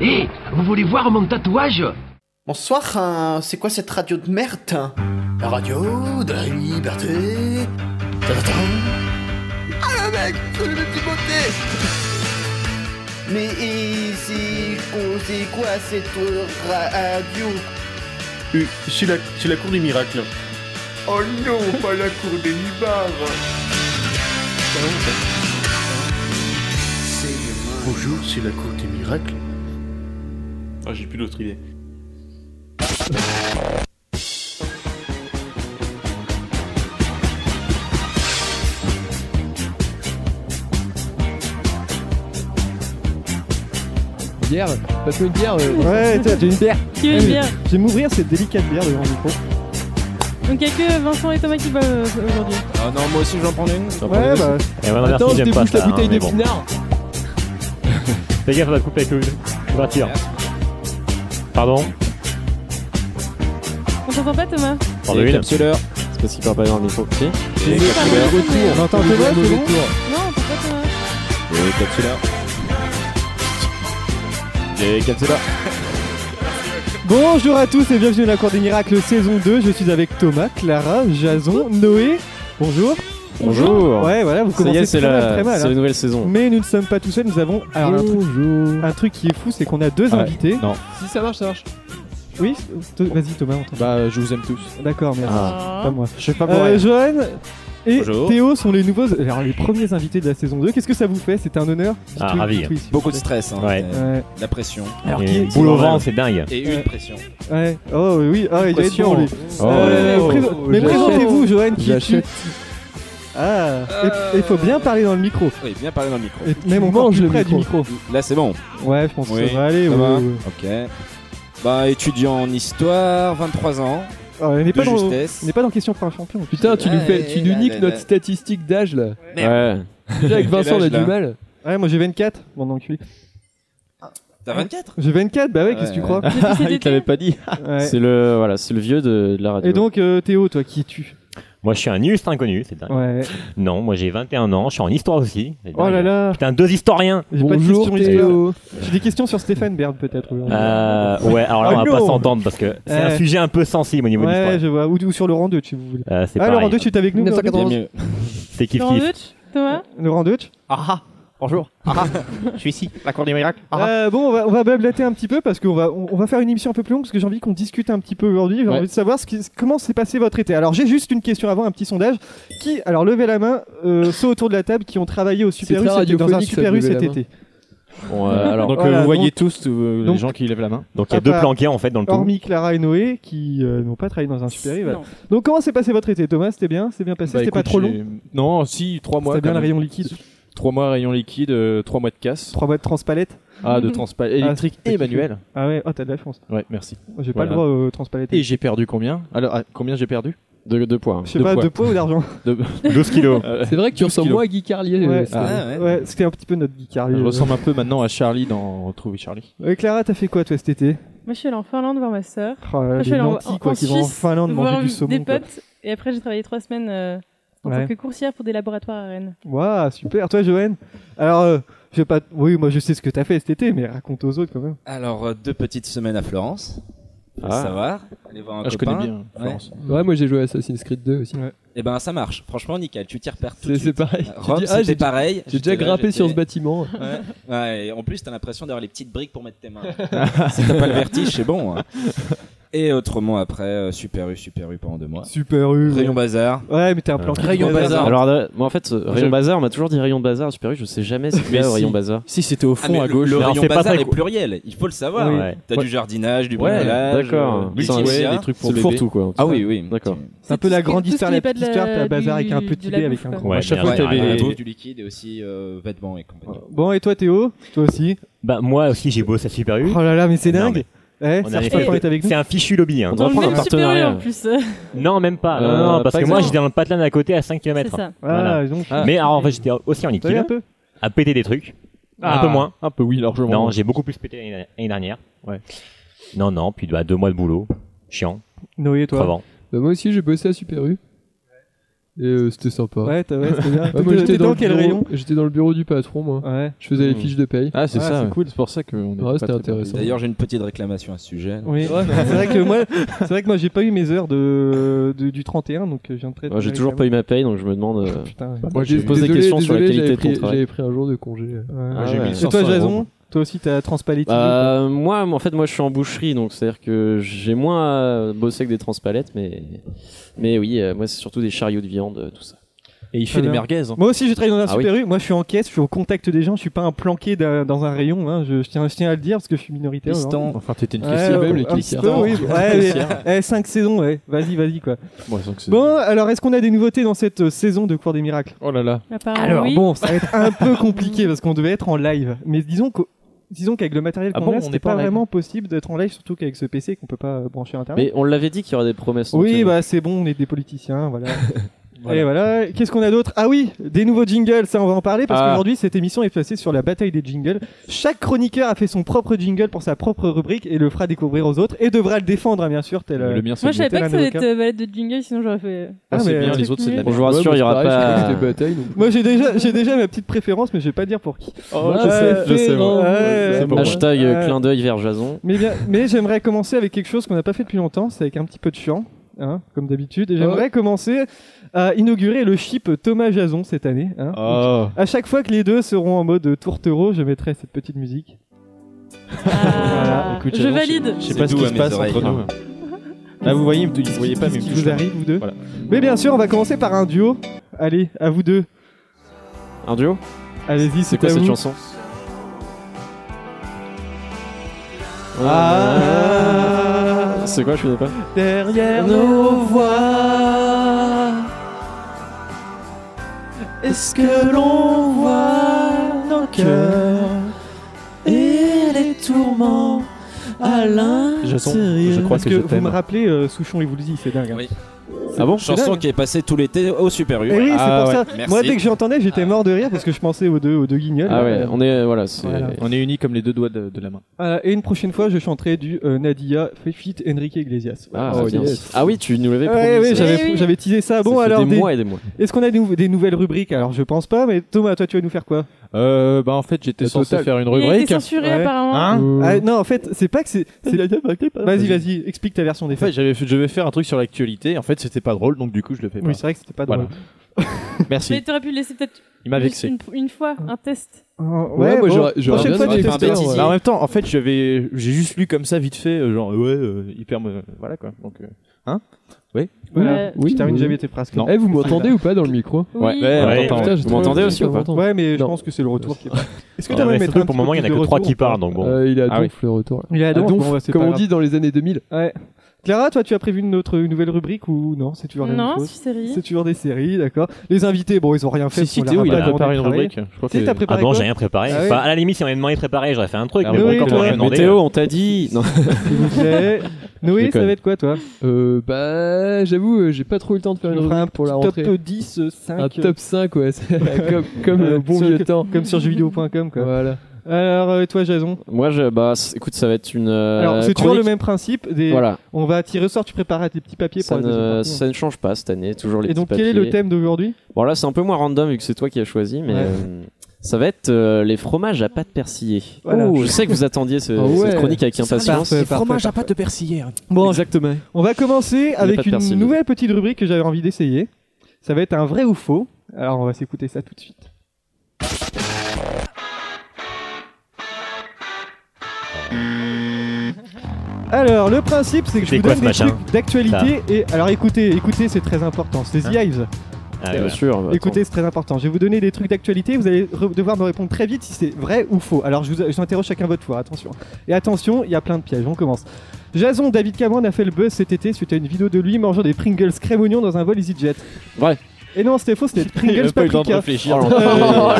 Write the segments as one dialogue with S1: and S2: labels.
S1: Hé, Eh, vous voulez voir mon tatouage
S2: Bonsoir, hein, c'est quoi cette radio de merde hein La radio de la liberté. Ta-ta-ta.
S3: Ah le mec, c'est le petit beauté
S2: Mais et c'est quoi, c'est quoi cette radio
S4: Euh, C'est la, c'est la cour des miracles.
S3: Oh non, pas la cour des libards
S4: Bonjour, c'est la cour des miracles. Ah, j'ai plus d'autre idée.
S5: Bière, parce qu'une bière, euh,
S6: Ouais, t'as- j'ai une bière.
S7: Qui veut
S6: Ouais,
S7: bien
S6: Je vais m'ouvrir cette délicate bière devant le micro.
S7: Donc il n'y a que Vincent et Thomas qui boivent euh, aujourd'hui.
S5: Ah non, moi aussi je vais en prendre une.
S6: Ouais, bah,
S8: Et vraiment,
S5: Attends,
S8: merci,
S5: je
S8: j'aime pas
S5: débouche la
S8: ça. hein,
S5: bouteille
S8: mais
S5: de
S8: bon.
S5: pinard.
S8: Fais gaffe, on va te couper avec le voiture. Pardon
S7: On s'entend pas Thomas
S8: Prends de une.
S5: Capsuleur. C'est parce qu'il parle pas dans le micro. Si.
S7: Oui, pardon,
S5: capsuleur.
S7: Vincent, mais-
S6: on entend un peu mal, c'est bon
S7: Non, on entend pas Thomas.
S5: Et capsuleur. Et capsuleur.
S6: Bonjour à tous et bienvenue à la Cour des Miracles saison 2. Je suis avec Thomas, Clara, Jason, Noé. Bonjour.
S5: Bonjour.
S6: Ouais, voilà, vous
S5: Ça y
S6: commencez
S5: est, c'est
S6: très mal, très
S5: la,
S6: mal,
S5: c'est
S6: hein.
S5: la nouvelle saison.
S6: Mais nous ne sommes pas tout seuls, nous avons alors, un, truc,
S5: Bonjour.
S6: un truc qui est fou, c'est qu'on a deux
S5: Ah ouais.
S6: invités.
S5: Non. Si ça marche, ça marche.
S6: Oui, to- vas-y Thomas, on t'entend.
S5: Bah, je vous aime tous.
S6: D'accord, merci. Pas moi.
S5: Je sais Ah. pas
S6: Euh, Johan et
S8: Bonjour.
S6: Théo sont les nouveaux, alors les premiers invités de la saison 2. Qu'est-ce que ça vous fait C'est un honneur
S8: Ah,
S6: Dites-le-
S8: ravi.
S6: dites-le ici.
S9: Beaucoup de stress, hein,
S8: Ouais.
S9: euh,
S6: Ouais,
S9: la pression
S6: Alors,
S8: Et
S6: qui est-
S8: boule au
S6: c'est
S8: vent,
S6: normal.
S8: c'est dingue.
S9: et une pression.
S6: ouais. Oh oui, ah, il doit être bon lui.
S8: Oh,
S6: Euh,
S5: ouais.
S6: prés-
S5: Oh,
S6: mais
S5: j'achète.
S6: présentez-vous, Johan, qui
S5: J'achète.
S6: Ah, et- et il faut bien parler dans le micro.
S9: Oui, bien parler dans le micro.
S6: Et même encore
S5: manges
S6: plus
S5: le
S6: près du micro.
S9: Là, c'est bon.
S6: Ouais, je pense que
S9: Oui,
S6: ça va aller.
S9: ça
S6: ouais,
S9: va.
S6: ouais.
S9: Ok. Bah, étudiant en histoire, 23 ans,
S6: Ah, on n'est
S9: de
S6: pas, dans- on
S9: justesse.
S6: n'est pas dans question pour un champion.
S5: Putain, tu nous fais, tu nous niques notre statistique d'âge là.
S8: Ouais.
S5: Déjà avec Vincent, on a
S9: âge, là
S5: du mal.
S6: Ouais, moi j'ai 24, mon enculé.
S9: T'as 24
S6: J'ai 24, bah ouais, qu'est-ce que tu
S9: Ouais.
S6: crois
S7: Depuis cet
S5: Ah, Il te l'avait
S7: été
S5: pas dit.
S6: Ouais.
S5: C'est le, voilà, c'est le vieux de, de la radio.
S6: Et donc, euh, Théo, toi, qui es-tu
S8: Moi, je suis un illustre inconnu, c'est dingue.
S6: Ouais.
S8: Non, moi j'ai 21 ans, je suis en histoire aussi. c'est
S6: Oh
S8: dingue.
S6: là là
S8: Putain, deux historiens
S6: J'ai pas de
S5: Bonjour,
S6: questions
S5: Théo. Ah,
S6: histoire. J'ai des questions sur Stéphane Bern, peut-être. aujourd'hui.
S8: Euh, ouais, alors là, on va
S6: Oh non.
S8: pas s'entendre parce que c'est
S6: Eh.
S8: un sujet un peu sensible au niveau de
S6: ouais,
S8: l'histoire.
S6: je vois. Ou, ou sur Laurent Deutsch, si vous voulez.
S8: Euh, c'est
S6: Ah, Laurent
S8: pareil.
S6: Deutsch est avec nous. Laurent
S9: Bien mieux.
S8: C'est kiff
S7: Dans
S8: kiff.
S7: Dutch, Thomas
S6: Deutsch Laurent Deutsch
S10: Bonjour. je suis ici, la cour des miracles.
S6: Euh, bon, on va, on va blablater un petit peu parce qu'on va, on, on va faire une émission un peu plus longue parce que j'ai envie qu'on discute un petit peu aujourd'hui. J'ai
S5: Ouais.
S6: envie de savoir ce qui, comment s'est passé votre été. Alors, j'ai juste une question avant, un petit sondage. Qui, alors, levez la main, euh, ceux autour de la table qui ont travaillé au Super U
S5: très
S6: cet- dans un
S5: radiophonique, ça,
S6: Super
S5: de
S6: U
S5: lever la
S6: cet
S5: main.
S6: été.
S8: Bon, euh, alors,
S6: euh, Voilà, vous voyez
S5: tous euh,
S6: donc-
S5: les gens qui lèvent la main.
S8: donc il y a
S6: à
S8: deux
S6: part-
S8: planqués en fait dans le tout.
S6: Hormis Clara et Noé qui euh, n'ont pas travaillé dans un Super U. voilà.
S7: Non.
S6: Donc, comment s'est passé votre été, Thomas C'était bien C'était bien passé C'était pas trop long
S5: Non, si, trois mois.
S6: C'était bien
S5: quand
S6: le
S5: même.
S6: rayon liquide
S5: Trois mois rayon liquide, euh, trois mois de casse.
S6: Trois mois de transpalette
S5: Ah, de transpa électrique
S6: c'est
S5: et manuel.
S6: Ah ouais, oh, t'as de la chance.
S5: Ouais, merci.
S6: J'ai
S5: Voilà.
S6: pas le droit au transpalette.
S5: j'ai perdu combien Alors, ah, combien j'ai perdu de, points.
S6: Je sais pas, de poids ou d'argent
S8: 12 kilos.
S5: C'est vrai que tu ressembles moins à Guy Carlier.
S6: Ouais.
S5: cette
S6: Ah,
S5: année.
S9: Ah, ouais.
S6: Ouais, c'était un petit peu notre Guy
S5: Je
S6: Carlier.
S5: ressemble un peu maintenant à Charlie dans Retrouver Charlie.
S6: Ouais, Euh, Clara, t'as fait quoi toi cet été
S7: Moi je suis allée en Finlande voir ma sœur.
S6: Oh là là,
S7: Moi, je suis
S6: les
S7: allée en-
S6: lentilles,
S7: en-
S6: quoi,
S7: en
S6: qui vont en
S7: Suisse,
S6: Finlande manger
S7: voir
S6: du saumon.
S7: des potes. Et après j'ai travaillé trois semaines euh, en
S6: Ouais.
S7: tant que coursière pour des laboratoires à Rennes.
S6: Waouh, super. Toi, Joanne Alors, euh, je vais pas. t- Oui, moi, je sais ce que t'as fait cet été, mais raconte aux autres quand même.
S9: Alors, euh, deux petites semaines à Florence. Faut
S5: Ah.
S9: savoir. Aller voir un
S5: Ah, je
S9: copain.
S5: connais bien Florence.
S10: Ouais, moi j'ai joué à Assassin's Creed 2 aussi.
S9: Et ben, ça marche. Franchement, nickel. Tu t'y repères tout de
S10: C'est c'est
S9: suite.
S10: pareil.
S9: Euh,
S10: Tu
S9: Rome,
S10: dis, ah,
S9: c'était
S10: j'ai
S9: pareil.
S10: j'ai déjà
S9: J'étais là,
S10: grimpé
S9: j'étais-
S10: sur ce bâtiment.
S9: Ouais. Ouais, et en plus, t'as l'impression d'avoir les petites briques pour mettre tes mains. si t'as pas le vertige, c'est bon. hein. Et autrement, après, euh, Super U, Super U pendant deux mois.
S6: Super U.
S9: Rayon Bazar.
S6: Ouais, mais t'es un plan.
S9: Rayon Bazar.
S5: Alors, euh, moi en fait, euh, Rayon
S10: Je-
S5: Bazar, on m'a toujours dit Rayon Bazar, Super U, je sais jamais ce qu'il y
S10: Mais
S5: a au
S10: si.
S5: Rayon Bazar.
S10: Si, c'était au
S9: Ah, mais le- Le
S8: Alors,
S9: rayon
S8: c'est pas
S9: bazar
S8: très
S9: est
S8: cou-
S9: pluriel, il faut le savoir.
S6: Oui.
S8: Ouais.
S9: T'as
S5: Ouais.
S9: du jardinage, du bricolage. euh,
S5: d'accord.
S9: multimédia.
S5: ouais, des trucs pour
S10: C'est le
S5: bébé.
S10: fourre-tout,
S5: quoi.
S9: Ah oui, oui.
S5: D'accord.
S6: C'est un peu la
S7: tout ce qui-
S6: grande
S7: tout ce
S6: histoire,
S7: qui
S6: la
S7: n'est pas de
S6: petite histoire,
S7: la-
S6: t'as le bazar
S7: du-
S6: avec un
S7: de
S6: petit
S7: la
S6: bébé avec
S7: bouffe,
S6: un
S7: quoi.
S6: con.
S8: Ouais,
S9: À chaque
S8: merde,
S9: fois,
S8: j'ai
S9: t'avais
S8: rien
S9: les-
S8: compris.
S9: du liquide et aussi euh, vêtements et compagnie.
S6: Bon, et toi, Théo Toi aussi
S8: Bah, moi aussi, j'ai bossé à Super U.
S6: Oh là là, mais c'est
S8: Non,
S6: dingue Eh,
S8: On
S6: Serge
S8: arrive-
S6: Papin est avec nous.
S8: C'est un fichu lobby. hein.
S5: On
S7: Dans
S5: doit
S7: le
S5: prendre un
S7: même Super U
S5: partenariat.
S7: en plus.
S8: Non, même pas.
S5: Euh,
S8: Non, non, parce
S5: pas
S8: que moi,
S5: exactement.
S8: j'étais dans le patelin d'à côté à 5
S7: C'est
S8: km.
S7: ça.
S6: Ah, donc.
S5: Ah.
S8: Mais alors, en fait, j'étais aussi en
S6: T'as vu un
S8: liquide,
S6: peu
S8: à péter des trucs.
S5: Ah.
S8: Un peu moins.
S5: Un peu, oui, largement.
S8: Non, j'ai beaucoup plus pété l'année l'année dernière.
S5: Ouais.
S8: Non, non, puis bah, deux mois de boulot. Chiant,
S11: Ah,
S6: Noé, toi
S12: Ah,
S8: crevant.
S10: Bah, moi aussi j'ai bossé à Super U.
S12: Et euh, c'était sympa.
S6: Ouais, t'as- ouais, c'était
S12: moi,
S6: bien. T'étais-
S12: j'étais
S6: t'étais
S12: dans,
S6: dans
S12: le
S6: quel
S12: bureau-
S6: rayon
S12: J'étais dans le bureau du patron, moi. Je faisais les fiches de paye.
S5: Ah, c'est ça.
S12: cool.
S5: C'est pour ça qu'on
S12: Ouais, c'était intéressant.
S9: D'ailleurs, j'ai une petite réclamation à ce sujet.
S6: Oui, c'est vrai que moi, c'est vrai que moi j'ai pas eu mes heures de, de- du 31, donc euh, je viens de
S5: Moi, j'ai toujours pas eu ma paye, donc je me demande. euh,
S6: Putain, ouais.
S5: Moi, je
S12: Dés-
S5: me pose des
S12: désolé-
S5: questions sur la
S12: désolé,
S5: qualité de
S12: j'avais
S5: ton
S12: pris- J'avais
S5: travail.
S12: pris un jour de congé. euh.
S5: Ah,
S6: Et toi, Jason, toi aussi t'as transpalettisé
S5: Bah, moi, en fait, moi, je suis en boucherie, donc c'est-à-dire que j'ai moins à bosser que des transpalettes, mais, mais oui, euh, moi, c'est surtout des chariots de viande, euh, tout ça. Et il fait des merguez. hein.
S6: Moi aussi, j'ai travaillé dans un
S5: Ah oui.
S6: super U. Moi, je suis en caisse, je suis au contact des gens, je suis pas un planqué d'un- dans un rayon. hein. Je, je tiens, je tiens à le dire parce que je suis minoritaire.
S5: Piston.
S6: hein.
S5: Enfin, t'étais une
S6: Ouais,
S5: caissière,
S6: ouais,
S5: même, les
S6: un petit
S5: caissières.
S6: peu, oui.
S5: Piston.
S6: Ouais, mais-
S5: Caissière.
S6: eh, cinq saisons, ouais. Vas-y, vas-y, quoi.
S5: Bon, elles sont que c'est-
S6: Bon, alors, est-ce qu'on a des nouveautés dans cette euh, saison de Cours des Miracles
S5: Oh là là.
S7: Apparemment,
S6: Alors,
S7: oui.
S6: Ah bon, ça va être un peu compliqué parce qu'on devait être en live. Mais disons qu'au- Disons qu'avec le matériel
S5: Ah
S6: qu'on
S5: bon,
S6: a,
S5: on
S6: c'était
S5: n'est pas
S6: pas,
S5: en live.
S6: vraiment possible d'être en live, surtout qu'avec ce PC qu'on peut pas euh, brancher à internet.
S5: Mais on l'avait dit qu'il y aurait des promesses. donc,
S6: Oui,
S5: euh,
S6: bah c'est bon, on est des politiciens, voilà.
S5: Voilà.
S6: Et voilà, qu'est-ce qu'on a d'autre Ah oui, des nouveaux jingles, ça on va en parler parce
S5: Ah.
S6: qu'aujourd'hui cette émission est placée sur la bataille des jingles. Chaque chroniqueur a fait son propre jingle pour sa propre rubrique et le fera découvrir aux autres et devra le défendre hein, bien sûr. Tel, euh,
S7: Moi, je savais
S6: tel
S7: pas que
S6: un
S7: ça allait
S6: avocat.
S7: être euh, balade de jingle, sinon j'aurais fait.
S6: Ah, mais, euh, truc nul.
S5: Je vous rassure, il y aura pas-
S6: Moi j'ai déjà, j'ai déjà ma petite préférence, mais je vais pas dire pour qui.
S5: Oh, je sais, je sais, moi.
S6: ouais,
S5: C'est
S6: bon.
S5: Hashtag euh,
S6: Ouais.
S5: clin d'œil vers Jason.
S6: Mais bien, mais j'aimerais commencer avec quelque chose qu'on n'a pas fait depuis longtemps, c'est avec un petit peu de chant, hein, comme d'habitude. Et j'aimerais commencer à inaugurer le chip Thomas Jason cette année. Hein.
S5: Oh.
S6: Donc, à chaque fois que les deux seront en mode tourtereau, je mettrai cette petite musique.
S7: Ah, je valide.
S5: sais pas ce qui se passe entre nous.
S10: Là, vous voyez, vous voyez pas, mais
S6: Qu'est-ce qui vous arrive, vous deux Mais bien sûr, on va commencer par un duo. Allez, à vous deux.
S5: Un duo
S6: Allez-y,
S5: C'est quoi
S6: à
S5: cette
S6: vous.
S5: chanson C'est quoi, je connais pas
S6: Derrière
S13: nos voix, est-ce que l'on voit nos cœurs et les tourments à
S6: Jason,
S13: l'intérieur
S6: Parce que, vous me rappelez euh, Souchon et Woolsey, c'est dingue. hein.
S9: Ah bon
S6: C'est
S9: Chanson
S6: dingue.
S9: qui est passée tout l'été au Super U.
S6: Eh oui, c'est
S9: Ah
S6: pour
S9: ouais.
S6: ça.
S9: Merci.
S6: Moi, dès que j'entendais, j'étais mort de rire parce que je pensais aux deux, aux deux guignols.
S5: Ah ouais,
S6: Euh,
S5: on est voilà, c'est-
S6: Voilà.
S5: on est unis comme les deux doigts de, de la main.
S6: Euh, et une prochaine fois, je chanterai du euh, Nadia Fit Enrique Iglesias.
S5: Ah,
S6: Voilà.
S5: bien. ah oui, tu nous l'avais
S6: Ouais,
S5: promis.
S6: ouais,
S5: ça.
S6: j'avais, j'avais teasé ça. Bon,
S5: Ça fait
S6: alors.
S5: des mois et des mois.
S6: Est-ce qu'on a des, nou- des nouvelles rubriques Alors, je pense pas, mais Thomas, toi, tu vas nous faire quoi
S4: Euh, bah en fait j'étais censé
S6: totale.
S4: faire une
S7: Il a été
S4: rubrique.
S7: censuré, apparemment.
S4: Hein
S5: Euh.
S6: Ah, Non, en fait, c'est pas que c'est. c'est- Vas-y, vas-y, explique ta version des
S4: En fait
S6: faits.
S4: j'avais fait- je vais faire un truc sur l'actualité. En fait c'était pas drôle donc du coup je le fais pas.
S6: Oui, c'est vrai que c'était pas drôle.
S4: Merci.
S7: Mais t'aurais pu le laisser peut-être.
S4: Il m'a
S7: juste
S4: vexé.
S7: Une, une fois, un test.
S4: Euh, Ouais, moi, j'aurais- j'aurais
S6: prochaine
S4: bien
S6: fois,
S4: aimé
S6: des
S5: Ah,
S4: faire un
S5: ben,
S6: experts,
S4: petit-
S6: ouais.
S9: Ah
S4: Bah, en même temps, en fait, j'avais, j'ai juste lu comme ça vite fait, euh, genre ouais, euh, hyper, me- voilà quoi. Donc, euh, hein, oui.
S7: Voilà.
S6: Oui, je termine jamais tes phrases.
S4: Non.
S12: Eh, vous m'entendez ou pas dans le micro
S7: Oui.
S4: Ouais,
S8: Ouais.
S4: on t'entend.
S12: Putain, j'ai
S5: Vous
S12: trop
S5: m'entendez
S12: l'impression
S5: aussi ou
S12: qu'on
S5: pas
S12: m'entend.
S6: Ouais, mais je
S12: Non.
S6: pense que c'est le retour qui est pas- Est-ce que
S8: Ouais,
S6: t'as
S8: mais
S6: même
S8: surtout, pour le moment, il y en a que trois qui parlent,
S6: partent
S8: donc bon.
S12: Euh, Il a
S8: Ah oui.
S12: donf le retour.
S6: Il est à
S12: Ah,
S6: donf,
S12: donf,
S6: bon, ouais, c'est
S12: comme
S6: pas
S12: on
S6: grave.
S12: dit dans les années 2000.
S6: Ouais. Clara, toi, tu as prévu une autre une nouvelle rubrique ou non C'est toujours la même
S7: Non,
S6: chose
S7: c'est série.
S6: C'est toujours des séries, d'accord. Les invités, bon, ils ont rien fait.
S4: Si,
S6: parce
S4: si,
S6: qu'on
S4: Théo,
S6: leur
S4: il a
S6: pas
S4: préparé une
S6: demandé de
S4: rubrique.
S6: travailler.
S4: Je crois
S6: Tu sais,
S4: que-
S6: t'as
S8: Ah
S6: préparé
S8: non,
S6: quoi
S8: j'ai rien préparé.
S6: Ah oui.
S8: Enfin, à la limite, si on m'avait demandé de préparer, j'aurais fait un truc.
S4: Ah
S8: mais
S4: oui,
S8: bon,
S4: oui,
S8: quand on
S4: toi.
S8: m'a
S5: Mais
S8: demandé.
S5: Théo, on t'a dit. Non.
S6: S'il vous plaît. Noé, ça
S5: déconne.
S6: va être quoi, toi
S12: Euh, bah, j'avoue, euh, j'ai pas trop eu le temps de faire une
S6: On fera
S12: rubrique pour la
S6: Top
S12: rentrée.
S6: 10, euh, 5.
S12: Un top 5, ouais, c'est- comme, comme
S6: euh,
S12: le bon
S6: sur-
S12: vieux temps.
S6: Comme sur jeuxvideo.com, quoi.
S12: Voilà.
S6: Alors, euh, toi, Jason
S5: Moi, je, bah, c- écoute, ça va être une. euh,
S6: Alors, c'est toujours le
S5: chronique.
S6: même principe. Des...
S5: Voilà,
S6: On va tirer au sort, tu prépares tes petits papiers
S5: ça
S6: pour la deuxième
S5: ne,
S6: partie, hein.
S5: ça ne change pas cette année, toujours les
S6: Et donc,
S5: petits
S6: quel est le
S5: papiers. Ah,
S6: thème d'aujourd'hui
S5: Bon, là, c'est un peu moins random vu que c'est toi qui as choisi, mais
S6: Ouais.
S5: euh, ça va être euh, les fromages à pâte persillée.
S6: Voilà.
S5: Oh, je sais que vous attendiez ce-
S12: Ah ouais.
S5: cette chronique avec impatience.
S6: Parfait, parfait, parfait.
S1: pâte persillée.
S6: Bon,
S5: Exactement.
S6: On va commencer
S5: pas
S6: avec
S5: de
S6: une
S5: persil.
S6: nouvelle petite rubrique que j'avais envie d'essayer. Ça va être un vrai ou faux. Alors on va s'écouter ça tout de suite. Alors le principe c'est que je
S8: C'était quoi,
S6: vous donne
S8: ce machin
S6: des trucs d'actualité et alors écoutez, écoutez c'est très important, c'est The Hives.
S8: Ah,
S5: Bien
S8: ouais.
S5: sûr. bah,
S6: Écoutez, c'est très important. Je vais vous donner des trucs d'actualité. Vous allez re- devoir me répondre très vite si c'est vrai ou faux. Alors, je vous je vous interroge chacun votre tour. Attention. Et attention, il y a plein de pièges. On commence. Jason David Cameron a fait le buzz cet été suite à une vidéo de lui mangeant des Pringles crème oignon dans un vol EasyJet.
S5: Vrai.
S6: Et non, c'était faux, c'était Pringles paprika. Euh,
S5: réfléchir. Oh,
S12: Oh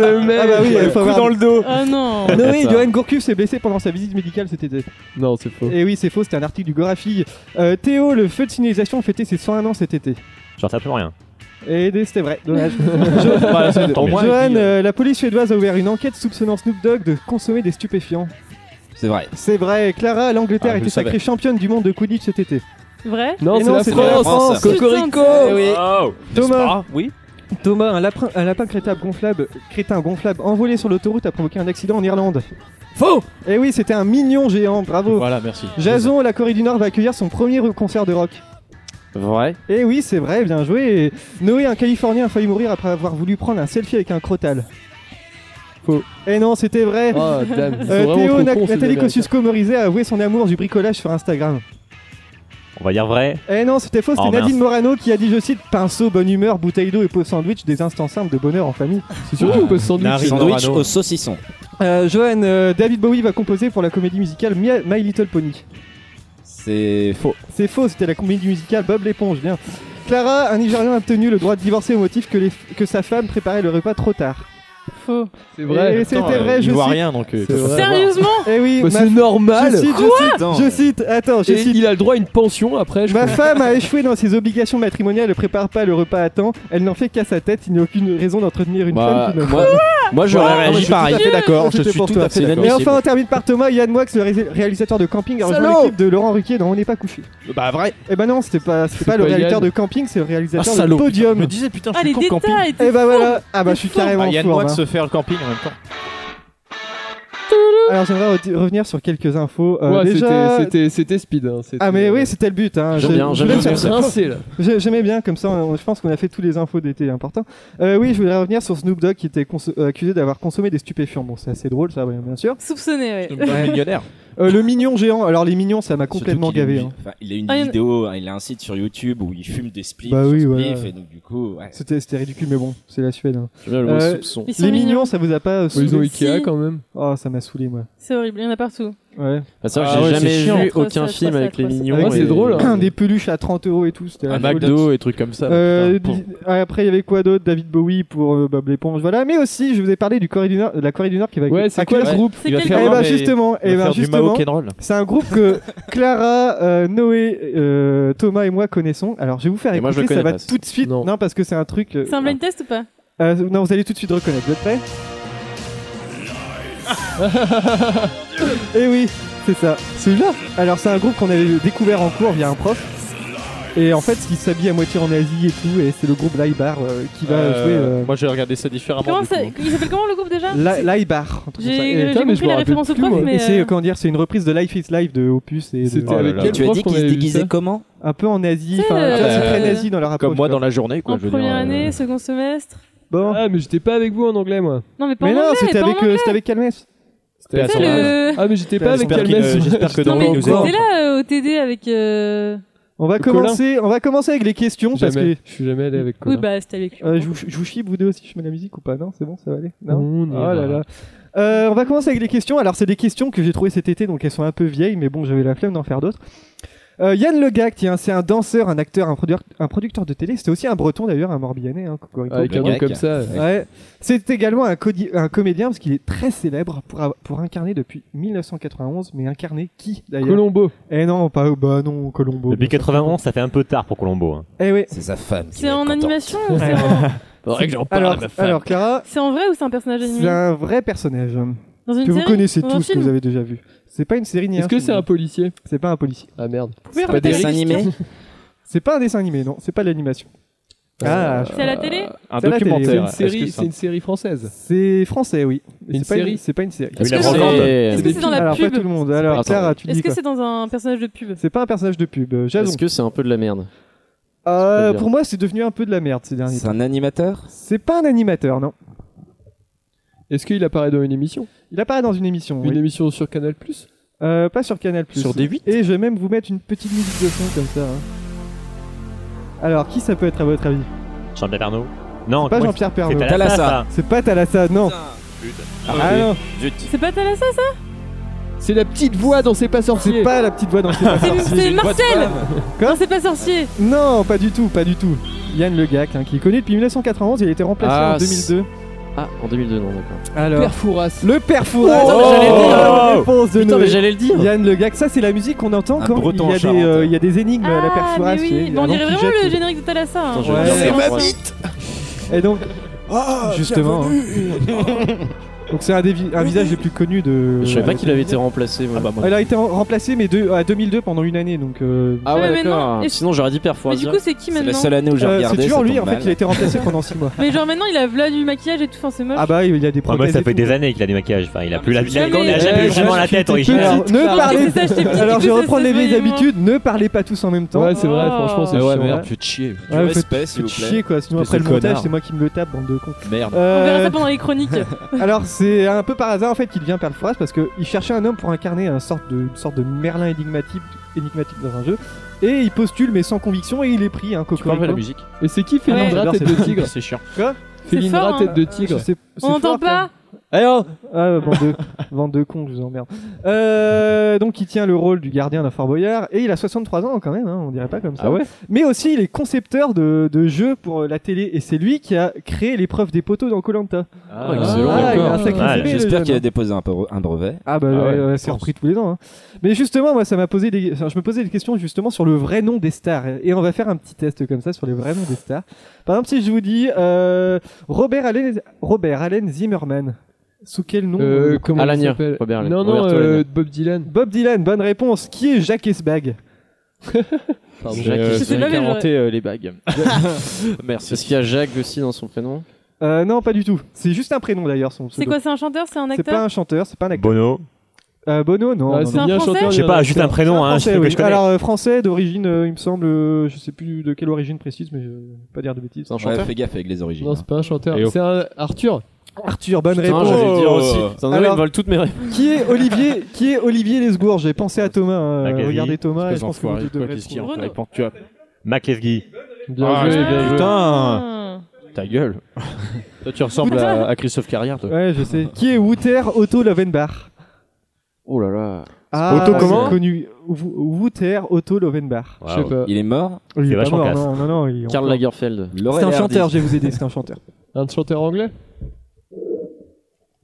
S12: le mec
S6: Ah bah oui, il faut avoir-
S12: le dos
S7: Ah non
S6: Noé Johan Gourcuff s'est blessé pendant sa visite médicale cet été.
S12: Non, c'est faux.
S6: Et oui, c'est faux, c'était un article du Gorafi. Euh, Théo, le feu de signalisation, fêtait ses 101 ans cet été.
S8: J'en sais plus rien.
S6: Et c'était vrai, dommage.
S8: Bah, c'est- tant mieux.
S6: Johan, euh, la police suédoise a ouvert une enquête soupçonnant Snoop Dogg de consommer des stupéfiants.
S9: C'est vrai.
S6: C'est vrai, Clara, l'Angleterre
S9: Ah, je
S6: était
S9: le savais.
S6: sacrée championne du monde de Quidditch cet été.
S7: Vrai
S6: Non,
S7: Et
S6: c'est la France.
S7: Putain,
S6: Cocorico.
S7: c'est-
S6: Oui. Oh, Thomas. n'est-ce pas
S8: Oui.
S6: Thomas, un lapin, un lapin crétable gonflable, crétin gonflable envolé sur l'autoroute a provoqué un accident en Irlande. Faux Eh oui, c'était un mignon géant, bravo
S4: Voilà, merci.
S6: Jason, la Corée du Nord va accueillir son premier concert de rock.
S4: Euh,
S5: Vrai
S6: Eh oui, c'est vrai, bien joué Noé, un Californien, a failli mourir après avoir voulu prendre un selfie avec un crotal. Faux. Eh non, c'était vrai
S12: Oh, damn, ils sont
S6: Euh,
S12: vraiment
S6: Théo,
S12: trop
S6: Na-
S12: cons, ces
S6: Nathalie
S12: Américains.
S6: Kosciusko-Morizet a avoué son amour du bricolage sur Instagram.
S8: On va dire vrai.
S6: Eh non, c'était faux, c'était
S8: Oh,
S6: Nadine Morano qui a dit, je cite, pinceau, bonne humeur, bouteille d'eau et pot sandwich, des instants simples de bonheur en famille.
S5: C'est
S12: Oh,
S5: surtout Ouh. pot sandwich. Nari
S9: Sandwich
S5: Dorano.
S9: au saucisson.
S6: Euh, Johan, euh, David Bowie va composer pour la comédie musicale My, My Little Pony.
S9: C'est faux.
S6: C'est faux, c'était la comédie musicale Bob l'éponge, bien. Clara, un Nigérian a obtenu le droit de divorcer au motif que, les- que sa femme préparait le repas trop tard.
S7: Faux.
S6: C'est
S12: vrai.
S6: Et c'était
S12: Attends, euh,
S6: vrai,
S12: il
S6: je
S12: voit
S6: cite-
S12: rien, donc, euh,
S6: C'est
S12: il peut
S6: vrai.
S12: pas savoir. Sérieusement
S6: Eh oui,
S12: Bah,
S6: ma-
S12: c'est normal.
S6: Je cite, je
S12: Quoi
S6: cite,
S12: Attends.
S6: je cite, attends, je
S12: Et
S6: cite.
S12: il a le droit à une pension après. je
S6: Ma
S12: crois.
S6: femme a échoué dans ses obligations matrimoniales, ne prépare pas le repas à temps, elle n'en fait qu'à sa tête, il n'y a aucune raison d'entretenir une
S5: Bah,
S6: femme qui ne...
S5: moi- moi, j'aurais réagi
S6: Ah, je suis
S5: pareil.
S6: tout à fait d'accord, je
S5: C'était
S6: suis
S5: pour
S6: tout
S5: toi,
S6: à fait
S5: c'est
S6: d'accord. Et
S5: inadmissible.
S6: enfin, on termine par Thomas, Yann Moix, le ré- réalisateur de Camping, a rejoint
S12: Salaud
S6: l'équipe de Laurent Ruquier dans On n'est pas couché.
S8: Bah vrai
S6: Eh ben non, c'était pas, c'était
S8: C'est
S6: pas le
S8: pas
S6: réalisateur
S8: Yann.
S6: de Camping, c'est le réalisateur
S8: Ah,
S6: de
S8: salaud, putain,
S6: Podium.
S8: je me disais, putain, je
S6: Ah,
S8: suis
S6: les
S8: con, Camping.
S6: détails, t'es Eh ben fou. voilà. Ah bah, je suis carrément
S8: Ah, Yann
S6: fourbe,
S8: Moix
S6: hein.
S8: se fait le camping en même temps.
S6: Alors j'aimerais re- revenir sur quelques infos. Euh,
S12: Ouais,
S6: déjà...
S12: c'était- c'était- C'était speed. hein, c'était-
S6: Ah mais oui, c'était le but. Hein.
S12: J'aime
S6: Je-
S12: bien,
S6: je
S12: j'aime
S6: voulais
S12: bien,
S6: faire
S12: c'est
S6: ça.
S12: rincé, là.
S6: J'ai- J'aimais bien, comme ça, on- je pense qu'on a fait tous les infos d'été importants. Euh, oui, je voulais revenir sur Snoop Dogg qui était conso- euh, accusé d'avoir consommé des stupéfiants. Bon, c'est assez drôle, ça, ouais, bien sûr.
S7: Soupçonné, ouais.
S6: Ouais. Euh, le mignon géant. Alors les mignons, ça m'a complètement
S9: qu'il a
S6: gavé.
S9: une-
S6: hein.
S9: enfin, il a une
S7: Ah, il y en a-
S9: vidéo, hein, il a un site sur YouTube où il fume des spliffs.
S6: Bah
S9: sur
S6: oui,
S9: spliff,
S6: voilà.
S9: Et donc du coup, ouais.
S6: C'était c'était ridicule, mais bon, c'est la Suède. hein.
S9: J'aime bien le
S6: Euh,
S9: soupçon.
S7: Ils sont
S6: les
S7: mignons.
S6: mignons, ça vous a pas euh,
S12: Ils ont
S6: saoulé
S12: Ikea,
S7: Si.
S12: quand même.
S6: Oh, ça m'a saoulé, moi.
S7: C'est horrible, il y en a partout.
S6: Ouais.
S5: Ah, c'est vrai que j'ai jamais vu aucun film avec les mignons.
S6: Avec
S5: et-
S6: des- Des peluches à 30 euros et tout. c'était
S4: Un
S6: la folie.
S4: McDo et trucs comme ça.
S6: Euh,
S4: putain.
S6: di- Après, il y avait quoi d'autre David Bowie pour euh, Bob l'éponge, voilà. Mais aussi, je vous ai parlé du Corée du Nord, de la Corée du Nord qui va
S4: Ouais, c'est
S6: accueillir
S4: quoi
S6: ce
S4: le-
S6: groupe.
S4: C'est Il va quel faire
S6: Eh
S4: groupe
S6: ben
S4: des-
S6: justement,
S4: il va
S6: eh ben,
S4: faire du
S6: justement,
S4: Mao Kenroll.
S6: c'est un groupe que Clara, euh, Noé, euh, Thomas et moi connaissons. Alors, je vais vous faire
S5: Et moi, je
S6: écouter,
S5: le
S6: ça va
S5: connais pas,
S6: tout de suite. Non. parce que c'est un truc. euh,
S7: C'est un blind test ou pas
S6: euh, non, vous allez tout de suite reconnaître. Vous êtes prêts Eh oui, c'est ça. Celui-là Alors, c'est un groupe qu'on avait découvert en cours via un prof. Et en fait, il s'habille à moitié en Asie et tout. Et c'est le groupe Laibar euh, qui va
S4: Euh,
S6: jouer. euh,
S4: Moi, j'ai regardé ça différemment.
S7: Comment
S4: du
S7: ça
S4: coup.
S7: Il s'appelle comment le groupe déjà
S6: La- Laibar. un truc
S7: J'ai-
S6: comme ça. Et-
S7: j'ai Putain, mais compris je me la rappelle référence au plus, prof, moi. mais,
S6: Et c'est,
S7: euh,
S6: comment dire, c'est une reprise de Life is Life de Opus. Et de-
S4: C'était Oh là avec là. quel
S9: Tu as
S4: prof
S9: dit
S4: qu'on
S9: qu'il se
S4: avait vu
S9: déguisait
S4: ça
S9: comment
S6: Un peu en Asie. Enfin,
S7: euh,
S6: tu vois, c'est très
S7: euh,
S6: nazi dans leur approche.
S4: Comme moi
S6: quoi.
S4: dans la journée, quoi.
S7: En
S4: je veux
S7: première
S4: dire, euh,
S7: année, second semestre
S6: Bon.
S7: Euh,
S12: Ah, mais j'étais pas avec vous en anglais, moi.
S7: Non, mais pas
S6: Mais
S7: en
S6: non,
S7: anglais,
S6: c'était
S7: pas en
S6: avec, euh,
S7: anglais.
S6: c'était avec Calmes.
S4: C'était à
S7: Tu
S4: son
S7: sais, le-
S12: Ah, mais j'étais pas avec
S4: J'espère qu'il,
S12: Calmes.
S4: euh, j'espère que
S12: J'étais
S4: Dorian
S12: en
S4: nous
S12: cours.
S7: T'es là euh, au TD avec. euh,
S6: On va
S12: Colin.
S6: commencer, on va commencer avec les questions parce
S12: Jamais.
S6: que.
S12: Je suis jamais allé avec
S7: Oui,
S12: Colin.
S7: bah c'était avec.
S6: Euh, je, vous, je vous chipe, vous deux aussi, je mets la musique ou pas Non, c'est bon, ça va aller Non
S12: On y
S4: Mm.
S6: Oh là
S12: va.
S6: là. Euh, on va commencer avec les questions. Alors, c'est des questions que j'ai trouvées cet été, donc elles sont un peu vieilles, mais bon, j'avais la flemme d'en faire d'autres. Euh, Yann Le Gac, tiens, c'est un danseur, un acteur, un, produ- un producteur de télé. C'était aussi un breton d'ailleurs, un morbihanais. Hein, cocorico.
S12: Avec un
S6: Le
S12: nom
S6: Gac.
S12: comme ça.
S6: Ouais. C'est également un, codi- un comédien parce qu'il est très célèbre pour, av- pour incarner depuis 1991, mais incarner qui d'ailleurs
S12: Colombo.
S6: Eh non, pas bah non, Colombo.
S14: Depuis 91, ça fait un peu tard pour Colombo. hein.
S6: Eh oui.
S9: C'est sa femme.
S7: C'est en animation ou c'est en-
S14: Faudrait que j'en parle à
S6: alors,
S14: ma femme.
S6: alors Clara,
S7: C'est en vrai ou c'est un personnage
S6: c'est
S7: animé
S6: un vrai personnage hein,
S7: Dans une
S6: que vous
S7: série
S6: connaissez
S7: Dans un
S6: tous, que
S7: film
S6: vous avez déjà vu. C'est pas une série ni hein.
S12: Est-ce que c'est un policier
S6: C'est pas un policier.
S12: Ah merde.
S7: pouvez répéter la question
S6: C'est pas un dessin animé, non. C'est pas de l'animation. Ah,
S7: C'est à la télé
S4: Un
S6: C'est à la télé,
S4: documentaire.
S6: ouais.
S12: C'est une série- c'est une série française.
S6: C'est français, oui.
S12: Une
S6: C'est pas
S12: série
S6: C'est pas une série.
S12: Est-ce que c'est-
S7: Est-ce que c'est dans la
S6: Alors,
S7: pub
S6: pas tout le monde. Alors,
S5: Attends.
S6: Clara, tu dis
S7: Est-ce que
S6: quoi
S7: c'est dans un personnage de pub
S6: C'est pas un personnage de pub. Euh, Jason.
S5: Est-ce que c'est un peu de la merde
S6: Euh,
S5: pas bien.
S6: pour moi, c'est devenu un peu de la merde ces derniers
S9: C'est
S6: temps.
S9: un animateur
S6: C'est pas un animateur, non.
S12: Est-ce qu'il apparaît dans une émission
S6: Il apparaît dans une émission.
S12: Une
S6: oui.
S12: émission sur Canal Plus
S6: Euh, pas sur Canal+.
S12: Sur D8?
S6: Et je vais même vous mettre une petite musique de fond comme ça. hein. Alors, qui ça peut être à votre avis
S14: Jean-Pierre Pernaut Non,
S6: C'est pas
S14: comment
S6: Jean-Pierre
S14: il- c'est
S6: Pernaut.
S14: Thalassa, ça.
S6: C'est pas Thalassa, non. Ah
S14: oui.
S6: non.
S7: C'est pas Thalassa ça
S12: C'est la petite voix dans C'est pas sorcier.
S6: C'est pas la petite voix dans C'est pas
S7: C'est-
S6: sorcier.
S7: C'est Marcel
S6: Quoi
S7: Non, c'est pas sorcier
S6: Non, pas du tout, pas du tout. Yann Le Gac, hein, qui est connu depuis 1991, il a été remplacé en 2002.
S5: Ah, en 2002, non, d'accord.
S6: Alors,
S12: Père Fouras.
S6: le père Fouras.
S5: Oh, putain, mais j'allais le
S6: Bonne hein,
S5: dire.
S6: réponse de
S5: Putain,
S6: Noé.
S5: mais j'allais le dire.
S6: Yann Le Gac, ça c'est la musique qu'on entend
S9: Un
S6: quand il y,
S9: breton
S6: a
S9: en
S6: des,
S9: Charente.
S6: euh, il y a des énigmes à la père
S7: Ah,
S6: Fouras. qui-
S7: mais oui,
S6: il y a
S7: Bah, on
S6: un nom
S7: dirait
S6: qui
S7: vraiment
S6: jette,
S7: le
S6: euh,
S7: générique de Thalassa. hein.
S6: Ouais.
S7: Ouais.
S6: Ah, Et donc, justement, hein. Donc c'est un, des vi- un visage des plus connus de.
S5: Je savais pas qu'il avait été remplacé. moi.
S6: Il a été en- remplacé mais de, à 2002 pendant une année donc. euh,
S5: Ah
S7: Ouais,
S5: ouais,
S7: mais non,
S5: d'accord.
S7: et-
S5: Sinon, j'aurais dit parfois.
S7: Mais du coup, c'est qui maintenant
S6: Euh, C'est toujours lui en fait, il a été remplacé pendant 6 mois.
S7: Mais genre maintenant il a v'là du maquillage et tout, enfin c'est moche.
S6: bah il
S11: Ah,
S6: y a des
S14: problèmes. moi ça fait des années qu'il a du maquillage. Enfin il a plus la il a- il a Ah, jamais
S6: Ouais,
S14: eu vraiment la tête
S6: j'étais petite.
S14: originale.
S6: Ne parlez
S7: ça, j'étais petite,
S6: Alors
S7: du
S6: je
S7: coup, ça
S6: reprends
S7: se
S6: les vieilles
S7: voyait moins.
S6: habitudes, ne parlez pas tous en même temps.
S12: Ouais, c'est vrai, Oh. franchement, c'est
S6: Ah. Ouais,
S12: chiant,
S6: ouais,
S12: ouais.
S6: merde.
S12: Faites chier. Du
S6: Ouais,
S12: respect,
S6: Ah, faites-
S12: s'il vous
S6: faites
S12: plaît.
S6: chier, quoi, sinon
S12: Espèce
S6: après le
S12: de
S6: montage,
S12: connard.
S6: c'est moi qui me le tape, bande de cons.
S12: Merde.
S7: On verra ça pendant les chroniques.
S6: Alors c'est un peu par hasard en fait qu'il vient Perle Forest parce qu'il cherchait un homme pour incarner un sorte de, une sorte de Merlin énigmatique, énigmatique dans un jeu et il postule mais sans conviction et il est pris hein, un coco.
S12: peux enlever la musique Et c'est qui Félindra,
S6: Félinra
S12: tête de tigre C'est chiant.
S6: Quoi
S12: C'est Félindra, fort, hein. tête de tigre.
S6: Je sais- c'est
S7: On n'entend
S6: fort, quand même.
S7: pas
S6: Eh oh Ah, bande de, bande de cons, je vous emmerde. Euh, donc, il tient le rôle du gardien d'un Fort Boyard et il a 63 ans quand même, hein, on dirait pas comme ça.
S5: Ah ouais
S6: Mais aussi, il est concepteur de, de jeux pour euh, la télé et c'est lui qui a créé l'épreuve des poteaux dans Colanta.
S9: Ah, excellent,
S6: il a
S9: encore.
S6: un sacré
S9: Ah,
S6: CV, le
S9: J'espère
S6: jeune.
S9: qu'il a déposé un, bre- un brevet.
S6: Ah bah ouais, ouais, c'est repris tous les ans. hein. Mais justement, moi, ça m'a posé des... enfin, je me posais des questions justement sur le vrai nom des stars. Et on va faire un petit test comme ça sur les vrais noms des stars. Par exemple, si je vous dis euh, Robert Allen, Robert Allen Zimmerman. Sous quel nom
S12: Euh,
S6: euh,
S12: comment il s'appelle Non, non, euh, Bob Dylan.
S6: Bob Dylan, bonne réponse. Qui est Jacques Esbag
S5: Pardon.
S6: Jacques,
S5: Euh,
S6: c'est
S5: celui
S6: pas
S5: qui a
S6: bien,
S5: inventé
S6: j'aurais-
S5: euh, les bagues. Merci. Est-ce qu'il y a Jacques aussi dans son prénom
S6: Euh, Non, pas du tout. C'est juste un prénom d'ailleurs. son
S7: C'est
S6: pseudo.
S7: quoi, c'est un chanteur, c'est un
S6: C'est
S7: acteur
S6: pas un chanteur, c'est pas un acteur.
S14: Bono.
S6: Euh, Bono, non.
S12: Ah,
S6: non,
S12: c'est
S6: non.
S12: ni un chanteur, Je sais ni un pas, juste acteur. un prénom,
S6: C'est
S12: hein,
S6: français,
S12: je sais que
S6: oui.
S12: je connais.
S6: Alors, euh, français d'origine, euh, il me semble, euh, je sais plus de quelle origine précise, mais je vais pas dire de bêtises.
S9: Ouais, fais gaffe avec les origines.
S12: Non, c'est pas un chanteur.
S9: Et oh.
S12: C'est un Arthur.
S6: Arthur, bonne
S12: Putain,
S6: réponse.
S12: j'allais le dire aussi.
S5: Putain, désolé, ils volent toutes mes réponses.
S6: Qui est Olivier, qui est Olivier Lesgourges J'ai pensé à Thomas. hein.
S14: Mackenzie,
S6: Regardez Thomas, et
S14: espèce
S6: je pense que
S14: d'enfoiré,
S6: vous
S14: quoi,
S6: devrez
S14: qu'est-ce qu'il y a
S6: trouver.
S14: encore, il pense- tu vois. Mac Lesguy.
S12: Bien
S7: Ah,
S12: joué, bien joué.
S14: Putain Ta gueule. Toi, tu ressembles à, à Christophe Carrière, toi.
S6: Ouais, je sais. Qui est Wouter Otto Lovenbach
S5: Oh là là.
S6: Ah,
S14: Otto comment
S6: c'est connu. Wou- Wouter Otto Lovenbach.
S5: Waouh. Il est mort
S6: Il est pas mort,
S5: casse.
S6: non, non, non, il est
S5: Karl
S6: encore-
S5: Lagerfeld.
S6: C'est un chanteur, je vais vous aider, c'est un chanteur.
S12: Un chanteur anglais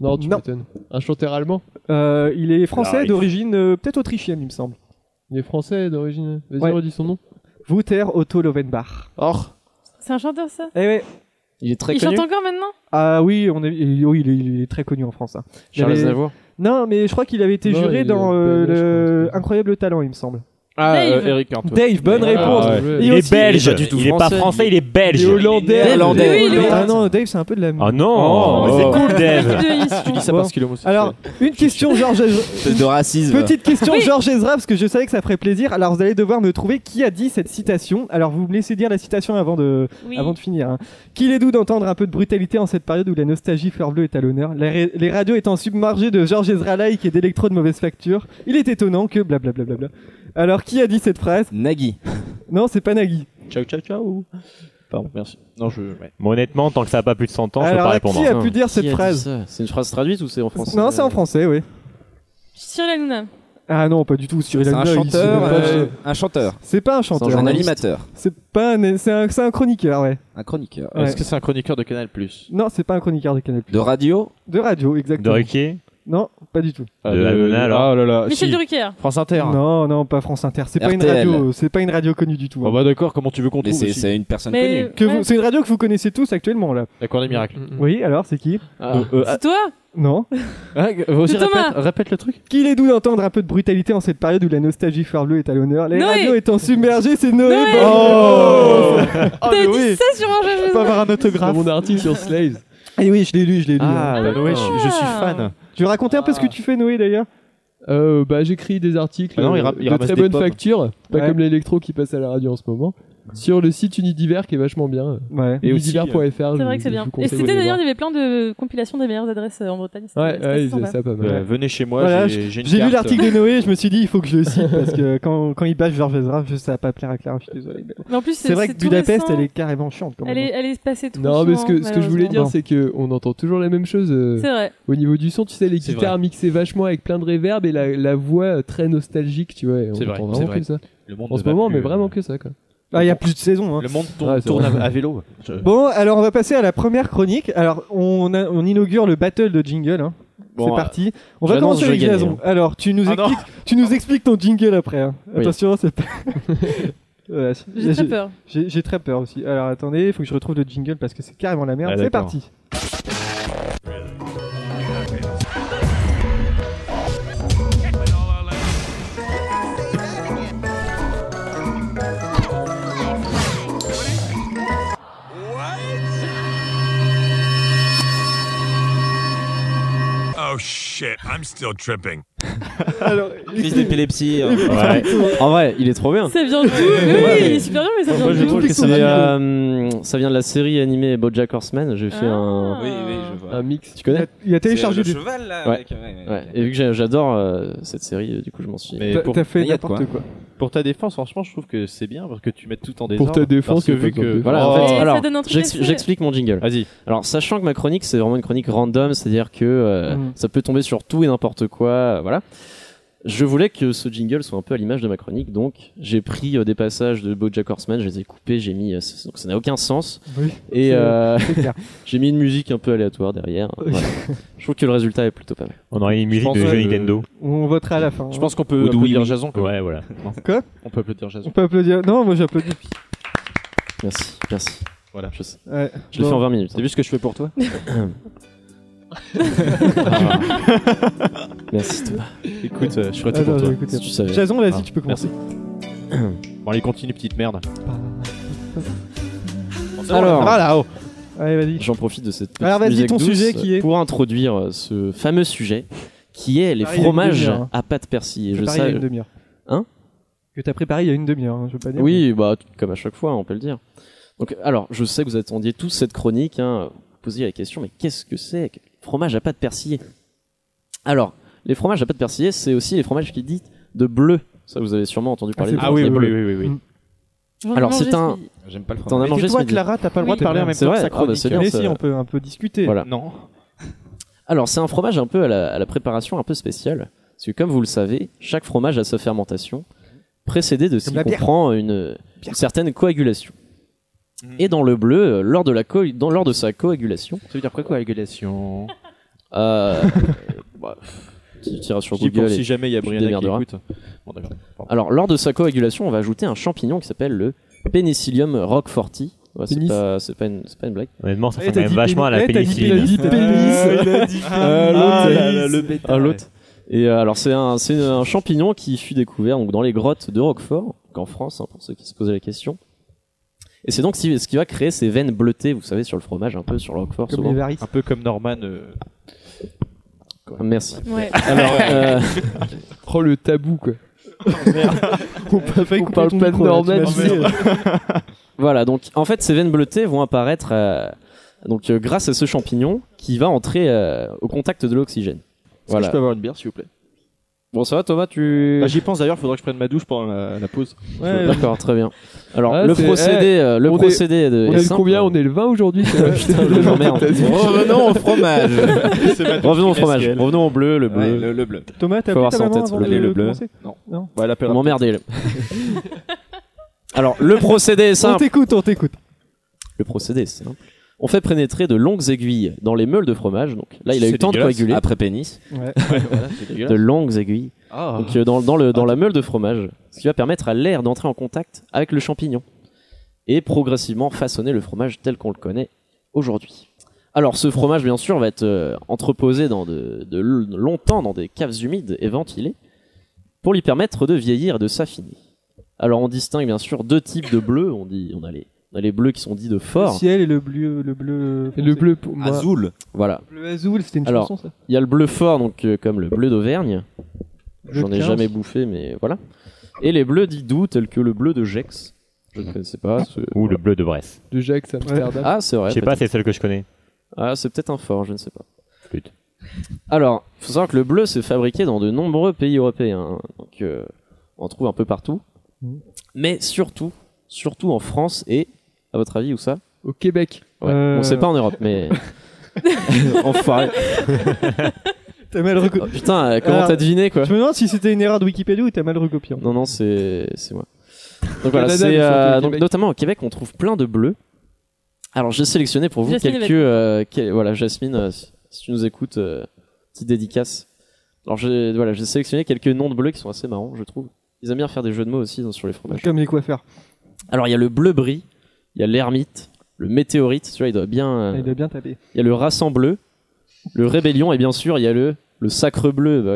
S12: Non, tu m'étonnes. Un chanteur allemand
S6: Euh, il est français
S12: Life.
S6: d'origine, euh, peut-être autrichienne, il me semble.
S12: Il est français d'origine. Vas-y,
S6: Ouais.
S12: redis son nom.
S6: Wouter Otto Lovenbach.
S12: Or.
S7: C'est un chanteur ça
S6: Eh ouais.
S5: Il est
S7: Il chante encore maintenant
S6: Ah oui, on est, il- oui, il est, il est très connu en France. hein. Il
S5: Charles
S6: avait-
S5: Aznavour
S6: Non, mais je crois qu'il avait été
S5: Non,
S6: juré
S5: il est
S6: dans
S5: au
S6: euh,
S5: PNL,
S6: le Incroyable Talent, il me semble.
S14: Ah,
S6: Dave.
S14: euh, Eric Antoine.
S6: Dave, bonne
S14: Ah,
S6: réponse.
S14: ouais.
S6: Et
S14: Il est
S6: aussi-
S14: belge. Il est pas du tout Il est pas français. français, il est belge.
S6: Il est hollandais.
S14: Il est hollandais.
S6: Ah
S14: Oui, il est
S6: Ah
S14: hollandais.
S6: non, Dave, c'est un peu de la.
S14: Oh non, c'est cool, Dave.
S5: Tu dis ça
S6: Bon.
S5: parce qu'il est homosexuel.
S6: Alors, une question, Georges.
S9: Espèce de racisme.
S6: Petite question, Georges Ezra, parce que je savais que ça ferait plaisir. Alors, vous allez devoir me trouver qui a dit cette citation. Alors, vous me laissez dire la citation avant de, avant de finir. hein. Qu'il est doux d'entendre un peu de brutalité en cette période où la nostalgie fleur bleue est à l'honneur. Les, ra- les radios étant submergées de Georges Ezra like et d'électro de mauvaise facture, il est étonnant que blablabla. Alors, qui a dit cette phrase
S9: Nagui.
S6: Non, c'est pas Nagui.
S14: Ciao, ciao, ciao. Pardon, merci. Non, je. honnêtement, tant que ça n'a pas plus de 100 ans, je peux
S6: Alors
S14: pas
S6: là,
S14: répondre.
S6: qui a pu
S14: Putain.
S6: dire cette
S5: Qui a dit
S6: phrase
S5: ça C'est une phrase traduite ou c'est en français Euh,
S6: Non, c'est en français, oui.
S7: Cyril Hanouna.
S6: Ah non, pas du tout. Cyril
S9: C'est un
S6: Hanouna, il-
S9: chanteur,
S6: il-
S9: euh, un chanteur.
S6: C'est pas un chanteur. hein.
S9: C'est un journaliste. animateur.
S6: C'est pas un, c'est un, c'est un chroniqueur, ouais.
S9: Un chroniqueur.
S6: Ouais.
S9: Est-ce que c'est
S14: un chroniqueur de Canal Plus
S6: Non, c'est pas un chroniqueur de Canal+.
S9: De radio
S6: De radio, exactement.
S14: De Ruquier
S6: Non, pas du tout.
S14: De Hanouna, alors
S4: Ah là là.
S7: Michel
S4: si.
S7: Drucker.
S4: France Inter.
S6: Non, non, pas France Inter. C'est pas une
S4: RTL.
S6: radio. C'est pas une radio connue du tout. hein.
S4: Ah bah d'accord, comment tu veux qu'on
S9: Mais
S4: trouve
S9: c'est-
S4: aussi
S9: c'est une personne
S7: Mais- connue.
S6: Que
S7: Ouais.
S6: vous- c'est une radio que vous connaissez tous actuellement là.
S4: D'accord, des miracles.
S12: Mm.
S6: Oui, alors c'est qui
S4: Euh, euh, ah, euh,
S7: C'est toi
S6: Non.
S4: aussi,
S7: C'est Thomas.
S4: répète, répète le truc.
S6: Qu'il est doux d'entendre un peu de brutalité en cette période où la nostalgie fleur bleue est à l'honneur. Les
S7: Noé.
S6: radios étant submergées, c'est Noé.
S7: Noé.
S6: bonne
S7: Oh.
S6: réponse.
S12: Ah,
S7: T'as dit ça sur un jeu
S6: Je peux avoir un autographe.
S12: Mon article sur Slaves.
S6: Et oui, je l'ai lu, je l'ai lu.
S12: Ah,
S6: hein.
S12: bah, Noé, je suis- je suis fan.
S6: Tu veux raconter un peu ce
S7: Ah.
S6: que tu fais, Noé, d'ailleurs
S12: Euh, bah, j'écris des articles
S6: Ah non, il
S12: euh,
S6: ra- il
S12: de
S6: ramasse
S12: très
S6: des
S12: bonne
S6: pommes.
S12: facture, pas
S6: Ouais.
S12: comme l'électro qui passe à la radio en ce moment, sur le site Unidiver qui est vachement bien.
S6: Ouais.
S12: Et
S4: Et aussi,
S12: Unidiver.fr.
S6: euh,
S7: C'est vrai que c'est bien. Et c'était d'ailleurs, il y avait plein de compilations des meilleures adresses euh, en Bretagne. c'était-
S12: Ouais,
S7: c'était
S12: ouais, ils
S7: sympa.
S12: faisaient ça pas mal.
S4: Euh, venez chez moi,
S6: Voilà,
S4: j'ai
S6: je-
S4: j'ai une
S6: J'ai lu
S4: carte.
S6: l'article de Noé, je me suis dit, il faut que je le cite parce que quand, quand il bâche Georges Ezra, je- ça va pas plaire à Clara, je suis désolé.
S7: Mais en plus, c'est-
S6: c'est vrai
S7: c'est
S6: que
S7: tout
S6: Budapest,
S7: récent.
S6: elle est carrément chiante quand même. hein.
S7: Elle est, elle est passée trop
S12: Non, mais ce
S7: souvent,
S12: que, ce que je voulais dire,
S7: malheureusement.
S12: c'est que on entend toujours la même chose. euh,
S7: C'est vrai.
S12: Au niveau du son, tu sais, les
S7: C'est
S12: guitares mixées vachement avec plein de reverb et la, la voix euh, très nostalgique, tu vois. et On
S14: C'est vrai,
S12: entend
S14: c'est
S12: vraiment
S14: vrai.
S12: que ça.
S14: Le monde
S12: en
S14: ne
S12: ce
S14: va
S12: moment,
S14: plus,
S12: mais
S14: euh,
S12: vraiment que ça, quoi.
S6: Ah, il y a plus de saison. Hein.
S14: Le monde
S12: Ouais,
S14: tourne,
S12: c'est
S14: tourne
S12: vrai.
S14: à, à vélo. Je-
S6: Bon, alors on va passer à la première chronique. Alors, on, a- on inaugure le battle de jingle. hein.
S5: Bon,
S6: c'est
S5: euh,
S6: parti. On va
S5: j'annonce,
S6: commencer avec
S5: je vais gagner,
S6: Jason. Alors, tu nous,
S5: Ah non.
S6: expliques, tu nous expliques ton jingle après. hein.
S5: Oui.
S6: Attention, c'est pas. Ouais,
S7: J'ai très peur.
S6: J'ai j'ai très peur aussi. Alors, attendez,
S5: Ah,
S6: il faut que je retrouve le jingle parce que c'est carrément la merde.
S14: Ah,
S6: c'est
S14: d'accord.
S6: parti.
S14: Ready.
S15: Oh, I'm still tripping.
S6: Alors,
S9: Crise
S4: hein.
S9: d'épilepsie.
S5: Ouais. En vrai, il est trop bien.
S7: Ça vient de où Mais Oui, il est super bien, mais ça vient
S5: Moi, je
S7: de
S5: trouve
S7: où
S5: que ça vient, euh, ça vient de la série animée BoJack Horseman. J'ai fait un,
S9: Euh,
S12: un mix.
S5: Tu connais
S6: Il a téléchargé du.
S5: Ouais. Ouais. Et vu que j'a- j'adore euh, cette série, euh, du coup, je m'en suis.
S4: Mais
S6: T'as-
S4: pour-
S6: t'as fait
S4: mais y a de
S6: n'importe quoi.
S4: Pour ta défense, franchement, je trouve que c'est bien parce que tu mets tout en désordre.
S5: Pour ta
S4: parce
S5: défense,
S4: que
S5: c'est
S4: vu
S5: pas
S4: que
S5: top. Voilà, en
S4: Oh.
S5: fait, alors,
S7: truc
S5: j'ex-
S7: assez-
S5: j'explique mon jingle. Vas-y. Alors, sachant que ma chronique, c'est vraiment une chronique random, c'est-à-dire que euh,
S4: Mm.
S5: ça peut tomber sur tout et n'importe quoi, euh, voilà. Je voulais que ce jingle soit un peu à l'image de ma chronique, donc j'ai pris euh, des passages de BoJack Horseman, je les ai coupés, j'ai mis, euh, c- donc ça n'a aucun sens,
S6: Oui,
S5: et
S6: c'est-
S5: euh,
S6: c'est clair.
S5: j'ai mis une musique un peu aléatoire derrière. voilà. je trouve que le résultat est plutôt pas mal.
S14: On aurait une musique
S5: pense
S14: de
S5: que,
S14: jeu
S5: euh,
S14: Nintendo.
S6: On votera à la fin. hein.
S4: Je pense qu'on peut
S14: Ou de Wii
S4: applaudir
S14: U.
S4: Jason. quoi.
S14: Ouais, voilà.
S6: Quoi
S4: On peut applaudir Jason.
S6: On peut applaudir. Non, moi j'applaudis.
S5: Merci, merci. Voilà, je sais.
S6: Ouais.
S5: Je l'ai
S6: Bon.
S5: fait en 20 minutes.
S4: T'as vu ce que je fais pour toi
S5: Merci Thomas.
S4: Écoute, euh, je ferai tout
S6: Ah, non,
S4: pour
S6: je
S4: toi.
S6: vais écouter.
S5: Si tu savais.
S6: Jason, vas-y,
S4: Ah,
S6: tu peux commencer.
S4: bon, allez, continue, petite merde.
S5: Alors,
S6: Ah,
S4: oh.
S6: là-haut. Allez, vas-y.
S5: J'en profite de cette petite
S6: Alors, vas-y,
S5: musique
S6: ton
S5: douce
S6: sujet qui est
S5: pour introduire euh, ce fameux sujet qui est les
S6: Ah, il y a une
S5: fromages
S6: demi-heure, hein.
S5: à pâte persillée. Je
S6: Préparé il y a
S5: sais.
S6: une demi-heure.
S5: Hein
S6: Que t'as préparé il y a une demi-heure, hein, je veux pas dire.
S5: Oui, bah t- comme à chaque fois, on peut le dire. Donc, alors, je sais que vous attendiez tous cette chronique. Hein, vous posiez la question, mais qu'est-ce que c'est que le fromage à pâte persillée Alors, les fromages à pâte persillée, c'est aussi les fromages qui disent de bleu. Ça, vous avez sûrement entendu parler.
S4: c'est
S5: de
S4: bon,
S5: les
S4: ça.
S5: bleus.
S4: Ah oui, oui, oui, oui, oui.
S7: J'en ai
S5: Alors,
S7: mangé
S5: c'est un.
S7: ce midi.
S9: J'aime pas le
S5: T'en as
S9: fromage.
S5: mangé
S6: Tais-toi,
S5: ce midi.
S6: Clara, t'as pas le droit de parler en même
S5: C'est
S6: temps
S5: vrai,
S6: que sa
S5: ah, bah,
S6: chronique.
S5: c'est bien,
S6: Mais
S5: ça.
S6: si, on peut un peu discuter.
S5: Voilà.
S4: Non.
S5: Alors, c'est un fromage un peu à la, à la préparation un peu spéciale. Parce que, comme vous le savez, chaque fromage a sa fermentation, précédée de ce
S6: Comme
S5: qui
S6: la bière.
S5: comprend une, une certaine coagulation. Et dans le bleu, euh, lors de, la co- dans- lors de sa coagulation.
S4: Mm. Ça veut dire quoi, coagulation
S5: Euh, bah, tu tireras sur
S4: Je dis pour
S5: Google.
S4: si
S5: et
S4: jamais il y a
S5: tu te
S4: Brianna qui
S5: démerderas.
S4: écoute. Bon, d'accord. Pardon.
S5: Alors, lors de sa coagulation, on va ajouter un champignon qui s'appelle le Penicillium roqueforti. Ouais, c'est
S6: Pénis.
S5: pas, c'est pas une- c'est pas une blague.
S14: Honnêtement, ça
S6: Eh,
S14: fait
S6: t'as
S14: quand même
S6: dit
S14: vachement à la
S6: pénis. Eh, t'as dit
S14: pénicilline.
S6: pénis.
S14: Ah,
S6: il a dit Ah, l'autre,
S14: pénis.
S6: là, là, le
S5: Ah, l'autre. Et euh, alors c'est un, c'est un champignon qui fut découvert donc, dans les grottes de Roquefort, donc en France, hein, pour ceux qui se posaient la question. Et c'est donc ce qui va créer ces veines bleutées, vous savez, sur le fromage, un peu sur le Roquefort.
S6: Comme
S5: souvent.
S6: les varices.
S4: Un peu comme Norman. euh,
S5: Merci.
S7: Ouais.
S5: Alors, euh,
S12: Oh le tabou quoi. on peut-
S6: failli
S12: on
S6: couper
S12: parle
S6: ton
S12: pas de
S6: micro, là,
S12: Norman.
S6: tu m'as
S12: tu sais.
S5: Voilà, donc en fait, ces veines bleutées vont apparaître euh, donc, euh, grâce à ce champignon qui va entrer euh, au contact de l'oxygène.
S4: Est-ce que
S5: Voilà.
S4: je peux avoir une bière, s'il vous plaît
S5: Bon, ça va, Thomas Tu.
S4: Bah, J'y pense d'ailleurs, faudra que je prenne ma douche pendant la, la pause.
S6: Ouais,
S5: D'accord, très bien. Alors,
S12: Ah,
S5: le
S12: c'est-
S5: procédé,
S12: eh,
S5: euh, le
S12: on est-
S5: procédé est, de-
S12: On
S5: est
S12: est le
S5: simple.
S12: combien On est le 20 aujourd'hui. c'est vrai.
S5: Putain, je m'emmerde.
S9: Revenons Oh, au fromage.
S5: Revenons au fromage. Revenons au bleu, le
S9: Ouais,
S5: bleu.
S9: le, le bleu.
S6: Thomas, t'as appelé
S5: Faut avoir
S6: ta
S5: ça en
S6: maman
S5: tête,
S6: avant
S5: le
S6: de
S5: bleu, le
S9: bleu.
S6: commencer
S4: Non.
S6: Non.
S4: Bah, elle appelle
S5: Vous m'emmerdez, là. Alors, le procédé est
S6: On
S5: simple.
S6: t'écoute, on t'écoute.
S5: Le procédé est simple. On fait pénétrer de longues aiguilles dans les meules de fromage. Donc là, il a eu le temps de coaguler.
S9: Après pénis.
S6: Ouais.
S5: De longues aiguilles.
S4: Ah.
S5: Donc euh, dans, dans le, dans la meule de fromage, ce qui va permettre à l'air d'entrer en contact avec le champignon et progressivement façonner le fromage tel qu'on le connaît aujourd'hui. Alors ce fromage bien sûr va être euh, entreposé dans de, de l- longtemps dans des caves humides et ventilées pour lui permettre de vieillir et de s'affiner. Alors on distingue bien sûr deux types de bleus, on, dit, on, a, les, on a les bleus qui sont dits de
S6: Le
S5: fort.
S6: ciel et le bleu. Le bleu,
S12: Et Le bleu pour
S9: Ah,
S12: moi.
S9: Azul.
S5: Voilà.
S6: bleu azul, c'était une
S5: Alors,
S6: chanson ça.
S5: Il y a le bleu fort, donc euh, comme le bleu d'Auvergne.
S6: Le
S5: J'en ai
S6: 15.
S5: jamais bouffé, mais voilà. Et les bleus dits doux, tels que le bleu de Gex. Je ne connaissais pas. ce-
S14: Mhm. Ou le bleu de Bresse.
S12: De Jacques Amsterdam.
S5: Ah, c'est vrai.
S14: Je sais pas,
S5: peut-être.
S14: c'est celle que je connais.
S5: Ah, c'est peut-être un fort, je ne sais pas.
S14: Putain.
S5: Alors, faut savoir que le bleu c'est fabriqué dans de nombreux pays européens. hein. Donc, euh, on en trouve un peu partout.
S6: Mhm.
S5: Mais surtout, surtout en France et, à votre avis, où ça
S12: Au Québec.
S5: ouais.
S6: Euh.
S5: On sait pas en Europe, mais. Enfoiré.
S6: T'as mal
S5: Oh,
S6: recopié.
S5: putain, euh, comment
S6: Alors,
S5: t'as deviné quoi
S6: Je me demande si c'était une erreur de Wikipédia ou t'as mal recopié. en fait.
S5: Non, non, c'est c'est moi. Donc voilà,
S12: Canada,
S5: c'est
S12: mais surtout
S5: euh,
S12: au
S5: donc,
S12: Québec.
S5: notamment au Québec, on trouve plein de bleus. Alors j'ai sélectionné pour vous
S7: Jasmine,
S5: quelques
S7: vas-y.
S5: euh, quel- voilà Jasmine, euh, si si tu nous écoutes, euh, petite dédicace. Alors j'ai voilà, j'ai sélectionné quelques noms de bleus qui sont assez marrants, je trouve. Ils aiment bien faire des jeux de mots aussi dans- sur les fromages.
S6: Comme les coiffeurs.
S5: Alors il y a le bleu brie, il y a l'ermite, le météorite, celui-là il doit bien. euh,
S6: Il a bien tapé.
S5: Il y a le rassemble bleu, le rébellion et bien sûr il y a le le sacre
S7: Ah.
S5: Ah, bleu, bah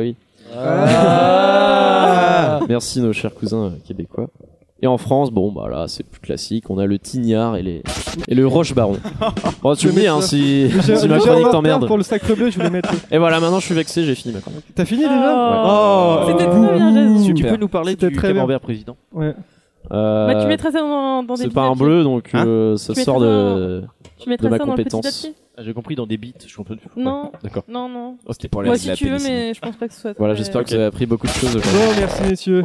S5: oui. Merci nos chers cousins euh, québécois. Et en France, bon, bah là, c'est plus classique. On a le Tignard et, les... et le Roche Baron. Bon, tu
S6: Je
S5: me dis,
S6: mets
S5: hein,
S6: ça.
S5: si,
S6: J'ai-
S5: si ma
S6: j'ai
S5: chronique
S6: un
S5: t'emmerde.
S6: pour le sacre bleu, je voulais mettre.
S5: Et voilà, maintenant je suis vexé, j'ai fini ma chronique.
S6: T'as fini déjà
S5: Oh,
S6: C'était très bien, Jason.
S5: Tu
S6: Super.
S5: peux nous parler
S6: C'était
S5: du
S6: très bien.
S5: camembert président
S6: Ouais.
S5: Euh,
S7: Bah, tu mettras ça dans, dans des
S5: C'est
S7: petits
S5: pas un
S7: papiers.
S5: bleu, donc euh, ça
S7: Hein Tu
S5: sort
S7: mettras
S5: de,
S7: Tu
S5: de
S7: mettras
S5: ma
S7: ça dans le petit
S5: compétence.
S7: papier.
S14: Ah, J'ai compris dans des bits, je suis un peu
S7: Non.
S5: D'accord.
S7: Non, non.
S14: Oh, c'était
S5: pour la-
S7: Moi, si
S5: la
S7: tu veux,
S5: pénicilline.
S7: mais je pense pas que ce soit.
S5: Voilà,
S7: très-
S5: j'espère que vous avez appris beaucoup de choses aujourd'hui.
S6: Bon, merci messieurs.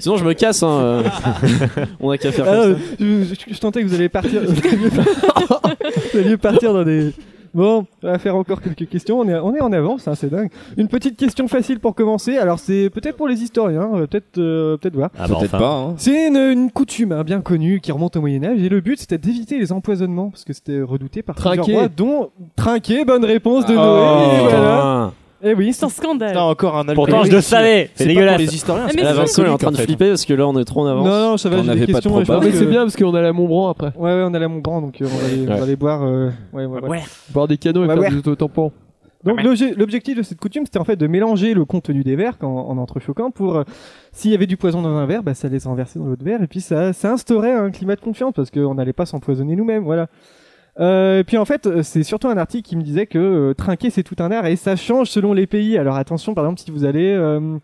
S5: Sinon, je me casse, hein. euh. On a qu'à faire
S6: Ah,
S5: comme
S6: euh, je, je- je tentais que vous alliez partir. vous alliez par- vous alliez partir dans des. Bon, on va faire encore quelques questions. On est, on est en avance, hein, c'est dingue. Une petite question facile pour commencer. Alors, c'est peut-être pour les historiens, euh, peut-être euh, peut-être voir.
S9: Ah bah Peut-être enfin. pas, hein.
S6: C'est une, une coutume hein, bien connue qui remonte au Moyen-Âge. Et le but, c'était d'éviter les empoisonnements parce que c'était redouté par
S12: Trinquer.
S6: plusieurs rois, dont Trinquer. Bonne réponse
S12: Ah,
S6: de Noé. Et
S12: putain.
S5: Ah.
S6: voilà. Eh oui, c'est
S7: un scandale. Ah,
S6: encore un
S5: Pourtant, je le savais. C'est dégueulasse.
S6: historiens.
S5: Là, Ah, Vincent est en train de flipper parce que là, on est trop en avance.
S6: Non, non, ça va, j'ai des questions. et je
S5: probable.
S6: pense que-
S12: parce qu'on a la Montbran après.
S6: Ouais, ouais, on a la Montbran, donc euh, on va aller, on
S12: Ouais.
S6: va aller boire, euh, ouais, ouais, ouais.
S12: Boire des canons et
S6: Ouais,
S12: faire
S6: ouais.
S12: des autotampons.
S6: Donc l'obje- l'objectif de cette coutume, c'était en fait de mélanger le contenu des verres en, en entrechoquant pour, euh, s'il y avait du poison dans un verre, bah, ça allait s'enverser dans l'autre verre, et puis ça, ça instaurait un climat de confiance, parce qu'on n'allait pas s'empoisonner nous-mêmes, voilà. Euh, et puis en fait, euh, c'est surtout un article qui me disait que euh, trinquer, c'est tout un art, et ça change selon les pays. Alors attention, par exemple, si vous allez... euh,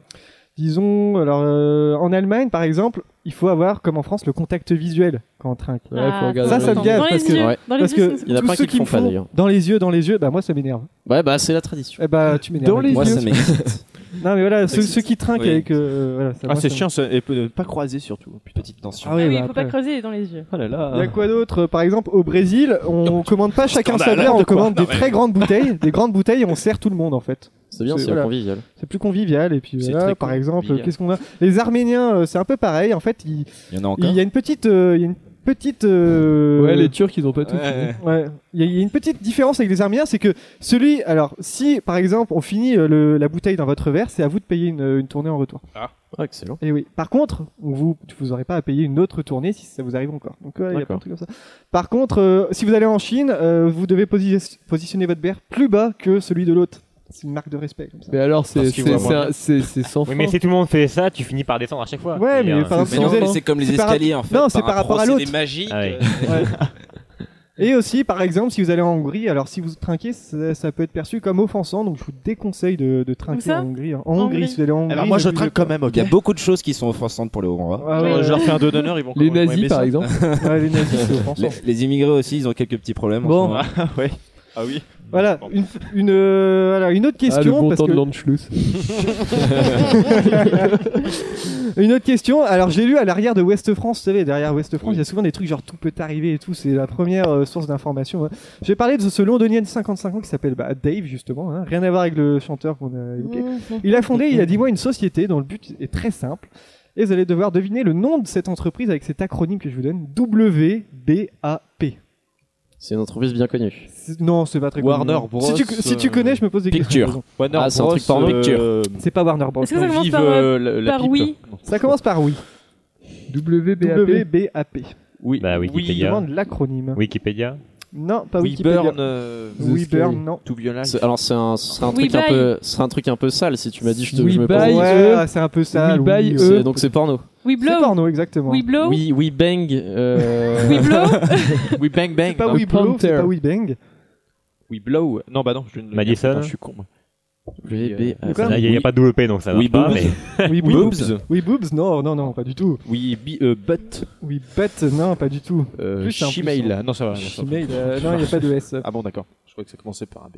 S6: Disons, alors euh, en Allemagne par exemple, il faut avoir comme en France le contact visuel quand on trinque.
S12: Ouais,
S7: Ah.
S12: faut regarder
S6: Ah,
S12: dans
S6: ça, ça
S12: les yeux.
S6: me gave
S12: Dans
S6: parce
S12: les
S6: que,
S12: yeux, dans les
S6: parce
S12: yeux,
S6: que
S12: c'est- Il y en a
S6: tous
S12: plein
S6: ceux
S12: qui
S6: qui
S12: le
S6: me
S12: font pas,
S6: font
S12: d'ailleurs.
S6: dans les yeux, dans les yeux, bah moi ça m'énerve.
S5: Ouais, bah, c'est la tradition.
S6: Eh bah, tu m'énerves.
S12: Dans les
S6: Moi,
S12: yeux.
S6: ça m'excite. non, mais voilà, ceux, ceux qui trinquent
S14: Oui.
S6: avec. euh, voilà, ça,
S14: ah,
S6: moi,
S14: c'est
S6: ça me-
S14: chiant, ça, et peut- pas croiser surtout. Petite tension.
S6: Ah oui,
S7: Ah oui,
S6: bah,
S7: il faut pas
S6: après.
S7: creuser dans les yeux.
S14: Oh là là.
S6: Il y a quoi d'autre euh, Par exemple, au Brésil, on commande pas chacun sa
S14: Scandale,
S6: bière, on
S14: de quoi
S6: commande
S14: Non,
S6: des
S14: mais-
S6: très grandes bouteilles, des grandes bouteilles et on sert tout le monde en fait.
S5: C'est bien, c'est
S6: voilà.
S5: convivial.
S6: C'est plus convivial et puis
S5: C'est
S6: voilà,
S5: très
S6: par exemple,
S5: convivial.
S6: qu'est-ce qu'on a Les Arméniens, euh, c'est un peu pareil en fait. Ils...
S9: Il y en a encore.
S6: Il y a une petite, euh, il y a une petite. euh,
S12: Ouais, les Turcs, ils ont pas tout.
S9: Ouais.
S6: Ouais. Il y, a- il y a une petite différence avec les Arméniens, c'est que celui, alors si par exemple on finit euh, le- la bouteille dans votre verre, c'est à vous de payer une, euh, une tournée en retour.
S14: Ah,
S5: excellent.
S6: Et oui. Par contre, on vous, vous aurez pas à payer une autre tournée si ça vous arrive encore. Donc ouais, il y a plein de
S5: D'accord.
S6: trucs comme ça. Par contre, euh, si vous allez en Chine, euh, vous devez posi- positionner votre verre plus bas que celui de l'autre. C'est une marque de respect. Comme ça.
S12: Mais alors, c'est
S14: Parce qu'ils
S12: c'est-
S14: voient moins.
S12: c'est- c'est- c'est sans
S14: Oui, mais
S12: fin.
S14: si tout le monde fait ça, tu finis par descendre à chaque fois.
S6: Ouais,
S14: Et,
S6: mais
S14: euh,
S6: par exemple,
S9: Mais non,
S6: si vous allez-
S9: hein. c'est comme les
S6: par rap-
S9: escaliers, en fait,
S6: Non,
S9: par
S6: c'est
S9: un
S6: par rapport à
S9: procédé
S6: l'autre.
S9: magique,
S14: Ah oui.
S6: Ouais. Et aussi, par exemple, si vous allez en Hongrie, alors si vous trinquez, ça, ça peut être perçu comme offensant, donc je vous déconseille de, de
S7: Où
S6: trinquer
S7: ça
S6: en Hongrie. hein. En
S7: En
S6: Hongrie,
S7: Hongrie.
S6: si vous allez en Hongrie.
S10: Alors moi je
S6: n'abusez
S10: trinque
S6: pas.
S10: quand même, ok.
S9: Il y a beaucoup de choses qui sont offensantes pour les Hongrois.
S6: Ah ouais.
S14: Je leur fais un dos d'honneur, ils vont
S12: Les
S14: ils vont
S12: nazis,
S14: aimer
S12: par
S14: ça.
S12: exemple.
S6: Ouais, les nazis, c'est offensant.
S9: Les, les immigrés aussi, ils ont quelques petits problèmes. en
S6: Bon.
S9: ce moment.
S14: Ah ouais. Ah oui.
S6: Voilà, une, une, euh, voilà, une autre
S12: Ah, le
S6: question.
S12: bon
S6: parce
S12: temps de
S6: que-
S12: l'Anschluss.
S6: une autre question. Alors j'ai lu à l'arrière de Ouest France, vous savez, derrière Ouest France, il y a souvent des trucs genre tout peut t'arriver et tout. C'est la première euh, source d'information. hein. J'ai parlé de ce londonien de 55 ans qui s'appelle bah, Dave justement. hein. Rien à voir avec le chanteur qu'on a évoqué. Il a fondé il y a 10 mois une société dont le but est très simple. Et vous allez devoir deviner le nom de cette entreprise avec cet acronyme que je vous donne WBAP.
S5: C'est une entreprise bien connue.
S6: C'est- Non, c'est pas très connu.
S14: Warner Bros,
S6: Si tu, si tu
S14: euh,
S6: connais, je me pose des questions.
S5: Picture.
S14: Warner
S5: Ah, c'est un
S14: Bros,
S5: truc porno.
S14: euh,
S6: C'est pas Warner Bros.
S7: Est-ce que ça
S14: Vive,
S7: commence par,
S14: euh,
S7: euh,
S14: la- la
S7: par
S14: pipe.
S7: oui
S6: Ça commence par oui.
S12: WBAP.
S6: WBAP.
S14: Oui. Bah,
S6: Il
S14: Wikipédia.
S6: demande l'acronyme.
S14: Wikipédia.
S6: Non, pas Wikipédia.
S14: Burn. euh,
S6: We burn, non.
S14: To be alive.
S5: C'est- Alors, c'est un, ce serait un
S7: We
S5: truc un
S7: buy.
S5: peu, ce serait un truc un peu sale si tu m'as dit je te,
S12: We
S5: je me
S12: buy.
S5: pose-
S6: Ouais,
S12: eux.
S6: c'est un peu ça.
S12: We buy
S6: oui.
S12: eux.
S5: C'est- Donc c'est porno.
S6: E. C'est
S7: We blow.
S6: porno, exactement.
S7: We blow.
S5: We, we bang. euh,
S7: We blow.
S5: we bang bang.
S6: C'est pas
S5: non
S6: We Blow, c'est
S12: Panther.
S6: pas We Bang.
S14: We blow. Non, bah non, je ne
S8: Madison.
S14: Putain, Je suis con. moi.
S5: We B-
S6: Mais quoi
S5: ah,
S8: Il n'y a, pas de WP donc ça va
S9: Oui,
S8: pas.
S9: boobs.
S8: Mais...
S6: We
S14: Boobs.
S6: Boobs. We Boobs, non, non, non, pas du tout.
S14: We be a butt.
S6: We Bet, non, pas du tout.
S14: Euh,
S9: hein,
S6: Plus simple,
S14: Shemale.
S6: ça.
S14: Non, ça va. non, ça va.
S6: Shemale, euh, non, il n'y a pas de S.
S14: Ah bon, d'accord. Je crois que ça commençait par un B.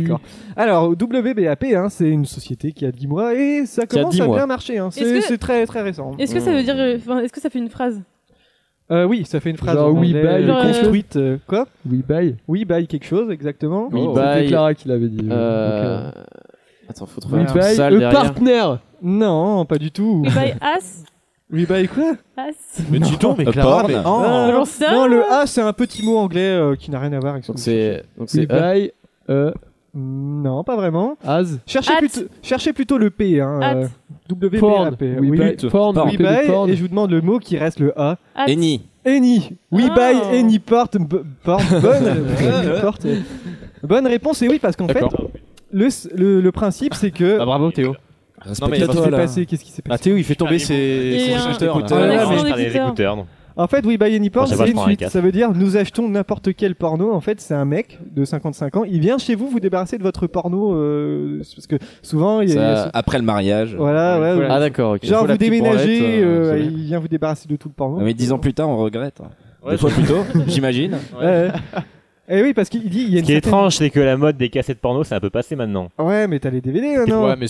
S6: D'accord. Alors, WBAP, hein, c'est une société qui a 10 mois et ça
S5: Qui a
S6: commence
S5: 10
S6: à
S5: mois.
S6: bien marcher. hein.
S7: Est-ce
S6: C'est
S7: que-
S6: c'est très, très récent.
S7: Est-ce que ça veut dire. euh, enfin, Est-ce que ça fait une phrase
S6: Euh, oui, ça fait une phrase
S14: Ah
S12: Genre,
S6: en
S12: we
S6: anglais,
S12: buy-
S6: euh,
S7: Genre, euh,
S6: construite. euh, quoi
S12: We buy.
S6: Oui, buy quelque chose, exactement.
S5: We
S12: Oh,
S5: buy.
S12: C'était Clara qui l'avait dit.
S5: Euh, Attends, faut trouver
S12: We
S5: un truc
S12: buy
S5: sale
S12: a
S5: derrière.
S12: partner.
S6: Non, pas du tout.
S7: We buy ass
S6: We buy quoi
S7: Ass
S14: Mais dis donc, mais
S9: Euh,
S14: Clara,
S9: porn.
S14: mais-
S6: Ah,
S7: j'en sais
S6: Non, le A, c'est un petit mot anglais euh, qui n'a rien à voir avec ce
S5: Donc
S6: que- Euh,
S5: c'est donc
S12: We
S5: c'est up.
S14: euh,
S12: buy a
S6: Non, pas vraiment.
S12: as.
S6: Cherchez
S7: At.
S6: plutôt, cherchez plutôt le P. Hein,
S7: At.
S6: euh, WPAP.
S12: Porn. We
S6: oui,
S12: buy porn.
S9: Porn.
S12: on
S6: We
S12: fait du
S6: buy,
S12: porn.
S6: et je vous demande le mot qui reste le A.
S7: Ass.
S9: Annie.
S6: Any. We
S7: Ah.
S6: buy any port. b- port bonne, Any port. Bonne réponse, et oui, parce qu'en fait,
S14: D'accord.
S6: le, le, le principe, c'est que.
S14: Ah, bravo Théo.
S6: Non, mais qu'est-ce qui s'est passé Qu'est-ce qui s'est passé
S4: Ah, Théo, il fait tomber
S6: Et
S4: ses,
S6: un-
S4: ses écouteurs.
S6: Ah, ouais, mais-
S9: Ah,
S6: En fait, We Buy Any Porn,
S4: Bon, ça va,
S6: c'est
S4: je
S6: une
S4: prends un
S6: suite.
S4: quatre.
S6: Ça veut dire, nous achetons n'importe quel porno. En fait, c'est un mec de 55 ans. Il vient chez vous vous débarrasser de votre porno. euh, parce que souvent, il y a- il y a
S9: Ça,
S6: ce-
S9: Après le mariage.
S6: Voilà, ouais, ouais.
S9: Ah d'accord. ok.
S6: Genre,
S9: Faut la
S6: vous
S9: petite branlette,
S6: déménagez,
S9: euh,
S6: euh,
S9: c'est bien.
S6: il vient vous débarrasser de tout le porno.
S9: Ah, Mais dix ans plus tard, on regrette. hein.
S6: Ouais,
S9: Deux fois
S6: c'est-
S9: plus tôt, j'imagine.
S6: Ouais. Et oui, parce qu'il dit, il y a
S14: Ce
S6: une
S14: qui est
S6: certaine-
S14: étrange, c'est que la mode des cassettes porno, ça un peu passé maintenant.
S6: Ouais, mais t'as les DVD, euh, non
S14: Mais même,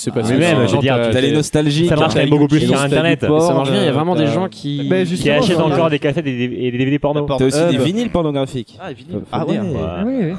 S14: je veux dire,
S9: euh, t'as les nostalgiques,
S14: Ça marche
S9: t'as
S14: même beaucoup plus
S9: les
S14: sur
S9: nostalgiques
S14: Internet.
S9: porn, Ça marche
S5: Euh,
S9: bien, il y a vraiment des
S14: t'as-
S9: gens qui-
S14: Bah,
S6: Ben,
S9: qui
S14: justement,
S9: achètent
S14: j'en ai-
S9: encore
S14: des cassettes et des, et des DVD porno.
S9: T'as aussi des vinyles pornographiques.
S5: Ah,
S9: Ah ouais.
S6: ouais.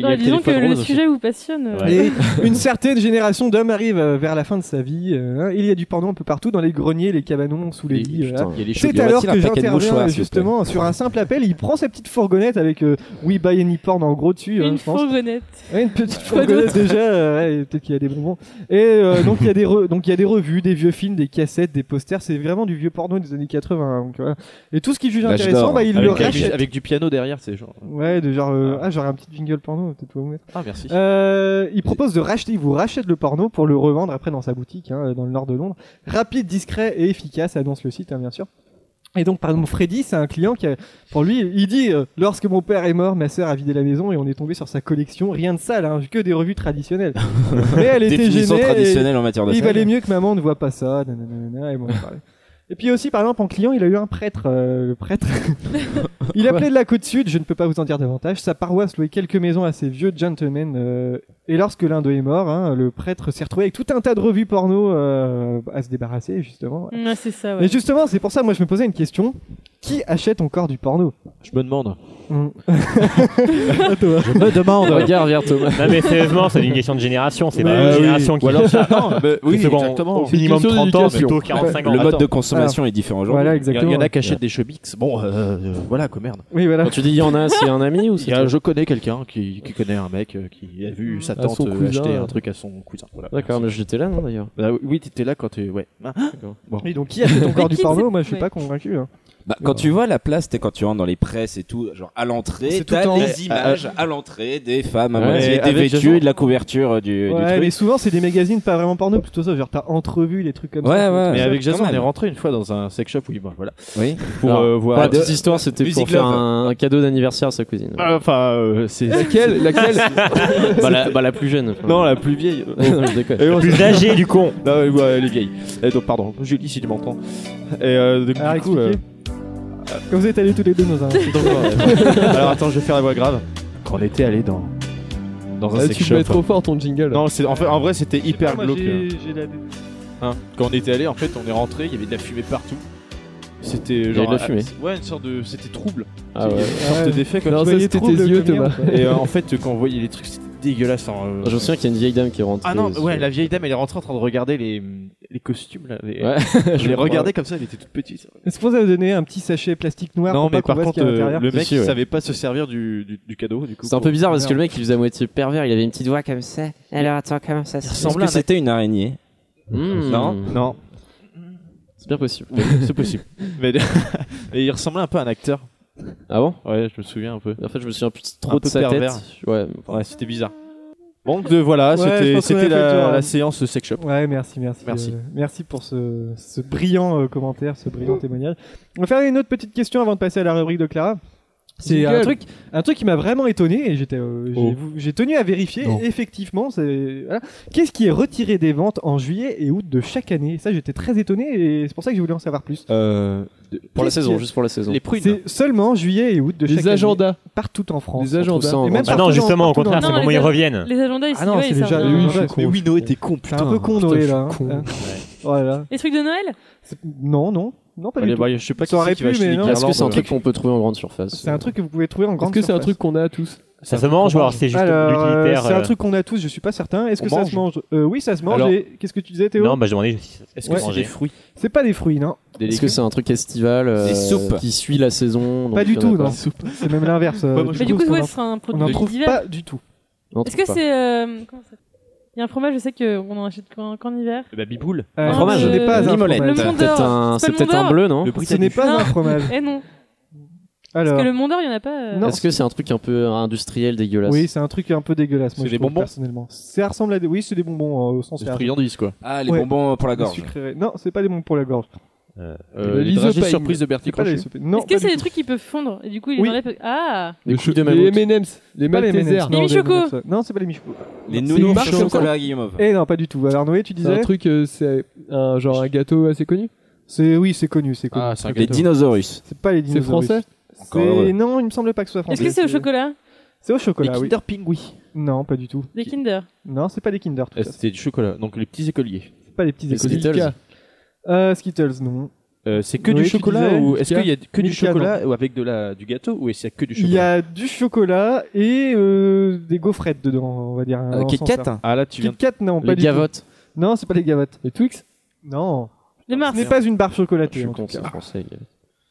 S7: Bah, disons que le sujet vous passionne. euh.
S6: Et une certaine génération d'hommes arrive euh, vers la fin de sa vie. euh, hein. il y a du porno un peu partout, dans les greniers, les cabanons, sous les
S5: Et-
S6: lits. euh,
S5: putain,
S6: hein.
S5: il y a les
S6: C'est
S5: chaudières.
S6: alors
S5: Y a-t-il un
S6: que
S5: paquet de mouchoirs,
S6: j'interviens euh,
S5: s'il vous plaît
S6: justement sur un simple appel. Il prend sa petite fourgonnette avec euh, We Buy Any Porn en gros dessus. hein, Une
S7: fourgonnette.
S6: une petite
S7: Quoi
S6: fourgonnette
S7: d'autre
S6: déjà. euh, ouais, Peut-être qu'il y a des bonbons. Et euh, donc il y a des re- donc il y a des revues, des vieux films, des cassettes, des posters. C'est vraiment du vieux porno des années 80. hein, donc, voilà. Et tout ce qu'il juge intéressant, bah, il
S4: avec
S6: le
S4: la-
S6: rachète.
S4: Avec du piano derrière, c'est genre.
S6: Ouais, de genre euh, ah j'aurais un petit jingle porno, peut-être vous mettre.
S4: Ah, merci.
S6: Euh, il propose de racheter, il vous rachète le porno pour le revendre après dans sa boutique hein, dans le nord de Londres. Rapide, discret et efficace, annonce le site hein, bien sûr. Et donc par exemple Freddy, c'est un client qui a- pour lui, il dit euh, lorsque mon père est mort, ma sœur a vidé la maison et on est tombé sur sa collection, rien de sale, hein, que des revues traditionnelles. Mais elle était
S9: Définition
S6: gênée. et-
S9: traditionnelle en matière de
S6: et Il
S9: sale.
S6: valait mieux que maman ne voit pas ça. nanana, et bon, voilà. Et puis aussi, par exemple, en client, il a eu un prêtre. euh, le prêtre. il appelait de la côte sud, je ne peux pas vous en dire davantage. Sa paroisse louait quelques maisons à ces vieux gentlemen. euh, et lorsque l'un d'eux est mort, hein, le prêtre s'est retrouvé avec tout un tas de revues porno euh, à se débarrasser, justement.
S7: Ouais, c'est ça, ouais.
S6: Mais justement, c'est pour ça, moi, je me posais une question. Qui achète encore du porno
S4: Je me demande.
S6: Je
S4: me demande.
S5: Regarde vers Thomas.
S14: Non, mais sérieusement, c'est une question de génération. C'est
S4: Mais
S14: pas une
S4: oui.
S14: génération qui.
S4: Ou alors ça- non, bah oui,
S14: Parce que bon,
S4: exactement.
S14: Au
S4: C'est une
S14: minimum
S4: question
S14: 30 ans,
S4: d'éducation.
S14: plutôt 45 ans.
S9: Le mode
S14: Attends.
S9: de consommation est différent aujourd'hui.
S4: Il y en a qui achètent des chemix. Bon, euh, euh, voilà, quoi, merde.
S6: Oui, voilà.
S5: Quand tu dis il y en a, c'est un ami ou c'est.
S4: Il y a- je connais quelqu'un qui, qui connaît un mec euh, qui a vu sa
S5: À son
S4: tante euh,
S5: cousin,
S4: acheter
S5: euh.
S4: un truc à son cousin. Voilà.
S5: D'accord, mais j'étais là, non d'ailleurs.
S4: Bah oui, t'étais là quand tu. Ouais. Bon.
S6: Et donc, qui achète encore
S4: Mais
S6: du
S4: qui
S6: porno
S4: c'est-
S6: Moi, je suis
S4: ouais.
S6: pas convaincu. hein.
S9: Bah, quand tu vois la place, t'es quand tu rentres dans les presses et tout, genre à l'entrée,
S6: C'est tout
S9: t'as
S6: en-
S9: des images à l'entrée des femmes à
S4: Ouais,
S9: moitié
S4: avec
S9: dévêtues
S4: Jason.
S9: et de la couverture du, du
S6: Ouais,
S9: truc.
S6: mais souvent c'est des magazines pas vraiment porno, plutôt ça, genre t'as entrevu les trucs comme
S9: Ouais,
S6: ça.
S9: ouais.
S4: Mais avec Jason,
S9: Quand
S4: on est
S9: même.
S4: rentré une fois dans un sex shop où il mange, voilà.
S9: Oui.
S4: Pour
S5: Alors,
S4: euh, voir.
S5: la petite histoire, c'était pour
S4: Music
S5: faire
S4: Love.
S5: un, un cadeau d'anniversaire à sa cousine.
S4: Ah, Enfin, euh, c'est.
S5: Laquelle Laquelle bah, la, bah, la plus jeune. enfin.
S4: Non, la plus vieille.
S5: Non, je déconne.
S4: Et on-
S5: Plus âgée, du con.
S4: Non, ouais, ouais, elle est vieille. Et donc, pardon, Julie, si tu m'entends. Et euh, donc,
S6: Alors,
S4: du coup.
S6: expliquez. Quand vous êtes allés tous les deux dans un.
S4: euh, donc, euh, alors, attends, je vais faire la voix grave. Euh, Quand on était allé dans. Dans un
S12: Ah,
S4: sex
S12: tu
S4: shop.
S12: le mets trop fort ton jingle.
S4: Non, c'est- en, fait, en vrai, c'était hyper glauque.
S6: euh. J'ai
S4: Hein. Quand on était allé, en fait, on est rentré, il y avait de la fumée partout. C'était
S5: y avait
S4: genre.
S5: de la fumée.
S4: Ouais, une sorte de. C'était trouble.
S5: Ah
S4: Il y avait
S5: ouais.
S4: Une sorte
S5: Ah ouais.
S4: d'effet comme
S5: Non,
S4: tu
S5: ça,
S4: voyais
S5: c'était
S4: trouble
S5: tes yeux,
S4: de lumière,
S5: Thomas.
S4: quoi. Et euh, en fait, quand on voyait les trucs, c'était dégueulasse. hein, euh.
S5: Je me souviens qu'il y a une vieille dame qui rentre.
S4: Ah non, ouais, la vieille dame, elle est rentrée en train de regarder les, les costumes là. les-
S5: Ouais, je
S4: je les
S5: crois.
S4: regardais comme ça, elle était toute petite.
S6: Est-ce que vous avez donné un petit sachet plastique noir
S4: Non,
S6: pour
S4: mais
S6: pas qu'on
S4: par
S6: voit ce
S4: contre,
S6: qu'il y a à
S4: euh,
S6: l'intérieur
S4: le mec
S5: Si, ouais.
S4: savait pas se servir du, du, du cadeau. Du coup,
S5: C'est un peu
S4: pour-
S5: bizarre parce que le mec il faisait à moitié pervers, il avait une petite voix comme ça. Alors attends, comment ça se
S9: Est-ce que c'était une araignée
S5: Hmm.
S4: Non, non.
S5: C'est bien possible.
S4: Oui, c'est possible. Mais et il ressemblait un peu à un acteur.
S5: Ah bon
S4: Ouais, je me souviens un peu.
S5: En fait, je me souviens plus
S4: Un
S5: trop de
S4: peu
S5: sa
S4: pervers.
S5: tête. Ouais.
S4: Ouais, c'était bizarre. Donc de, voilà,
S6: Ouais, je
S4: c'était
S6: pense qu'on a
S4: c'était
S6: fait le
S4: la,
S6: tour,
S4: la
S6: hein.
S4: séance sex shop.
S6: Ouais, merci, merci.
S4: Merci.
S6: euh, merci pour ce, ce brillant euh, commentaire, ce brillant témoignage. On va faire une autre petite question avant de passer à la rubrique de Clara. C'est un
S12: Jingle.
S6: truc, un truc qui m'a vraiment étonné et j'étais, euh, j'ai-
S12: Oh.
S6: j'ai tenu à vérifier.
S12: Non.
S6: Effectivement, c'est voilà. qu'est-ce qui est retiré des ventes en juillet et août de chaque année Ça, j'étais très étonné et c'est pour ça que je voulais en savoir plus.
S5: Pour la
S6: Qu'est-ce
S5: saison,
S6: qu'il y a
S5: juste pour la saison.
S6: C'est seulement juillet et août de
S12: Les
S6: chaque année,
S12: agendas.
S6: partout en France.
S12: Les agendas.
S5: en
S6: Et même
S11: Bah
S5: vente. Ah
S14: Bah non,
S6: partout
S14: justement,
S6: dans-
S14: au
S6: partout
S14: contraire,
S6: dans-
S14: c'est le moment où ils
S7: ag-
S14: reviennent.
S7: les agendas, ils
S6: Ah non,
S7: ouais,
S6: c'est
S7: ils
S6: les
S7: servent
S6: agendas.
S7: à rien.
S6: je suis con,
S4: Mais
S6: je
S4: oui,
S6: suis
S4: Noé,
S6: con.
S4: t'es con,
S6: T'es
S4: putain.
S6: un peu con,
S4: Putain,
S6: Noé,
S4: je suis
S6: là.
S4: con.
S6: Hein. Voilà.
S7: Les trucs de Noël
S6: C'est- Non, non. Non, pas
S4: Allez,
S6: du tout.
S4: bah, je sais pas
S6: Ça
S4: qui
S6: aurait
S4: c'est qui va
S6: pu,
S4: acheter
S6: mais
S4: des
S6: non.
S4: guirlandes.
S5: Est-ce que c'est un
S4: euh,
S5: truc qu'on peut trouver en grande surface
S6: C'est un truc que vous pouvez trouver en grande
S12: Est-ce que c'est un
S6: surface.
S12: truc qu'on a tous
S14: Ça se mange ou alors c'est juste
S6: Alors, euh,
S14: utilitaire
S6: C'est un
S14: euh,
S6: truc qu'on a tous, je suis pas certain. Est-ce
S4: On
S6: que ça se mange Euh, Oui, ça se mange.
S4: Alors-
S6: et Qu'est-ce que tu disais, Théo
S14: Non, bah je demandais si est-ce que
S6: Ouais.
S14: c'est
S6: C'est
S14: mangé.
S6: des fruits. C'est pas des fruits, non.
S5: Est-ce que c'est un truc estival euh,
S9: Des soupes.
S5: qui suit la saison donc
S6: Pas du
S5: il y en a
S6: tout,
S5: pas.
S6: non. C'est même l'inverse. euh,
S4: Ouais, moi,
S7: Mais Bah, du coup,
S6: on
S7: ouais,
S6: en-
S7: ce sera un
S6: on n'en
S7: produit
S6: trouve
S7: d'hiver.
S6: pas du tout.
S5: Non,
S7: Est-ce
S5: trouve
S7: que
S5: pas.
S7: c'est. euh, comment ça s'appelle Il y a un fromage, je sais qu'on en achète qu'en qu'en hiver.
S4: Bah, biboule.
S6: Euh,
S5: Un fromage.
S6: Ce n'est pas un
S5: Mimolette.
S6: fromage.
S7: Le Mont
S5: Peut-être
S7: d'Or.
S5: un-
S7: C'est pas
S5: C'est
S7: le
S5: peut-être
S7: Mont
S5: un
S7: d'Or
S5: bleu, non
S6: Ce n'est pas
S7: Eh Non.
S6: un fromage.
S7: Eh non.
S6: Alors.
S7: Parce que le Mondor, il n'y en a pas. euh,
S5: Est-ce que c'est un truc un peu industriel dégueulasse
S6: Oui, c'est un truc un peu dégueulasse. moi,
S5: C'est
S6: je
S5: des
S6: trouve,
S5: bonbons
S6: Personnellement, ça ressemble à des. Oui, c'est des bonbons euh, au sens
S5: Des
S6: large.
S5: friandises, quoi.
S9: Ah, les bonbons pour la
S6: Des
S9: gorge.
S6: sucreries. Non, c'est pas des bonbons pour la gorge.
S14: Euh,
S5: euh, les dragées surprises de Bertie Crochu.
S6: Non.
S7: Est-ce que c'est des trucs qui peuvent fondre Et du coup, il
S6: Oui.
S7: est enlève. Ah
S5: Des coups
S6: les
S5: de mammouth.
S6: M&M's, les
S7: Pas les
S6: Maltesers.
S7: M&M's. Les
S6: Non,
S7: Michocos.
S6: M&M's, ouais. Non, c'est pas les Michocos.
S9: Les
S6: C'est
S9: nounous
S6: une marque comme
S9: Michocos
S6: ça.
S9: à la Guillemot.
S6: Eh non, pas du tout. Alors, Noé, tu
S12: C'est
S6: disais
S12: un truc, euh, c'est un genre un gâteau assez connu.
S6: C'est oui, c'est connu, c'est
S5: Ah.
S6: connu.
S12: c'est un
S9: Les
S12: gâteau.
S9: dinosaures.
S6: C'est pas les dinosaures.
S12: français
S6: C'est-
S9: heureux.
S6: Non, il me semble pas que ce soit français.
S7: Est-ce que c'est au chocolat
S6: C'est au chocolat,
S4: Les
S6: oui.
S4: Kinder Pingui.
S6: Non, pas du tout.
S7: Des Kinder
S6: Non, c'est pas des Kinder, tout
S4: Euh,
S6: ça.
S4: C'était du chocolat, donc les petits écoliers.
S6: C'est pas les petits
S4: Les
S6: écoliers.
S4: Skittles.
S6: Euh, Skittles, non.
S4: Euh, c'est que
S6: Oui,
S4: du
S6: tu
S4: chocolat
S6: disais,
S4: ou est-ce
S6: Milka.
S4: qu'il y a que du
S6: Milka,
S4: chocolat ou avec de la du gâteau ou est-ce qu'il y a que du
S6: Il
S4: chocolat
S6: y a du chocolat et euh, des gaufrettes dedans, on va dire. en
S4: Kit
S6: sens
S4: Kat
S6: large.
S4: Ah, là, tu
S6: Kit
S4: viens de-
S6: Kat, non,
S4: Les
S6: pas du
S4: gavottes.
S6: tout. Non, c'est pas les gavottes.
S12: Les Twix
S6: Non.
S7: Les Mars.
S6: Ce n'est pas une barre chocolatée. en tout
S4: con,
S6: cas.
S4: c'est français.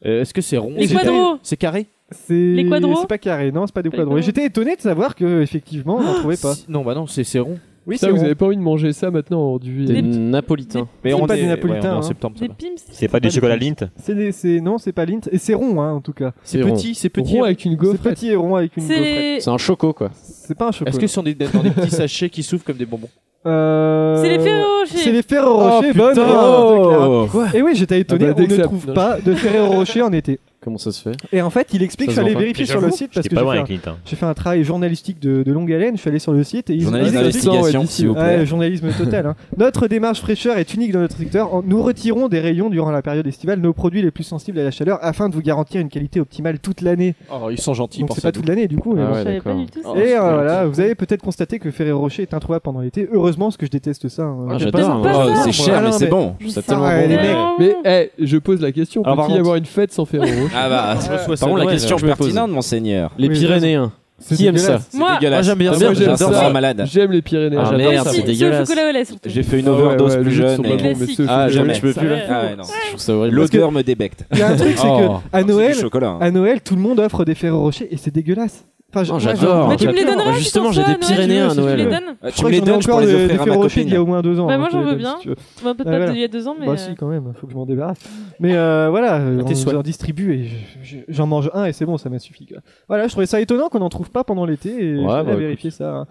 S4: Euh, est-ce que c'est rond
S7: Les
S4: c'est-
S7: quadros.
S4: C'est carré
S6: C'est
S7: Les quadros
S6: C'est pas carré, non, c'est pas des
S7: Pas les
S6: quadros. Et
S7: quadros. Ah,
S6: j'étais étonné de savoir que effectivement, on n'en trouvait pas.
S4: Si- Non, bah non, c'est c'est rond.
S6: Oui,
S12: Ça,
S6: c'est
S12: vous
S6: rond.
S12: avez pas envie de manger ça maintenant aujourd'hui
S5: Des
S12: euh,
S5: napolitains.
S4: Mais
S6: C'est
S4: on
S6: pas
S4: est-
S6: du
S4: ouais,
S6: napolitain,
S4: on est en
S6: hein.
S4: septembre. ça
S7: Des
S4: va.
S7: Pim's
S14: C'est pas du chocolat Lint
S6: C'est des, c'est non, c'est pas Lint et c'est rond hein, en tout cas.
S4: C'est rond. petit, c'est petit.
S12: Rond avec une
S6: C'est
S12: gaufrette.
S6: petit et rond avec une gaufrette.
S7: C'est
S5: C'est un choco, quoi.
S6: C'est pas un chocolat.
S4: Est-ce que ce sont des, dans des petits sachets qui s'ouvrent comme des bonbons
S6: Euh,
S7: C'est les Ferrero Rocher.
S6: C'est les Ferrero Rocher. bonne
S5: Oh.
S6: Et oui, j'étais étonné.
S12: Oh, Ah bah,
S6: on
S12: dès que
S6: ne
S12: ça-
S6: trouve pas de Ferrero Rocher en été.
S5: Comment ça se fait
S6: Et en fait, il explique. Je suis
S5: Ça se
S6: allé
S5: vend pas.
S6: vérifier
S14: Mais
S6: sur le
S14: j'avoue,
S6: site parce
S14: j'étais
S6: que
S14: pas
S6: j'ai
S14: loin
S6: fait,
S14: avec Lint, hein.
S6: un- j'ai fait un travail journalistique de, de longue haleine. Je suis allé sur le site et ils
S9: Journalisme
S6: ils expliquent-
S9: d'investigation, s'il vous
S6: Ouais,
S9: plaît.
S6: journalisme total. hein. Notre démarche fraîcheur est unique dans notre secteur. En- Nous retirons des rayons durant la période estivale nos produits les plus sensibles à la chaleur afin de vous garantir une qualité optimale toute l'année.
S4: Oh, ils sont gentils,
S6: Donc c'est pas toute l'année du coup. mais bon.
S7: Je savais pas du tout
S9: Oh,
S7: ça.
S6: Et euh, voilà, vous avez peut-être constaté que Ferrero Rocher est introuvable pendant l'été. Heureusement, parce que je déteste ça. hein.
S5: Ah,
S6: J'aime
S5: j'adore,
S6: pas ça.
S5: hein.
S7: Pas
S9: Oh,
S7: ça.
S9: c'est cher,
S6: Ah,
S9: mais
S6: non,
S9: c'est
S6: mais-
S9: bon.
S6: Ça,
S5: C'est tellement
S6: ouais,
S5: bon.
S6: les
S7: Mais
S6: mecs.
S7: non.
S12: Mais eh, je pose la question,
S5: Alors, par
S12: peut-il y
S5: contre-
S12: avoir une fête sans Ferrero Rocher
S9: Ah bah, par contre, la question pertinente, monseigneur.
S5: Les
S6: Oui,
S5: Pyrénéens. Qui aime ça
S9: C'est
S7: Moi,
S9: dégueulasse.
S5: j'aime bien
S12: Ah,
S5: ça.
S12: moi, j'aime
S9: J'adore
S12: ça.
S9: ça, malade.
S12: J'aime les Pyrénées.
S5: Ah,
S12: j'adore
S7: Moi
S5: merde,
S12: ça.
S7: aussi,
S5: c'est
S7: au
S5: dégueulasse.
S7: chocolat au lait, surtout.
S9: J'ai fait une
S12: Ah ouais,
S9: overdose
S12: ouais,
S9: plus
S12: les autres
S9: jeune.
S12: sont pas
S9: et-
S12: bons, mais ceux-
S5: Ah,
S9: jamais.
S5: jamais, je peux plus.
S7: Ouais.
S9: Ah ouais, non.
S5: Je trouve ça horrible.
S9: L'odeur me débecte.
S6: Il y a un truc, c'est
S5: Oh.
S6: que à
S9: C'est
S6: Noël,
S9: du chocolat. hein. Oh,
S6: à Noël, tout le monde offre des Ferrero Rocher et c'est dégueulasse. Enfin, je-
S5: Non,
S6: moi,
S5: j'adore.
S6: j'en-
S7: Mais tu me les
S5: Bah,
S7: donneras
S5: justement, j'ai
S7: putain,
S5: des
S7: toi, Noël,
S5: Pyrénéens à
S7: tu veux- Tu me les
S5: Noël.
S7: donnes
S6: Je
S9: Ah, Tu
S6: crois
S9: me
S6: que
S9: les
S6: j'en ai
S9: donnes, je pourrais
S6: encore
S9: les
S6: des, des
S9: offrir à ma
S6: Ferrero Rocher d'il y a
S9: copine.
S6: au moins deux ans.
S7: Bah,
S6: hein,
S7: moi,
S6: je-
S7: j'en veux
S6: si
S7: bien.
S6: tu veux.
S7: Bah, peut-être
S6: Ouais,
S7: pas
S6: voilà.
S7: il y a deux ans, mais.
S6: Bah
S7: euh, Ah,
S6: si quand même, faut que je m'en débarrasse. Mais euh, voilà, euh,
S4: tes
S6: on
S4: souhaits.
S6: leur distribue et je- je- j'en mange un et c'est bon, ça m'a suffi. quoi. Voilà, je trouvais ça étonnant qu'on n'en trouve pas pendant l'été et
S5: Ouais,
S6: je vais
S5: bah,
S6: vérifier ça. hein.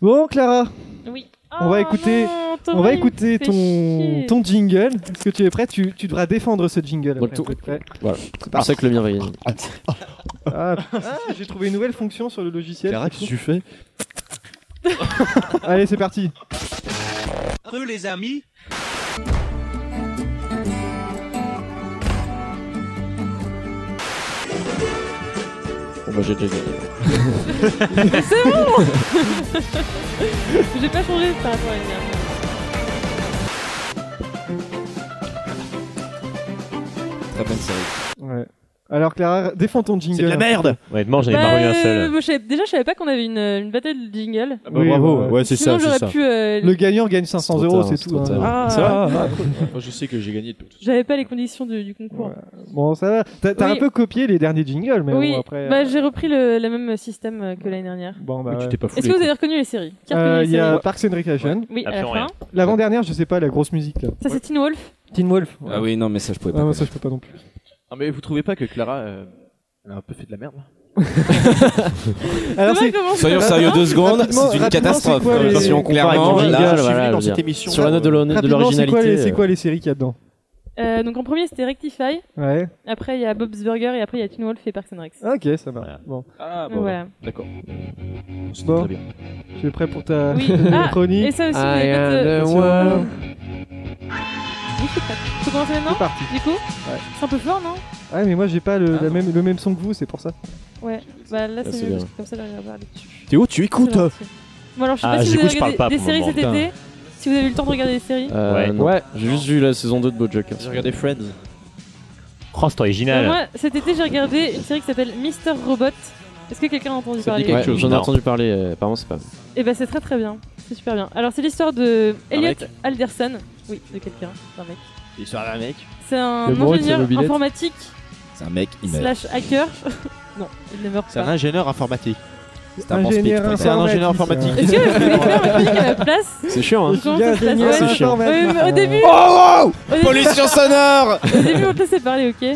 S6: Bon Clara,
S7: Oui.
S6: On va
S7: Oh
S6: écouter-
S7: non,
S6: on va
S7: Thomas, il me
S6: écouter
S7: fait
S6: ton,
S7: chier.
S6: ton jingle. Est-ce que tu es prêt tu, tu devras défendre ce jingle.
S5: Donc,
S6: après,
S5: tout-
S6: vous êtes prêts
S5: C'est pour ça que le mien va gagner.
S6: Ah, ah, j'ai trouvé une nouvelle fonction sur le logiciel. c'est
S4: qu'est-ce que tu fais
S6: cool. Allez, c'est parti.
S1: Peu les amis.
S5: Bon, bah, j'ai déjà gagné.
S7: C'est bon J'ai pas changé par rapport à une dernière.
S9: Très bonne série.
S6: Ouais. Alors Clara, défends ton jingle.
S10: C'est de la merde
S14: Honnêtement, j'en ai
S7: Bah,
S14: pas revu un
S7: euh,
S14: seul.
S7: moi, je savais- déjà, je savais pas qu'on avait une, euh, une bataille de jingle.
S6: Oui,
S4: Ah, Bravo,
S6: bah,
S4: ouais, c'est ça,
S7: Sinon,
S4: c'est
S7: j'aurais
S4: ça.
S7: pu. euh,
S6: Le gagnant gagne 500
S5: C'est trop
S6: euros,
S5: tard,
S6: c'est
S5: c'est
S6: tout.
S5: trop
S6: hein.
S5: tard.
S7: Ah,
S4: Moi, je sais que j'ai gagné de tout.
S7: j'avais pas les conditions de- du concours.
S6: Bon, ça va. T'as t'as un
S7: Oui.
S6: peu copié les derniers jingles, mais
S7: oui,
S6: bon, après.
S7: bah,
S6: euh,
S7: j'ai repris le, le même système euh, que l'année dernière.
S6: Bon, bah.
S4: Tu
S6: ouais.
S4: t'es pas foulé.
S7: Est-ce que vous avez reconnu les séries Qui a reconnu
S6: Euh,
S7: les
S6: Il y a
S7: séries
S6: Parks and Recreation.
S7: Oui, à la
S14: Absolument
S7: fin.
S14: rien.
S6: L'avant-dernière, je sais pas, la grosse musique. Là.
S7: Ça, c'est Teen Wolf.
S6: Teen Wolf. ouais.
S9: Ah oui, non, mais ça, je pouvais
S6: Ah
S9: pas.
S6: non,
S9: connaître.
S6: ça je peux pas non plus.
S4: Ah, mais vous trouvez pas que Clara euh, elle a un peu fait de la merde là
S6: Alors c'est.
S7: Bah,
S9: Soyons sérieux deux secondes, c'est une
S6: rapidement,
S9: catastrophe.
S6: c'est quoi les-
S9: Attention,
S6: comparé
S9: clairement,
S5: avec Jingle,
S9: là,
S5: voilà, je veux
S4: dans cette
S5: dire.
S4: émission.
S5: Sur la note de l'hon- de
S6: Rapidement, c'est quoi, les-
S5: l'originalité.
S6: c'est quoi les séries qu'il y a dedans
S7: Euh, donc en premier, c'était Rectify.
S6: Ouais.
S7: Après, il y a Bob's Burger. Et après, il y a Teen Wolf et Parks and Rec.
S6: Ok, ça marche. Ah, Bon.
S4: Ah,
S7: Donc, voilà.
S4: D'accord.
S6: Bon.
S4: Très bien.
S6: Tu es prêt pour ta
S7: Oui. Ah,
S6: chronique
S7: Et ça aussi,
S5: I
S7: mais écoute, euh,
S5: am the
S7: attention.
S5: one.
S7: Oui, je suis prête. Faut commencer maintenant
S6: C'est parti.
S7: Du coup C'est un peu fort, non
S6: Ah mais moi j'ai pas le,
S5: Ah,
S6: la
S5: non.
S6: même, le même son que vous, c'est pour ça.
S7: Ouais. Bah là,
S5: Ah,
S7: c'est
S5: c'est
S7: mieux.
S5: bien.
S7: parce que Comme ça, j'arrive à parler dessus.
S4: Théo, tu écoutes
S7: C'est gentil. Bon, alors, je sais
S14: Ah,
S7: pas si vous
S14: j'écoute,
S7: avez
S14: je parle
S7: regardé
S14: pas
S7: des
S14: pour
S7: séries
S14: le
S7: cet
S14: moment,
S7: été. Si vous avez eu le temps de regarder des séries.
S5: Euh,
S14: Ouais.
S5: non.
S12: Ouais.
S5: J'ai juste vu la saison 2 de Bojack. J'ai regardé Friends.
S14: Oh, c'est
S7: Euh,
S14: original.
S7: Moi, cet été, j'ai regardé une série qui s'appelle Mister Robot. Est-ce que quelqu'un a entendu
S4: Ça dit
S7: parler
S4: quelque chose.
S5: J'en ai
S4: Non.
S5: entendu parler, euh, apparemment c'est pas mal.
S7: Eh ben, c'est très très bien. C'est super bien. Alors, c'est l'histoire de Elliot
S4: mec.
S7: Alderson. Oui, de quelqu'un. C'est un mec.
S4: L'histoire d'un mec.
S7: C'est un
S12: Le bourreau de sa
S7: ingénieur
S12: mobilette.
S7: informatique
S9: c'est un mec, il meurt.
S7: slash hacker. non, il ne meurt
S10: C'est un
S7: pas.
S10: ingénieur informatique.
S9: C'est un bon speed.
S6: Ingénieur
S10: C'est un ingénieur informatique.
S7: Est-ce que vous voulez faire ma chronique à la place
S5: C'est chiant, hein
S7: Comment ça se passe
S6: ingénieur
S7: Ouais,
S5: c'est chiant.
S6: informatique.
S7: Ouais, mais au début,
S9: Oh wow
S7: au début,
S9: Pollution sonore
S7: au début, on te laissait parler, ok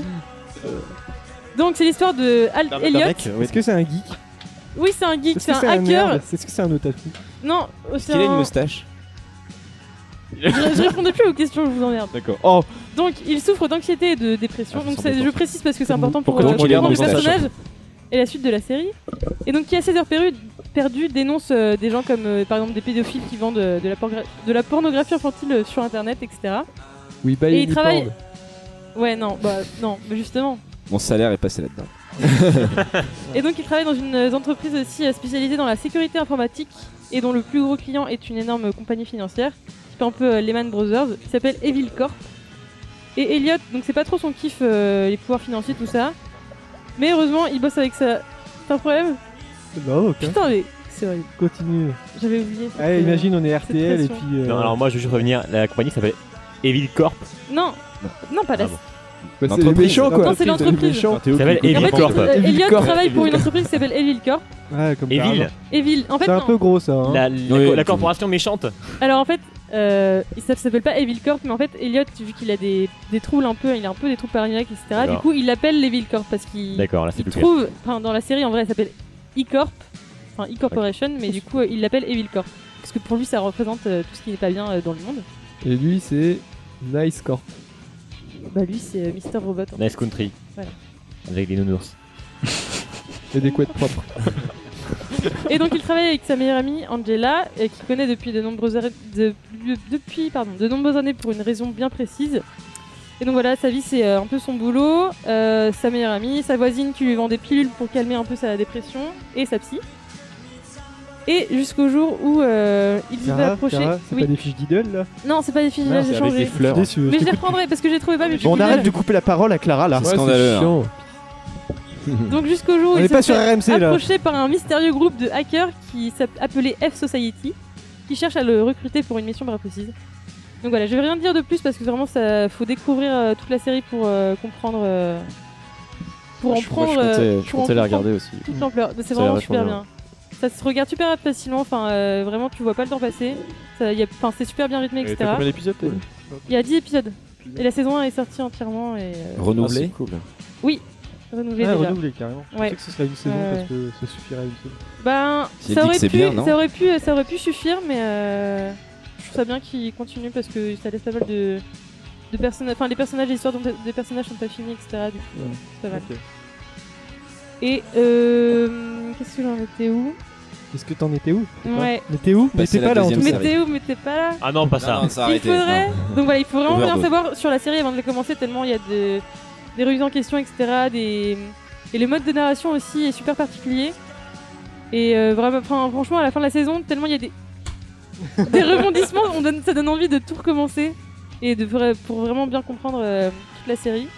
S7: Donc c'est l'histoire de Al Elliot.
S6: Est-ce que c'est un geek
S7: Oui, c'est un geek,
S6: Est-ce
S7: c'est
S6: que
S7: un
S6: c'est un
S7: hacker.
S6: nerd Est-ce que c'est un otaku
S7: Non, c'est
S9: qu'il a une
S7: un-
S9: moustache
S7: je, je répondais plus aux questions, je vous emmerde.
S4: D'accord. Oh
S7: Donc il souffre d'anxiété et de dépression. donc ça- je précise parce que c'est Ah, important pour,
S4: Pourquoi
S7: euh,
S4: donc il a
S7: comprendre
S4: une
S7: le
S4: moustache
S7: personnage et la suite de la série. Et donc qui à 16 heures perdu, perdu dénonce euh, des gens comme euh, par exemple des pédophiles qui vendent euh, de, la porgra- de la pornographie infantile euh, sur internet, etc.
S12: Oui, bah,
S7: et
S12: il
S7: il
S12: est
S7: travaille.
S12: porn.
S7: Ouais, non, bah non, mais justement.
S9: Mon salaire est passé là-dedans.
S7: Et donc il travaille dans une euh, entreprise aussi euh, spécialisée dans la sécurité informatique et dont le plus gros client est une énorme euh, compagnie financière, type un peu euh, Lehman Brothers, qui s'appelle Evil Corp. Et Elliot, donc c'est pas trop son kiff euh, les pouvoirs financiers tout ça, mais heureusement il bosse avec sa. T'as un problème
S6: Non, aucun.
S7: Putain mais c'est horrible.
S6: Continue.
S7: J'avais oublié. cette,
S6: Allez,
S7: euh,
S6: Ah, imagine, on est
S7: cette
S6: RTL et
S7: pression.
S6: puis. euh,
S14: Non, alors moi je veux juste revenir. La compagnie s'appelle Evil Corp.
S7: Non, non
S14: Ah
S7: pas la.
S12: Bah, c'est les
S14: L'entreprise.
S12: méchants quoi.
S7: Non, c'est l'entreprise.
S12: méchants.
S14: Ça s'appelle
S7: Et en
S14: Evil
S7: fait,
S14: Corp.
S7: euh, Elliot
S14: Corp.
S7: travaille pour une entreprise qui s'appelle Evil Corp.
S6: Ouais, comme
S14: Evil.
S6: par hasard.
S7: Evil, en fait
S6: C'est un
S7: non.
S6: peu gros ça. hein.
S14: La, la-
S6: Oui,
S14: la
S6: oui.
S14: corporation méchante.
S7: Alors en fait, euh, il ça s'appelle pas Evil Corp, mais en fait, Elliot, vu qu'il a des, des troubles un peu, il a un peu des troubles paranoïaques, etc. Du
S14: D'accord.
S7: coup, il l'appelle l'Evil Corp parce qu'il
S14: D'accord, là, c'est
S7: il
S14: plus
S7: trouve, enfin dans la série en vrai, elle s'appelle E-Corp, enfin E-Corporation, mais du coup, euh, il l'appelle Evil Corp parce que pour lui, ça représente euh, tout ce qui n'est pas bien euh, dans le monde.
S12: Et lui, c'est Nice Corp.
S7: Bah lui, c'est Mister Robot. en fait.
S14: Nice Country.
S7: Voilà.
S14: Avec des nounours.
S12: Et des couettes propres.
S7: Et donc il travaille avec sa meilleure amie Angela, et qui connaît depuis de nombreuses arrê- de- de- depuis pardon de nombreuses années pour une raison bien précise. Et donc voilà, sa vie c'est euh, un peu son boulot, euh, sa meilleure amie, sa voisine qui lui vend des pilules pour calmer un peu sa dépression et sa psy. Et jusqu'au jour où euh, il se
S6: Cara,
S7: va approcher.
S6: Cara, c'est
S7: Oui.
S6: pas des fiches d'idole là
S7: Non, c'est pas des filles,
S6: Non,
S7: là,
S6: c'est
S7: j'ai
S6: avec
S7: changé.
S6: des fleurs. Je suis déçu, je
S7: Mais je les
S6: t'écoute.
S7: reprendrai parce que j'ai trouvé pas mes
S6: Bon, on
S7: fiches
S6: arrête
S7: d'idole.
S6: de couper la parole à Clara là.
S9: C'est Ouais, scandaleux, c'est hein. chiant.
S7: Mm. Donc jusqu'au jour où
S6: On
S7: il
S6: est
S7: se
S6: pas
S7: fait
S6: sur RMC, là.
S7: approcher par un mystérieux groupe de hackers qui s'appelle appelé F Society, qui cherche à le recruter pour une mission bien précise. Donc voilà, je vais rien dire de plus parce que vraiment ça faut découvrir euh, toute la série pour euh, comprendre, euh, pour en
S5: je, moi,
S7: prendre,
S5: je comptais,
S7: euh,
S5: je
S7: pour en
S5: comptais la
S7: comprendre
S5: regarder aussi.
S7: toute l'ampleur. Mais C'est
S5: Ça a l'air
S7: vraiment super
S5: vachement
S7: bien. Ça se regarde super facilement. Enfin, euh, vraiment tu vois pas le temps passer. Ça, y a- Enfin, c'est super bien rythmé, etc. Il y a 10 épisodes. Et la saison 1 est sortie entièrement et euh,
S5: Ah,
S9: Renouvelé.
S7: oui, renouvelé
S6: Ah,
S7: déjà.
S6: renouvelé, carrément. Je
S7: Ouais.
S6: pensais que ce serait une saison
S7: Ouais, ouais.
S6: parce que ça suffirait à une saison.
S7: Ben,
S9: C'est dit
S7: ça
S9: que
S7: aurait, pu,
S9: c'est bien, non
S7: ça, aurait pu, ça aurait pu suffire, mais euh, je trouve ça bien qu'il continue parce que ça laisse pas mal de, de personnages. Enfin, les personnages, les histoires dont- des personnages sont pas finis, etc. Du coup,
S6: Ouais.
S7: euh, c'est pas mal.
S6: Ok.
S7: Et euh, qu'est-ce que j'en étais où
S6: Est-ce que t'en étais où
S7: Ouais.
S6: Mais t'es où Mais
S7: Passer
S6: t'es
S7: la
S6: pas là en tout
S7: deuxième
S6: cas.
S7: série. T'es où Mais t'es pas là
S14: Ah non, pas ça.
S7: Il faudrait. Donc voilà, il faut vraiment bien
S14: Overdose.
S7: savoir sur la série avant de la commencer, tellement il y a de- des revues en question, etc. Des... Et le mode de narration aussi est super particulier. Et euh, vraiment, enfin, franchement, à la fin de la saison, tellement il y a des, des rebondissements, on donne, ça donne envie de tout recommencer et de vra- pour vraiment bien comprendre euh, toute la série.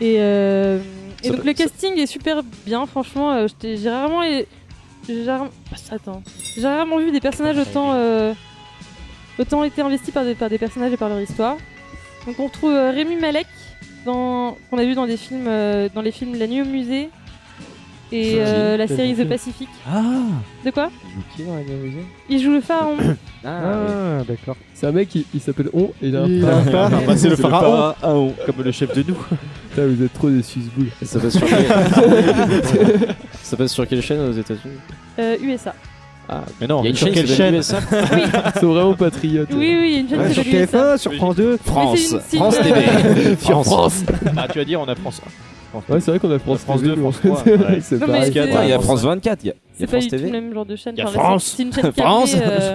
S7: Et, euh, et
S9: Ça
S7: donc
S9: peut-
S7: le casting est super bien, franchement, euh, j'étais- j'ai rarement, et- j'ai rarement- attends, j'ai rarement vu des personnages autant euh, autant été investis par des, par des personnages et par leur histoire. Donc on retrouve euh, Rémi Malek dans qu'on a vu dans des films euh, dans les films La Nuit au musée et euh,
S6: Joli.
S7: la
S6: Quel
S7: série
S6: bon
S7: The
S6: film.
S7: Pacific.
S12: Ah
S7: De quoi
S6: Qui est dans la Game of Thrones
S7: Il joue le pharaon.
S6: Ah, d'accord.
S12: C'est un mec, il, il s'appelle On et il a un
S6: Il
S12: phare.
S6: a un phare.
S12: Ah,
S6: Bah, c'est le pharaon.
S12: Aon,
S14: comme le chef de nous.
S12: Putain, vous êtes trop des suisse-boules.
S5: Ça passe sur quelle... ça passe sur quelle chaîne aux États-Unis
S7: Euh, USA.
S5: Ah,
S14: mais non,
S5: il y a une
S14: sur
S5: chaîne
S14: quelle
S5: qui s'appelle
S14: chaîne
S5: USA.
S12: Ils sont vraiment patriotes.
S7: Oui, oui, il y a une chaîne
S6: Ouais,
S7: qui
S6: sur
S7: s'appelle USA.
S6: TF1, sur France 2.
S9: France.
S7: Mais c'est une-
S9: France
S7: c'est une-
S9: TV.
S12: France. France.
S14: Ah, tu vas dire, on a France.
S12: Ouais, c'est vrai qu'on a France,
S14: France
S12: 2,
S14: 2, France
S12: en
S14: 3.
S12: fait.
S14: ouais.
S12: C'est
S7: Non, mais
S12: pareil.
S7: c'est-
S9: Attends, il y a France 24, il y a, il y
S7: C'est
S9: a
S7: pas
S9: France
S7: du tout le
S9: TV.
S7: même genre de chaîne.
S9: Il y a
S7: Enfin,
S9: France.
S7: C'est une chaîne câblée,
S9: France.
S7: euh,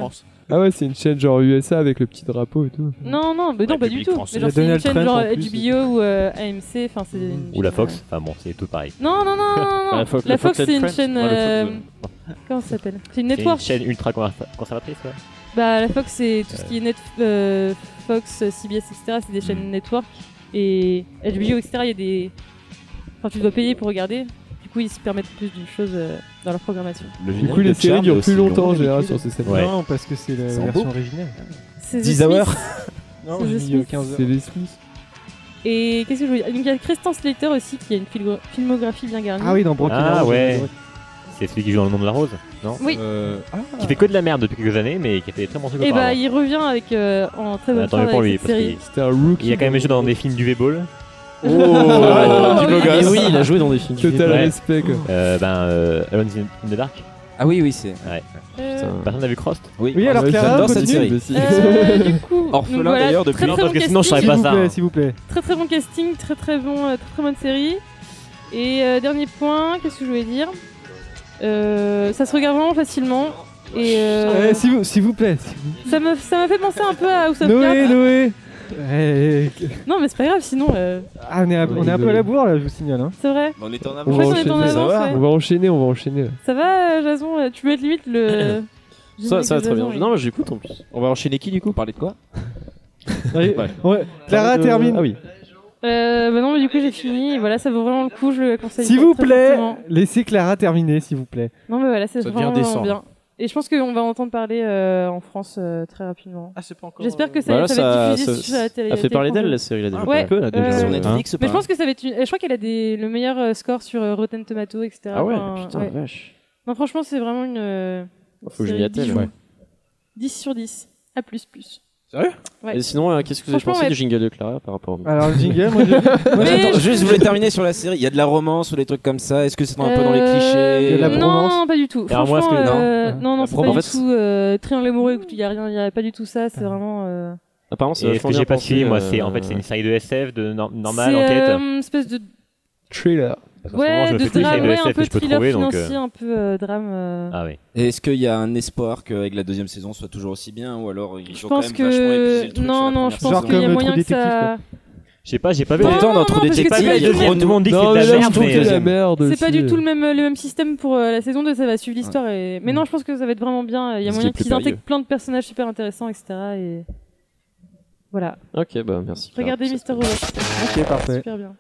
S12: Ah ouais, c'est une chaîne genre USA avec le petit drapeau et tout.
S7: Non, non, mais non, pas du
S14: République
S7: tout.
S14: française.
S12: Il y a
S7: Mais genre, c'est une
S12: Donald
S7: chaîne
S12: Trump,
S7: genre
S12: en plus.
S7: HBO ou euh, AMC. Enfin, c'est. une
S14: Ou la
S7: chaîne,
S14: Fox. Enfin bon, c'est tout pareil.
S7: euh, Non, non, non, non, non, non.
S14: La Fox-
S7: la
S14: la Fox
S7: Fox, c'est une
S14: and
S7: chaîne.
S14: Friends. Ouais, la
S7: euh,
S14: Fox,
S7: Comment ça s'appelle C'est une
S14: C'est une
S7: network.
S14: chaîne ultra conserva- conservatrice, ouais.
S7: Bah, la Fox, c'est tout ce qui est net, euh, Fox, euh, CBS, etc. C'est des
S14: Mm.
S7: chaînes network. Et HBO, etc. Il y a des. Enfin, tu dois payer pour regarder. Du coup, ils se permettent plus d'une chose euh, dans leur programmation.
S12: Du coup, les séries durent plus longtemps en général sur ces
S14: Ouais.
S12: scènes-là.
S6: Non, parce que c'est la
S12: C'est en
S6: version
S12: beau.
S6: originale.
S7: C'est The
S12: 10
S7: Smiths.
S12: hours.
S6: Non,
S7: C'est
S6: j'ai
S7: The
S6: mis
S7: Smiths.
S6: euh, 15 heures.
S12: C'est les Smiths.
S7: Et qu'est-ce que je voulais dire Donc, Il y a Christian Slater aussi qui a une filgo- filmographie bien garnie.
S6: Ah oui, dans Broken
S14: Ah
S6: Arrow, j'ai
S14: ouais.
S6: adoré.
S14: C'est celui qui joue dans le nom de la rose, non Euh,
S7: Oui.
S14: Qui fait que de la merde depuis quelques années, mais qui a fait des très bons trucs.
S7: Et bah
S14: auparavant.
S7: il revient avec euh, en très bonne
S14: Attends, mais
S7: forme
S14: Bah, pour lui,
S7: avec cette
S14: parce
S7: série.
S14: qu'il
S12: C'était un rookie.
S14: il a quand même joué dans des films du V-Ball.
S11: Oh, un petit
S7: Euh,
S11: beau gosse.
S16: Mais oui, il a joué dans des films.
S11: Total
S16: Ouais.
S11: respect, quoi. Euh, ben, euh, Alone in the Dark.
S9: Ah oui, oui, c'est.
S11: Ouais.
S9: Putain.
S11: Personne n'a vu Crost
S9: Oui. Oui, alors, Clara,
S11: J'adore cette
S9: continue.
S11: série.
S7: Euh, du coup,
S11: Orphelin,
S7: donc voilà,
S11: d'ailleurs,
S7: très,
S11: depuis-
S7: très
S11: Non, parce
S7: bon
S11: que sinon, je
S7: casting.
S11: savais pas S'il vous ça, plaît, hein. s'il
S6: vous plaît.
S7: Très très bon casting, très très bon, euh, très très bonne série. Et euh, dernier point, qu'est-ce que je voulais dire Euh, Ça se regarde vraiment facilement. Et euh,
S6: Eh, S'il vous, s'il vous plaît.
S7: ça me ça m'a fait penser un peu à House of
S6: Noé,
S7: Cards.
S6: Noé. Eh, eh,
S7: Non mais c'est pas grave, sinon euh,
S6: Ah, on est, à, on est un peu à la bourre là, je vous signale. Hein.
S7: c'est vrai.
S9: On est en
S7: Je
S9: avance.
S7: crois qu'on est en
S17: enchaîner, ça
S7: avance,
S17: va.
S7: ouais.
S17: On va enchaîner, on va enchaîner.
S7: Ça va, euh, Jason euh, Tu veux être limite le.
S16: Ça, ça va très bien.
S7: Jason, oui.
S16: Non, mais j'écoute en plus. On va enchaîner qui du coup Parler de quoi
S6: Allez, ouais, Clara
S16: Euh,
S6: termine.
S16: Ah oui.
S7: Euh, bah non, mais du coup j'ai fini. Et voilà, ça vaut vraiment le coup. Je le conseille.
S6: S'il
S7: très,
S6: vous
S7: très
S6: plaît,
S7: fortement.
S6: laissez Clara terminer, s'il vous plaît.
S7: Non, mais voilà, c'est
S6: Ça devient
S7: vraiment
S6: décent.
S7: bien. Et je pense qu'on va entendre parler euh, en France euh, très rapidement.
S2: Ah, c'est pas encore.
S7: J'espère que ça,
S5: Bah
S16: Voilà,
S7: ça va être
S16: ça-
S7: diffusé
S16: ça-
S7: sur la télé.
S16: ça fait parler d'elle,
S7: téléfranche.
S16: la série, là, déjà.
S7: Ouais,
S16: Un peu, là, déjà,
S7: euh,
S16: Sur Netflix, hein. pas
S7: Mais je pense que ça va être. Une... Je crois qu'elle a des... le meilleur euh, score sur euh, Rotten Tomatoes, etc.
S16: Ah ouais,
S7: Enfin,
S16: putain,
S7: ouais.
S16: vache.
S7: Non, franchement, c'est vraiment une. euh,
S16: Faut que je
S7: série
S16: m'y attelle.
S7: bijou.
S16: ouais.
S7: 10 sur 10. A plus plus.
S16: Sérieux
S7: Ouais.
S16: Et sinon, euh, qu'est-ce que vous avez
S7: Franchement,
S16: pensé
S7: ouais.
S16: du jingle de Clara par rapport à
S6: Alors, le jingle, moi, je-
S9: Moi, j'attends-
S7: Mais-
S9: juste, je voulais terminer sur la série. Il y a de la romance ou des trucs comme ça. Est-ce que c'est un peu dans les clichés
S7: Euh, non, pas du tout.
S9: Et alors, moi,
S7: Franchement,
S9: est-ce que-
S7: euh,
S9: Non.
S7: non, non,
S9: La
S7: c'est
S9: promo,
S7: pas
S9: en
S7: du
S9: fait,
S7: tout euh, triangle amoureux. Il y a rien, il y a pas du tout ça. C'est vraiment. euh,
S16: Apparemment, c'est
S11: Et ce
S16: vachement
S11: que j'ai
S16: bien
S11: pas
S16: pensé,
S11: suivi, moi,
S16: euh,
S11: c'est en fait c'est une série de SF, de nor- normal,
S7: C'est
S11: enquête.
S7: euh, une espèce de
S17: Thriller.
S11: Parce qu'en ce moment,
S7: ouais,
S11: je me
S7: de
S11: fais toutes les
S7: drame,
S11: séries de
S7: ouais,
S11: SF
S7: un
S11: que
S7: peu
S11: je peux
S7: thriller
S11: trouver, donc.
S7: financier,
S11: euh,
S7: un peu euh, drame. euh.
S11: Ah oui.
S9: Et Est-ce qu'il y a un espoir qu'avec la deuxième saison soit toujours aussi bien ou alors ils
S7: Je
S9: ont quand
S7: pense
S9: même vachement épuisé le
S7: que
S9: truc sur
S7: non,
S9: la
S7: non,
S9: première
S7: je
S9: saison.
S7: pense qu'il y a moyen que ça.
S11: Je sais pas, j'ai pas vu.
S9: Non, Pourtant, non, dans True non, parce que Detective, c'est pas il y a du-
S11: tout le monde dit que c'est de la merde, mais-
S7: C'est pas du
S9: Bah,
S7: tout le même, le même système pour euh, la saison 2, ça va suivre l'histoire. Et...
S9: Mm.
S7: Mais non, je pense que ça va être vraiment bien. Il y a
S16: Ce qui
S7: moyen
S16: est plus
S7: qu'ils intègrent
S16: périlleux.
S7: plein de personnages super intéressants, etc. Et voilà.
S16: Ok, bah merci. Clara.
S7: Regardez Mister Robot.
S6: Ok, parfait.
S7: Super bien.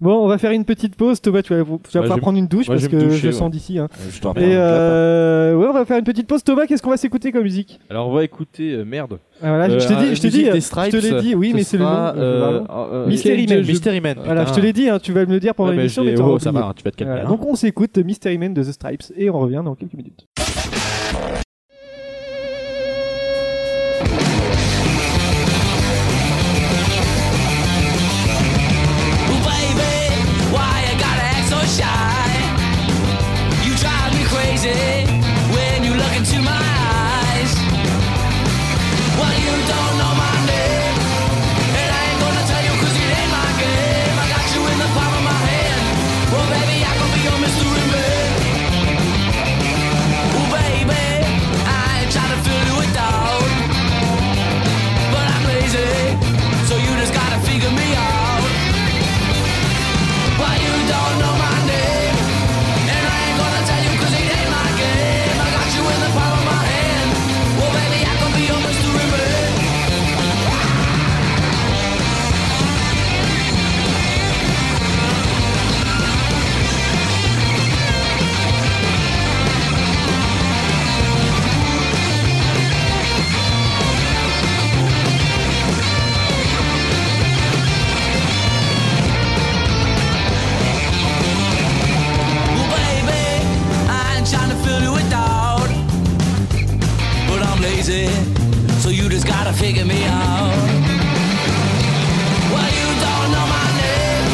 S6: Bon, on va faire une petite pause. Thomas, tu vas, tu vas pouvoir
S11: je-
S6: prendre une douche
S11: moi,
S6: parce
S11: je vais
S6: que
S11: me
S6: je
S11: doucher,
S6: le sens
S11: ouais.
S6: d'ici. hein.
S11: Euh, je te rappelle,
S6: Et
S11: on clappe, hein.
S6: euh, ouais, on va faire une petite pause. Thomas, qu'est-ce qu'on va s'écouter comme musique
S12: Alors on va écouter euh, merde.
S6: Ah, voilà, je t'ai dit- je t'ai dit,
S12: musique
S6: euh,
S12: des
S6: je te
S12: Stripes,
S6: l'ai dit, oui,
S12: ce
S6: mais c'est le nom,
S12: sera,
S6: je vais
S12: euh,
S6: voir.
S12: euh,
S6: Mystery
S12: Angel-
S6: Man.
S12: Mystery Man.
S6: Voilà, je te l'ai dit, hein, tu vas me le dire pendant
S12: Ouais, bah,
S6: l'émission,
S12: j'ai-
S6: mais t'as
S12: oh, ça
S6: oublié.
S12: va, tu vas te calmer.
S6: Voilà,
S12: hein.
S6: Donc on s'écoute Mystery Man de The Stripes et on revient dans quelques minutes.
S5: Baby, why you gotta act so shy? You drive me crazy when you look into my eyes. Well, you don't know my name, and I ain't gonna tell you 'cause it ain't my game. I got you in the palm of my hand. Well, baby, I can be your mystery man. Well, baby, I ain't trying to fill you with doubt, but I'm lazy, so you just gotta figure me out. Why you don't know my name? And I ain't gonna tell you 'cause it ain't my game. I got you in the palm of my hand. Well, baby, I can be your mystery man. Well, baby, I ain't trying to fill you with doubt, but I'm lazy, so you just gotta figure me out. Well, you don't know my name,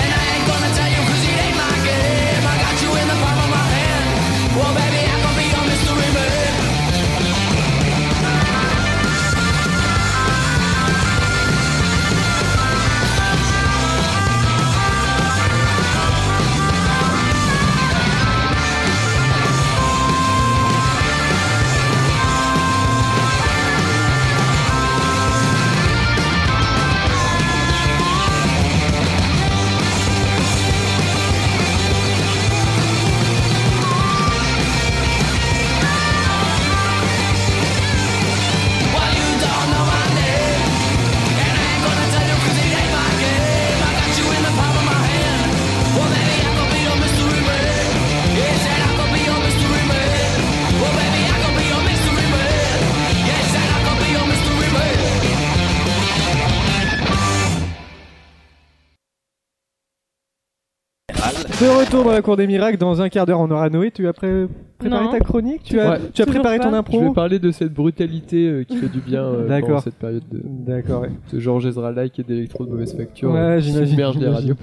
S5: and I ain't gonna tell you 'cause it ain't my game. I got you in the palm of my hand. Well, baby, I can be your mystery man. Well, you don't know my name, and I ain't gonna tell you 'cause it ain't my game. I got you in the palm of my hand. Well, baby, I can be your mystery man. Yes, and I can be your mystery man. Well, baby, I can be your mystery man. Yes, and I can be your mystery man.
S6: De retour dans la cour des miracles, dans un quart d'heure on aura Noé, tu es après préparé
S12: Non.
S7: hein.
S6: ta chronique Tu as,
S12: Ouais.
S6: tu as préparé ton impro
S12: Je vais parler de cette brutalité euh, qui fait du bien euh,
S6: D'accord.
S12: pendant cette période de,
S6: D'accord,
S12: de Georges Ezra Like et d'électro de mauvaise facture.
S6: Ouais,
S12: euh, qui
S6: j'imagine,
S12: submerge les
S6: j'imagine.
S12: radios.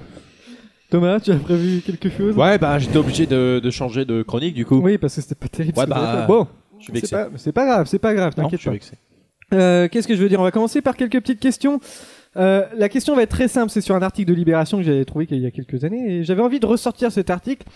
S6: Thomas, tu as prévu quelque chose
S15: Ouais, bah j'étais obligé de, de changer de chronique du coup.
S6: Oui, parce que c'était pas terrible.
S15: Ouais,
S6: ce que j'avais
S15: bah.
S6: fait. bon,
S15: je suis
S6: c'est
S15: vexé.
S6: pas, c'est pas grave, c'est pas grave,
S15: Non,
S6: t'inquiète
S15: je suis
S6: pas.
S15: vexé.
S6: Euh, Qu'est-ce que je veux dire On va commencer par quelques petites questions. Euh, la question va être très simple, c'est sur un article de Libération que j'avais trouvé il y a quelques années et j'avais envie de ressortir cet article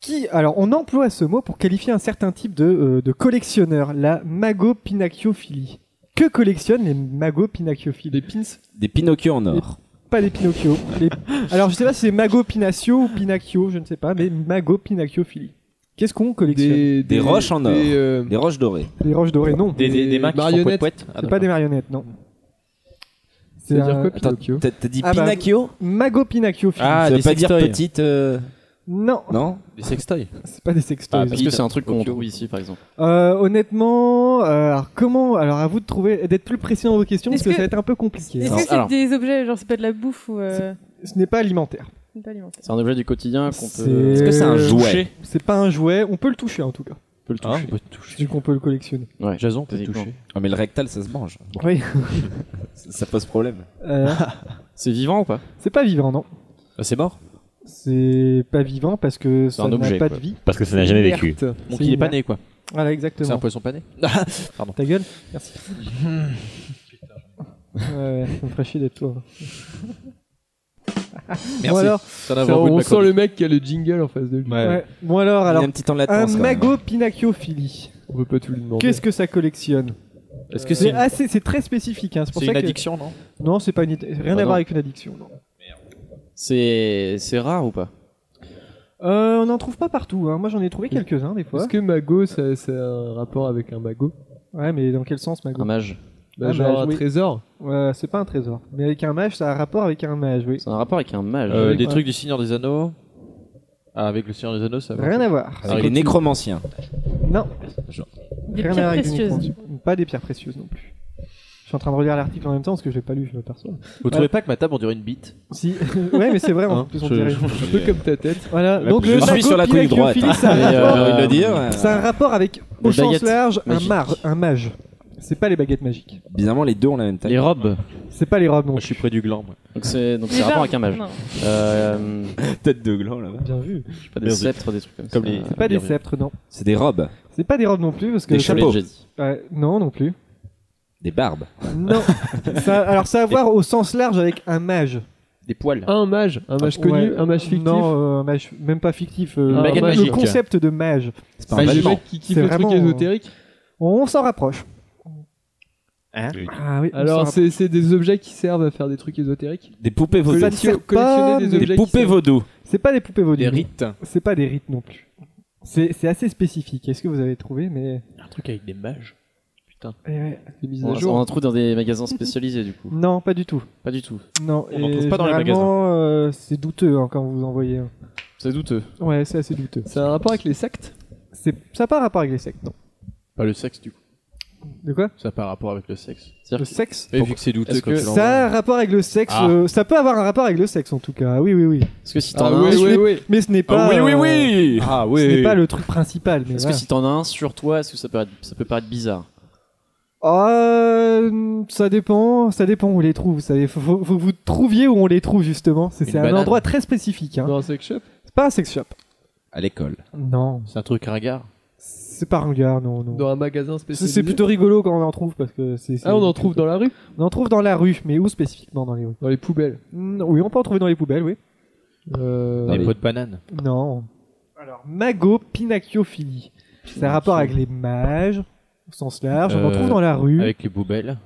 S6: qui, alors on emploie ce mot pour qualifier un certain type de, euh, de collectionneur, la magopinachiophilie. Que collectionnent les magopinacchiophiles Des pins
S9: Des Pinocchio en or.
S6: Pas les Pinocchio. les- Alors je sais pas si c'est magopinaccio ou pinacchio, je ne sais pas, mais magopinacchiophilie. Qu'est-ce qu'on collectionne
S9: Des, roches en or. Des, roches dorées.
S6: Des roches dorées, non.
S9: Des- des- des mains qui font
S6: marionnettes.
S9: pouet-pouet. Ah,
S6: c'est pas
S9: d'accord.
S6: des marionnettes, non.
S9: C'est-à-dire
S6: un-
S9: quoi, Pinocchio Attends, Ah, t'as- t'as dit
S6: Ah, bah.
S9: Pinacchio
S6: Mago Pinacchio. film.
S9: Ah, Ça veut des pas dire sextoys. petite, euh,
S6: Non.
S9: Non
S15: Des sextoys.
S6: C'est pas des sextoys.
S5: Ah, parce que c'est un truc qu'on trouve ici, par exemple.
S6: Euh, honnêtement, euh, alors comment Alors à vous de trouver, d'être plus précis dans vos questions parce
S7: Est-ce
S6: que,
S7: que-
S6: ça va être un peu compliqué. hein.
S7: Est-ce que c'est des objets, genre c'est pas de la bouffe ou. euh,
S6: Ce n'est pas alimentaire.
S7: c'est pas alimentaire
S5: C'est un objet du quotidien qu'on peut.
S6: C'est- C'est pas un jouet. On peut le toucher en tout cas. On peut le
S5: toucher. Ah, on
S9: peut
S6: C'est qu'on peut le collectionner.
S5: Ouais,
S15: Jason
S5: peut toucher.
S9: Ah, mais le rectal, ça se mange.
S6: Oui.
S9: ça, ça pose problème.
S6: Euh,
S5: C'est vivant ou pas
S6: c'est pas vivant, non.
S9: Bah,
S15: c'est mort
S6: C'est pas vivant parce que
S15: C'est
S6: ça
S15: un
S6: n'a
S15: objet,
S6: pas
S15: quoi.
S6: de vie.
S15: Parce que ça n'a jamais vécu.
S6: Inerte.
S15: Donc
S6: C'est
S15: il est pas
S6: inerte.
S15: né, quoi.
S6: Voilà, exactement.
S15: C'est un poisson pané Pardon.
S6: Ta gueule Merci. ouais, ouais, ça me ferait chier d'être toi. Bon alors,
S12: Ça, on sent le mec qui a le jingle en face de lui.
S6: Ouais. Bon alors, alors, mago pinacchiophilie.
S12: On peut pas tout lui demander.
S6: Qu'est-ce que ça collectionne
S12: Est-ce que c'est une-
S6: assez, c'est très spécifique. hein, C'est pour
S12: C'est
S6: ça
S12: une
S6: que-
S12: addiction, non
S6: Non, c'est pas une. Rien
S15: Ah
S5: Bah
S6: à
S5: non.
S6: voir avec une addiction. non.
S5: C'est c'est rare ou pas
S6: Euh, on n'en trouve pas partout. hein. Moi, j'en ai trouvé quelques-uns des fois.
S12: Est-ce que Mago, ça, ça a un rapport avec un Mago
S6: Ouais, mais dans quel sens, Mago
S5: Un mage.
S12: Bah,
S6: Ah,
S12: genre
S6: mage,
S12: un
S6: oui.
S12: trésor.
S6: Ouais, c'est pas un trésor. Mais avec un mage, ça a un rapport avec un mage, oui.
S5: C'est un rapport avec un mage.
S15: Euh,
S6: Ouais.
S15: des trucs du Seigneur des Anneaux. Ah, avec le Seigneur des Anneaux, ça va.
S6: Rien à voir.
S15: Alors,
S6: C'est
S15: Ah, il est
S6: continu.
S15: nécromancien.
S6: Non.
S7: Des
S6: Rien à
S7: pierres
S6: voir avec
S7: précieuses.
S6: l'unicorne. Pas des pierres précieuses non plus. Je suis en train de relire l'article en même temps parce que je l'ai pas lu, je m'aperçois.
S15: Vous trouvez pas que ma table, on dirait une bite
S6: Si, ouais, mais c'est vrai, en
S15: Hein,
S6: plus on
S15: je-
S6: dirait.
S15: je-
S12: Un peu comme ta tête.
S6: Voilà,
S15: La-
S6: donc
S15: je
S6: le
S15: suis
S6: mago
S15: sur la colline droite,
S6: pinacchiophile,
S15: hein.
S6: ça a
S15: Et,
S6: un
S15: euh,
S6: rapport-
S15: j'ai envie de le dire, euh,
S6: ça a un rapport avec,
S5: les
S6: au sens
S5: baguettes
S6: large, un,
S5: magiques.
S6: mar, un mage. C'est pas les baguettes magiques.
S9: Bizarrement, les deux ont la même taille.
S5: Les robes.
S6: C'est pas les robes non
S15: Je suis près du gland, moi.
S5: Donc c'est donc
S6: Les
S5: c'est rapport
S6: barbes,
S5: avec un mage.
S6: non.
S5: Euh,
S9: Tête de gland là-bas.
S6: Bien vu.
S5: je sais pas des
S9: Bien vu.
S5: sceptres, des trucs comme,
S9: Comme
S5: ça.
S9: les-
S6: C'est pas des sceptres, non.
S9: C'est des robes.
S6: C'est pas des robes non plus parce que.
S9: Des
S6: ça-
S9: chapeaux.
S6: Ouais, non, non plus.
S9: Des barbes.
S6: Non. Ça- alors ça a à voir au sens large avec un mage.
S15: Des poils.
S12: Un mage, un mage connu,
S6: Ah, Ouais.
S12: un mage fictif.
S6: Non, euh, un mage- même pas fictif. euh,
S12: Une
S6: le-
S12: baguette
S6: le
S12: magique.
S6: concept de mage.
S12: C'est pas un Bah, vêtement. le mec qui kiffe
S6: C'est
S12: le truc
S6: vraiment, euh,
S12: ésotérique.
S6: On s'en rapproche.
S12: Ah
S16: Hein
S6: oui, on
S12: Alors,
S6: s'en
S12: c'est c'est des objets qui servent à faire des trucs ésotériques.
S9: Des poupées
S12: vaudou.
S6: Ça ne sert
S12: Collectionner
S6: pas,
S12: des
S6: mais-
S12: objets Des poupées qui servent- vaudou.
S6: C'est pas des poupées vaudou.
S12: Des
S6: non.
S12: rites.
S6: C'est pas des rites non plus. C'est c'est assez spécifique. Est-ce que vous avez trouvé Mais
S15: Un truc avec des mages. Putain.
S6: Eh ouais.
S12: Des mises
S5: On, on en trouve dans des magasins spécialisés du coup.
S6: Non, pas du tout.
S5: Pas du tout.
S6: Non.
S5: On en
S6: et
S5: trouve pas dans les
S6: généralement, euh, c'est douteux hein, quand vous envoyez. hein.
S5: C'est douteux.
S6: Ouais, c'est assez douteux.
S12: Ça a un rapport avec les sectes
S6: C'est ça n'a pas rapport avec les sectes, non.
S15: Pas le sexe, du coup.
S6: De quoi
S15: Ça n'a pas rapport avec le sexe.
S6: Le sexe.
S15: Et vu que c'est douteux,
S5: Est-ce
S15: quand
S5: que
S15: tu l'envoies.
S6: Ça a un rapport avec le sexe.
S15: Ah.
S6: euh, ça peut avoir un rapport avec le sexe en tout cas. Oui, oui, oui.
S5: Parce que si
S6: Ah
S5: t'en as
S6: oui,
S5: un,
S6: oui,
S5: sur-
S6: oui. Mais ce n'est pas.
S5: Ah oui, oui,
S6: euh,
S5: oui. Ah oui,
S6: Ce
S5: oui,
S6: n'est
S5: oui.
S6: pas le truc principal. Mais
S5: Est-ce
S6: voilà.
S5: que si t'en as un sur toi, est-ce que ça peut être, ça peut paraître bizarre
S6: Ah, Euh, ça dépend, ça dépend où on les trouve. Ça, faut, faut- faut que vous trouviez où on les trouve justement. C'est c'est un
S15: banane.
S6: endroit très spécifique. Hein.
S12: dans un sex shop.
S6: C'est pas un sex shop.
S9: À l'école.
S6: Non.
S15: C'est un truc ringard.
S6: C'est pas ringard, non, non.
S12: Dans un magasin
S6: C'est-
S12: spécialisé.
S6: C'est plutôt rigolo quand on en trouve parce que c'est. c'est-
S12: Ah, on en trouve dans la rue
S6: On en trouve dans la rue, mais où spécifiquement dans les rues
S12: Dans les poubelles.
S6: Non, Mm, Oui, on peut en trouver dans les poubelles, oui.
S12: Euh,
S9: Ah
S15: Dans les pots de banane.
S6: Non. Alors, mago pinacchiophilie. C'est un rapport avec les mages au sens large. On en
S15: Euh,
S6: trouve dans la rue,
S15: Avec les poubelles.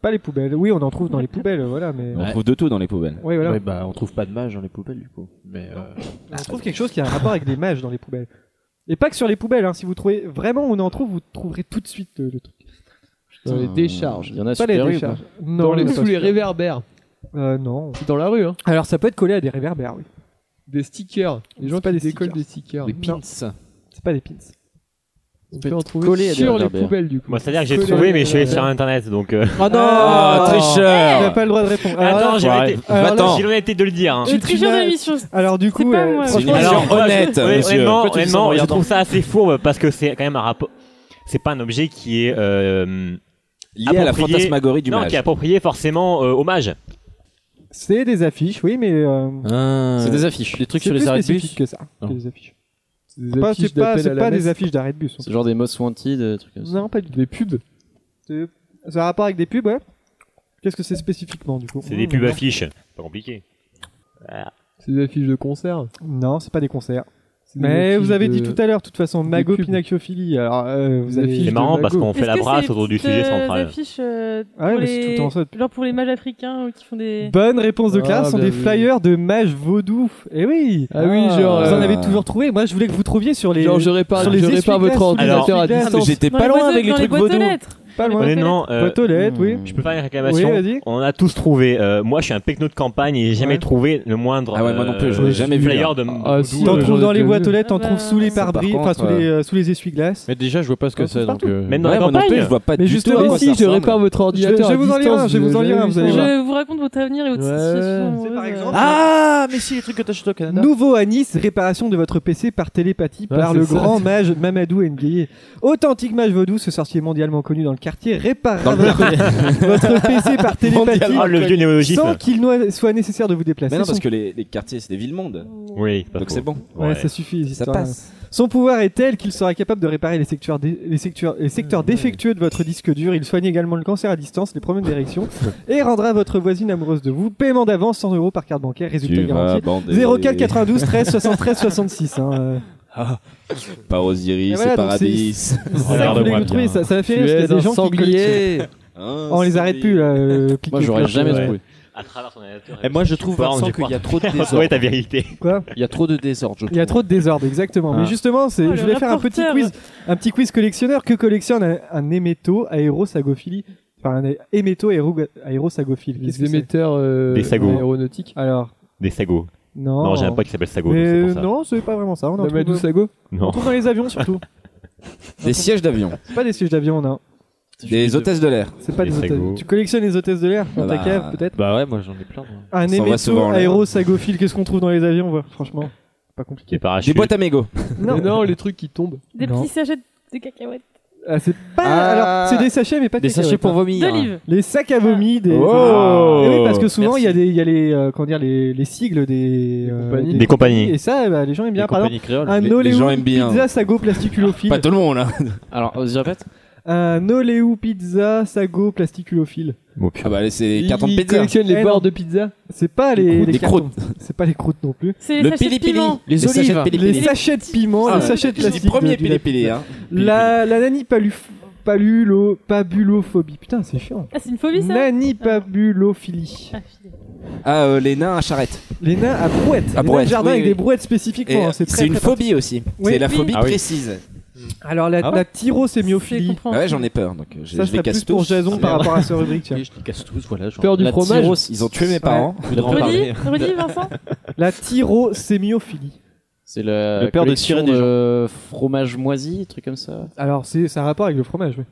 S6: pas les poubelles. Oui, on en trouve dans les poubelles, voilà, mais.
S9: On trouve de tout dans les poubelles.
S6: Oui, voilà.
S15: Ouais, bah, on trouve pas de mages dans les poubelles, du coup. Mais. euh,
S6: On trouve quelque chose qui a un rapport avec les mages dans les poubelles. Et pas que sur les poubelles, hein. si vous trouvez vraiment où on en trouve, vous trouverez tout de suite euh, le truc.
S12: Dans les
S5: Putain,
S12: décharges.
S5: Il y en a
S6: Pas
S5: sur
S6: les
S5: les rues,
S15: hein.
S6: décharges.
S5: quoi.
S6: Non,
S12: dans les,
S6: non,
S12: sous
S6: pas
S12: les
S6: sûr.
S12: réverbères.
S6: Euh, non.
S12: Dans la rue, hein.
S6: Alors ça peut être collé à des réverbères, oui.
S12: Des stickers. Les gens
S6: pas
S12: qui
S6: des
S12: décollent
S6: stickers.
S12: des stickers.
S6: Des pins. C'est pas des pins.
S12: On peut en trouver sur les poubelles du coup.
S14: Moi, c'est-à-dire que j'ai
S12: Collé à
S14: trouvé,
S12: la
S14: mais je suis allé sur
S12: Derber.
S14: internet, donc. euh,
S12: Ah non, Ah, tricheur.
S6: Il n'a Oh, eh, pas le droit de répondre. Alors là-
S14: Attends, j'ai
S6: Ah, Ouais.
S14: arrêté.
S6: Alors là-
S14: J'ai l'honnêté de le dire. hein.
S6: Tu
S7: Euh,
S6: triches. Alors du coup,
S14: Franchement,
S6: euh, franchement,
S14: alors,
S6: j'ai-
S14: honnêtement, Honnêtement,
S6: Pourquoi tu dis ça en
S14: honnêtement, je
S6: regardant
S14: trouve ça assez fourbe parce que c'est quand même un rapport. C'est pas un objet qui est. euh,
S9: Lié à la
S14: approprié-
S9: fantasmagorie du
S14: Non,
S9: mage.
S14: qui est approprié forcément euh, au mage.
S6: C'est des affiches, oui, mais. euh,
S9: Ah.
S5: C'est des affiches. Des trucs
S6: c'est
S5: sur les
S6: plus
S5: arrêts de
S6: spécifique
S5: bus.
S6: que ça.
S5: Non.
S6: que des affiches.
S12: C'est
S6: Pas- C'est pas, c'est pas des affiches d'arrêt de bus.
S5: C'est genre des Most Wanted, euh, trucs comme ça.
S6: Non, pas du tout.
S12: Des pubs.
S6: C'est- Ça a rapport avec des pubs, ouais. Qu'est-ce que c'est spécifiquement du coup
S14: C'est des pubs affiches. Pas compliqué.
S12: C'est des affiches de concert.
S6: Non, c'est pas des concerts.
S12: des
S6: Mais
S12: affiches
S6: vous avez
S12: de-
S6: dit tout à l'heure, de toute façon, Mago
S12: pubs.
S6: Pinachiophilie. Alors, euh, vous
S12: C'est
S6: affiches de
S14: marrant parce
S6: Mago.
S14: qu'on fait la brasse autour du sujet
S7: Des
S14: central.
S7: affiches euh,
S6: Ouais,
S7: pour
S6: mais c'est
S7: les-
S6: tout Bah, le temps ça.
S7: genre pour les mages africains euh, qui font des.
S6: Bonne réponse de
S12: Ah,
S6: Claire, ce sont
S12: bien
S6: des
S12: vu.
S6: flyers de mages vaudou. Eh bah oui
S12: Ah oui, genre,
S6: Vous en
S12: euh,
S6: avez toujours trouvé Moi, je voulais que vous trouviez sur les.
S12: Genre, je répare-
S6: sur les
S12: je répare
S6: essuie-glaces,
S12: votre
S6: sous les
S12: ordinateur à
S6: essuie-glaces.
S12: distance. Ah, mais j'étais
S7: Dans pas les loin boîtes- avec les dans les trucs boîtes aux vaudous. lettres.
S6: Pas loin.
S14: Honnêtement, euh,
S6: Boîte aux lettres, oui.
S14: Je peux faire une réclamation.
S6: Oui, vas-y.
S14: on a tous trouvé. Euh, moi, je suis un pecno de campagne et j'ai jamais trouvé le moindre.
S9: Ah ouais, moi non plus, j'en ai
S14: euh,
S9: jamais vu,
S14: flyer
S9: là.
S14: de.
S15: Ah,
S14: Voodoo,
S15: si,
S14: euh,
S6: T'en
S15: Ouais,
S6: trouves
S15: j'en
S6: dans
S15: ai
S6: les
S15: déjà
S6: boîtes
S15: vu.
S6: aux lettres, t'en trouves sous les pare-bris,
S15: contre,
S6: enfin sous les
S15: euh,
S6: euh, sous les essuie-glaces.
S15: Mais déjà, je vois pas ce que c'est, donc. euh,
S14: Même dans la
S15: moi non plus,
S14: campagne.
S15: je vois
S6: Mais justement,
S12: mais si, je répare votre
S6: je vais
S12: ordinateur.
S6: je vais
S12: à
S6: vous en lire
S12: distance,
S6: un, je vais vous en lire un, vous allez voir.
S7: Je vous raconte votre avenir et votre
S12: Ouais.
S7: situation.
S12: C'est
S7: par exemple.
S15: Ah, mais si, les trucs que t'achètes au Canada.
S6: euh, Nouveau à Nice, réparation de votre PC par télépathie
S12: Ah,
S6: par
S12: c'est
S6: le
S12: ça.
S6: grand mage Mamadou Ngaye. Authentique mage vaudou, ce sorcier mondialement connu dans le quartier, réparera
S14: Dans le
S6: votre, votre PC par télépathie
S14: Ah, le vieux néologisme.
S6: sans qu'il no- soit nécessaire de vous déplacer.
S9: Mais non,
S6: Son-
S9: parce que les, les quartiers, c'est des villes mondes.
S14: Oui, pas
S9: Donc
S14: faux.
S9: c'est bon.
S6: Ouais, ça suffit. les
S9: Ça
S6: histoires. euh.
S9: passe.
S6: Son pouvoir est tel qu'il sera capable de réparer les secteurs, dé- les secteurs, les secteurs défectueux de votre disque dur. Il soigne également le cancer à distance, les problèmes d'érection et rendra votre voisine amoureuse de vous. Paiement d'avance 100 euros par carte bancaire. Résultat
S9: Tu
S6: garanti.
S9: vas bander.
S6: 04 92 13 73 66. hein, euh.
S9: Par
S6: Et
S9: Osiris,
S6: voilà,
S9: c'est
S6: donc
S9: paradis.
S14: Oh,
S6: C'est c'est ça que je voulais que vous trouviez, ça, ça m'a fait
S12: Tu
S6: rire
S12: es
S6: parce qu'il y a des
S12: un
S6: gens qui
S12: sanglier.
S6: collectionnent. on les arrête plus là. euh, cliquer
S5: Moi, j'aurais
S6: plein de-
S5: jamais
S6: ouais.
S5: trouvé.
S14: À travers son ordinateur.
S15: Et moi, je trouve,
S14: Pardon,
S15: Vincent,
S14: j'ai
S15: qu'il y a
S14: pas-
S15: trop de désordre.
S14: Ouais, ta vérité.
S6: Quoi
S15: Il y a trop de désordre, je
S6: Il y a trop de désordre, exactement. Mais
S15: Ah.
S6: justement, c'est,
S7: Oh,
S6: je
S7: le
S6: voulais faire un petit
S7: rapporteur.
S6: quiz, un petit quiz collectionneur. Que collectionne un, un héméto aérosagophilie Enfin, un héméto aéro- aérosagophile. Qu'est-ce
S12: Les
S6: que c'est
S12: émetteurs euh,
S14: Des sagots.
S12: aéronautiques.
S6: Alors,
S14: Des sagots.
S6: non.
S14: Non, j'ai un pote qui s'appelle Sago. donc c'est
S6: Mais
S14: pour ça.
S6: non, c'est pas vraiment ça. On en
S12: Le Madou
S6: trouve,
S12: Sago
S6: on
S14: Non.
S6: trouve dans les avions surtout.
S9: Des sièges d'avion.
S6: C'est pas des sièges d'avion, non.
S9: Des hôtesses de l'air.
S6: C'est pas
S14: Les
S6: des hôtesses.
S14: sagots.
S6: Tu collectionnes les hôtesses de l'air dans
S9: Ah
S6: ta
S9: bah.
S6: cave, peut-être
S15: Bah ouais, moi j'en ai plein. moi.
S6: Un
S9: Ça va souvent,
S6: héméto
S9: là.
S6: aérosagophile. Qu'est-ce qu'on trouve dans les avions, ouais, franchement Pas compliqué.
S14: Des
S9: Des
S14: parachutes.
S9: boîtes à mégots.
S6: Non.
S12: Mais non, les trucs qui tombent.
S7: Des
S6: Non.
S7: petits sachets de cacahuètes.
S6: Ah, c'est pas.
S9: Ah.
S6: Alors, c'est des sachets, mais pas de
S15: Des sachets
S6: cacahuètes,
S15: pour
S6: hein.
S15: vomir.
S7: D'olive.
S6: Les sacs à vomi des.
S14: Oh.
S6: Eh oui,
S15: Ah.
S6: parce que souvent
S15: Merci.
S6: il y a des, il y a les, euh, comment dire, les, les sigles des, euh,
S12: compagnies.
S14: Des compagnies.
S6: Et ça, bah, les gens aiment bien.
S15: Des
S6: Par exemple,
S15: compagnies créoles.
S6: un
S9: Les- les gens
S6: Oléo
S9: aiment bien.
S6: Pizza Sago Plasticulophile.
S10: Pas tout le monde, là.
S5: Alors, vas-y, répète.
S6: un Oléo Pizza Sago Plasticulophile.
S14: Oh, putain.
S9: Ah bah, c'est les
S12: Ils
S9: cartons de
S12: ils
S9: pizza.
S12: collectionnent
S6: Eh
S12: les
S6: non.
S12: bords de pizza.
S6: C'est pas les, les
S9: Les
S6: cartons.
S9: croûtes.
S6: C'est pas les croûtes non plus.
S7: C'est les
S9: Le
S7: sachets de
S9: pili-pili.
S7: piment.
S9: Les
S15: sachets
S9: olives.
S15: de
S6: Les
S9: pili-pili.
S6: sachets de piment,
S9: Ah,
S6: les sachets de
S9: je dis
S6: plastique.
S9: premier
S6: de- du
S9: pili-pili,
S6: lapin.
S9: hein.
S6: La, la nani paluf, palulo, pabulophobie. Putain, c'est chiant.
S7: Ah, c'est une phobie ça
S6: Nani pabulophilie.
S7: Ah, putain.
S9: Ah, euh, les nains à charrette.
S6: Les nains à brouettes.
S9: À
S6: les nains
S9: brouettes,
S6: de jardin
S9: oui,
S6: avec
S9: oui.
S6: des brouettes spécifiquement.
S9: Et
S6: hein, c'est très,
S9: C'est une
S6: très
S9: phobie aussi.
S6: Oui.
S9: C'est la
S7: Oui.
S9: phobie
S14: Ah oui.
S9: précise.
S6: Alors la,
S9: Ah bon
S6: la
S7: C'est
S6: tyrosémiophilie,
S9: Ah
S7: compréhensible.
S9: ouais, j'en ai peur. Donc, euh, je,
S6: ça
S9: je les
S6: serait
S9: casse
S6: plus pour
S9: tous.
S6: Jason par rapport à ce rubrique. tiens.
S15: Oui, je les casse tous, voilà. genre.
S12: Peur du
S15: La
S12: fromage.
S15: tyros,
S9: Ils ont tué mes parents.
S15: Je voudrais en
S7: Redis,
S15: parler.
S7: redis Vincent.
S6: La tyrosémiophilie.
S5: C'est la
S15: Le père de
S5: collection
S15: tirer des
S5: de fromage moisi, truc comme ça.
S6: Alors c'est ça a rapport avec le fromage. Oui.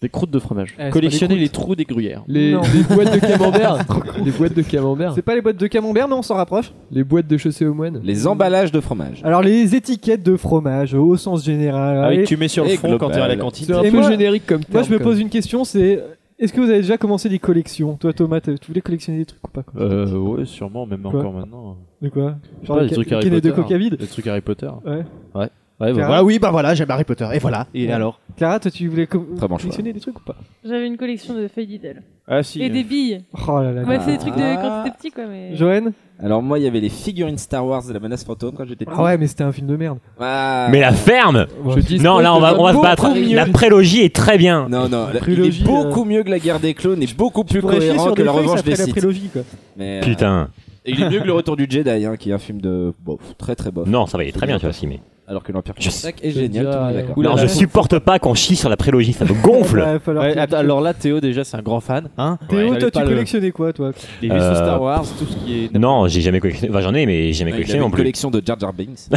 S5: Des croûtes de
S15: Eh,
S5: fromage.
S6: c'est pas
S5: Collectionner
S6: des
S5: les trous des gruyères.
S12: Les,
S6: Non.
S12: les boîtes de camembert. les boîtes de camembert.
S6: C'est pas les boîtes de camembert, mais on s'en rapproche.
S12: Les boîtes de chaussée aux moines.
S9: Les emballages de fromage.
S6: Alors les étiquettes de fromage au sens général.
S15: Ah
S6: Allez,
S15: oui, tu mets sur le
S9: Et
S15: front quand
S9: global.
S15: t'es à la
S12: C'est
S15: cantine.
S12: un
S6: Et
S12: peu
S6: moi-
S12: générique comme
S6: Moi
S12: terme,
S6: je me
S12: quand
S6: pose
S12: même.
S6: une question, c'est est-ce que vous avez déjà commencé des collections Toi Thomas, t'as- tu voulais collectionner des trucs ou pas quoi
S15: Euh, ouais, sûrement, même
S6: Quoi
S15: encore maintenant.
S6: De quoi
S15: Je sais
S6: Genre
S15: pas,
S6: les
S15: des trucs
S6: ca-
S15: Harry
S6: les
S15: Potter.
S6: de coca vide
S15: Des trucs Harry Potter.
S6: Ouais.
S15: Ouais,
S6: Clara
S15: voilà, oui, bah voilà, j'aime Harry Potter. Et voilà. Et
S6: Ouais.
S15: alors
S6: Clara, toi tu voulais com-
S9: Très bon choix.
S6: collectionner des trucs ou pas
S7: J'avais une collection de feuilles d'iddle.
S15: Ah si.
S7: Et des billes.
S6: Oh là là.
S7: Ouais,
S6: là.
S7: c'est des trucs de quand
S9: Ah.
S7: t'étais petit quoi. Mais...
S6: Joanne
S9: Alors, moi, il y avait les figurines Star Wars de la menace fantôme quand j'étais petit.
S6: Ah ouais, mais c'était un film de merde.
S9: Ah.
S14: Mais la ferme
S12: Je dis
S14: Non, là on va, on va se battre.
S9: mieux.
S14: La prélogie est très bien.
S9: Non, non, la- il
S6: prélogie,
S9: est beaucoup mieux que la guerre des clones et beaucoup plus
S6: Pour rester
S9: cohérent
S6: sur
S9: que
S6: des
S9: la
S6: feuilles, ça
S9: revanche
S6: ferait
S9: des
S6: la
S9: sites.
S6: prélogie quoi.
S9: Mais, euh,
S14: Putain.
S9: Et il est mieux que Le Retour du Jedi, hein, qui est un film de bof, très très bof.
S11: Non, ça va, il est très bien, tu vois, si, mais-
S9: Alors que l'Empire
S11: Je-
S9: contre-attaque est génial, tout le monde est d'accord.
S11: Non, je supporte pas qu'on chie sur la prélogie, ça me gonfle.
S6: Ouais, falloir
S15: Ouais,
S6: qu'il-
S15: attends, alors là, Théo, déjà, c'est un grand fan.
S9: Ah,
S15: Hein
S6: Théo,
S15: Ouais.
S6: toi,
S15: Fallait
S6: tu
S15: pas le-
S6: collectionnais quoi, toi
S15: Les
S9: Euh,
S15: vaisseaux Star Wars, tout ce qui est.
S11: Non, j'ai jamais collectionné. Enfin, j'en ai, mais j'ai jamais
S9: Ah, il
S11: collectionné
S9: avait
S11: non
S9: une
S11: plus.
S9: collection de Jar Jar Binks.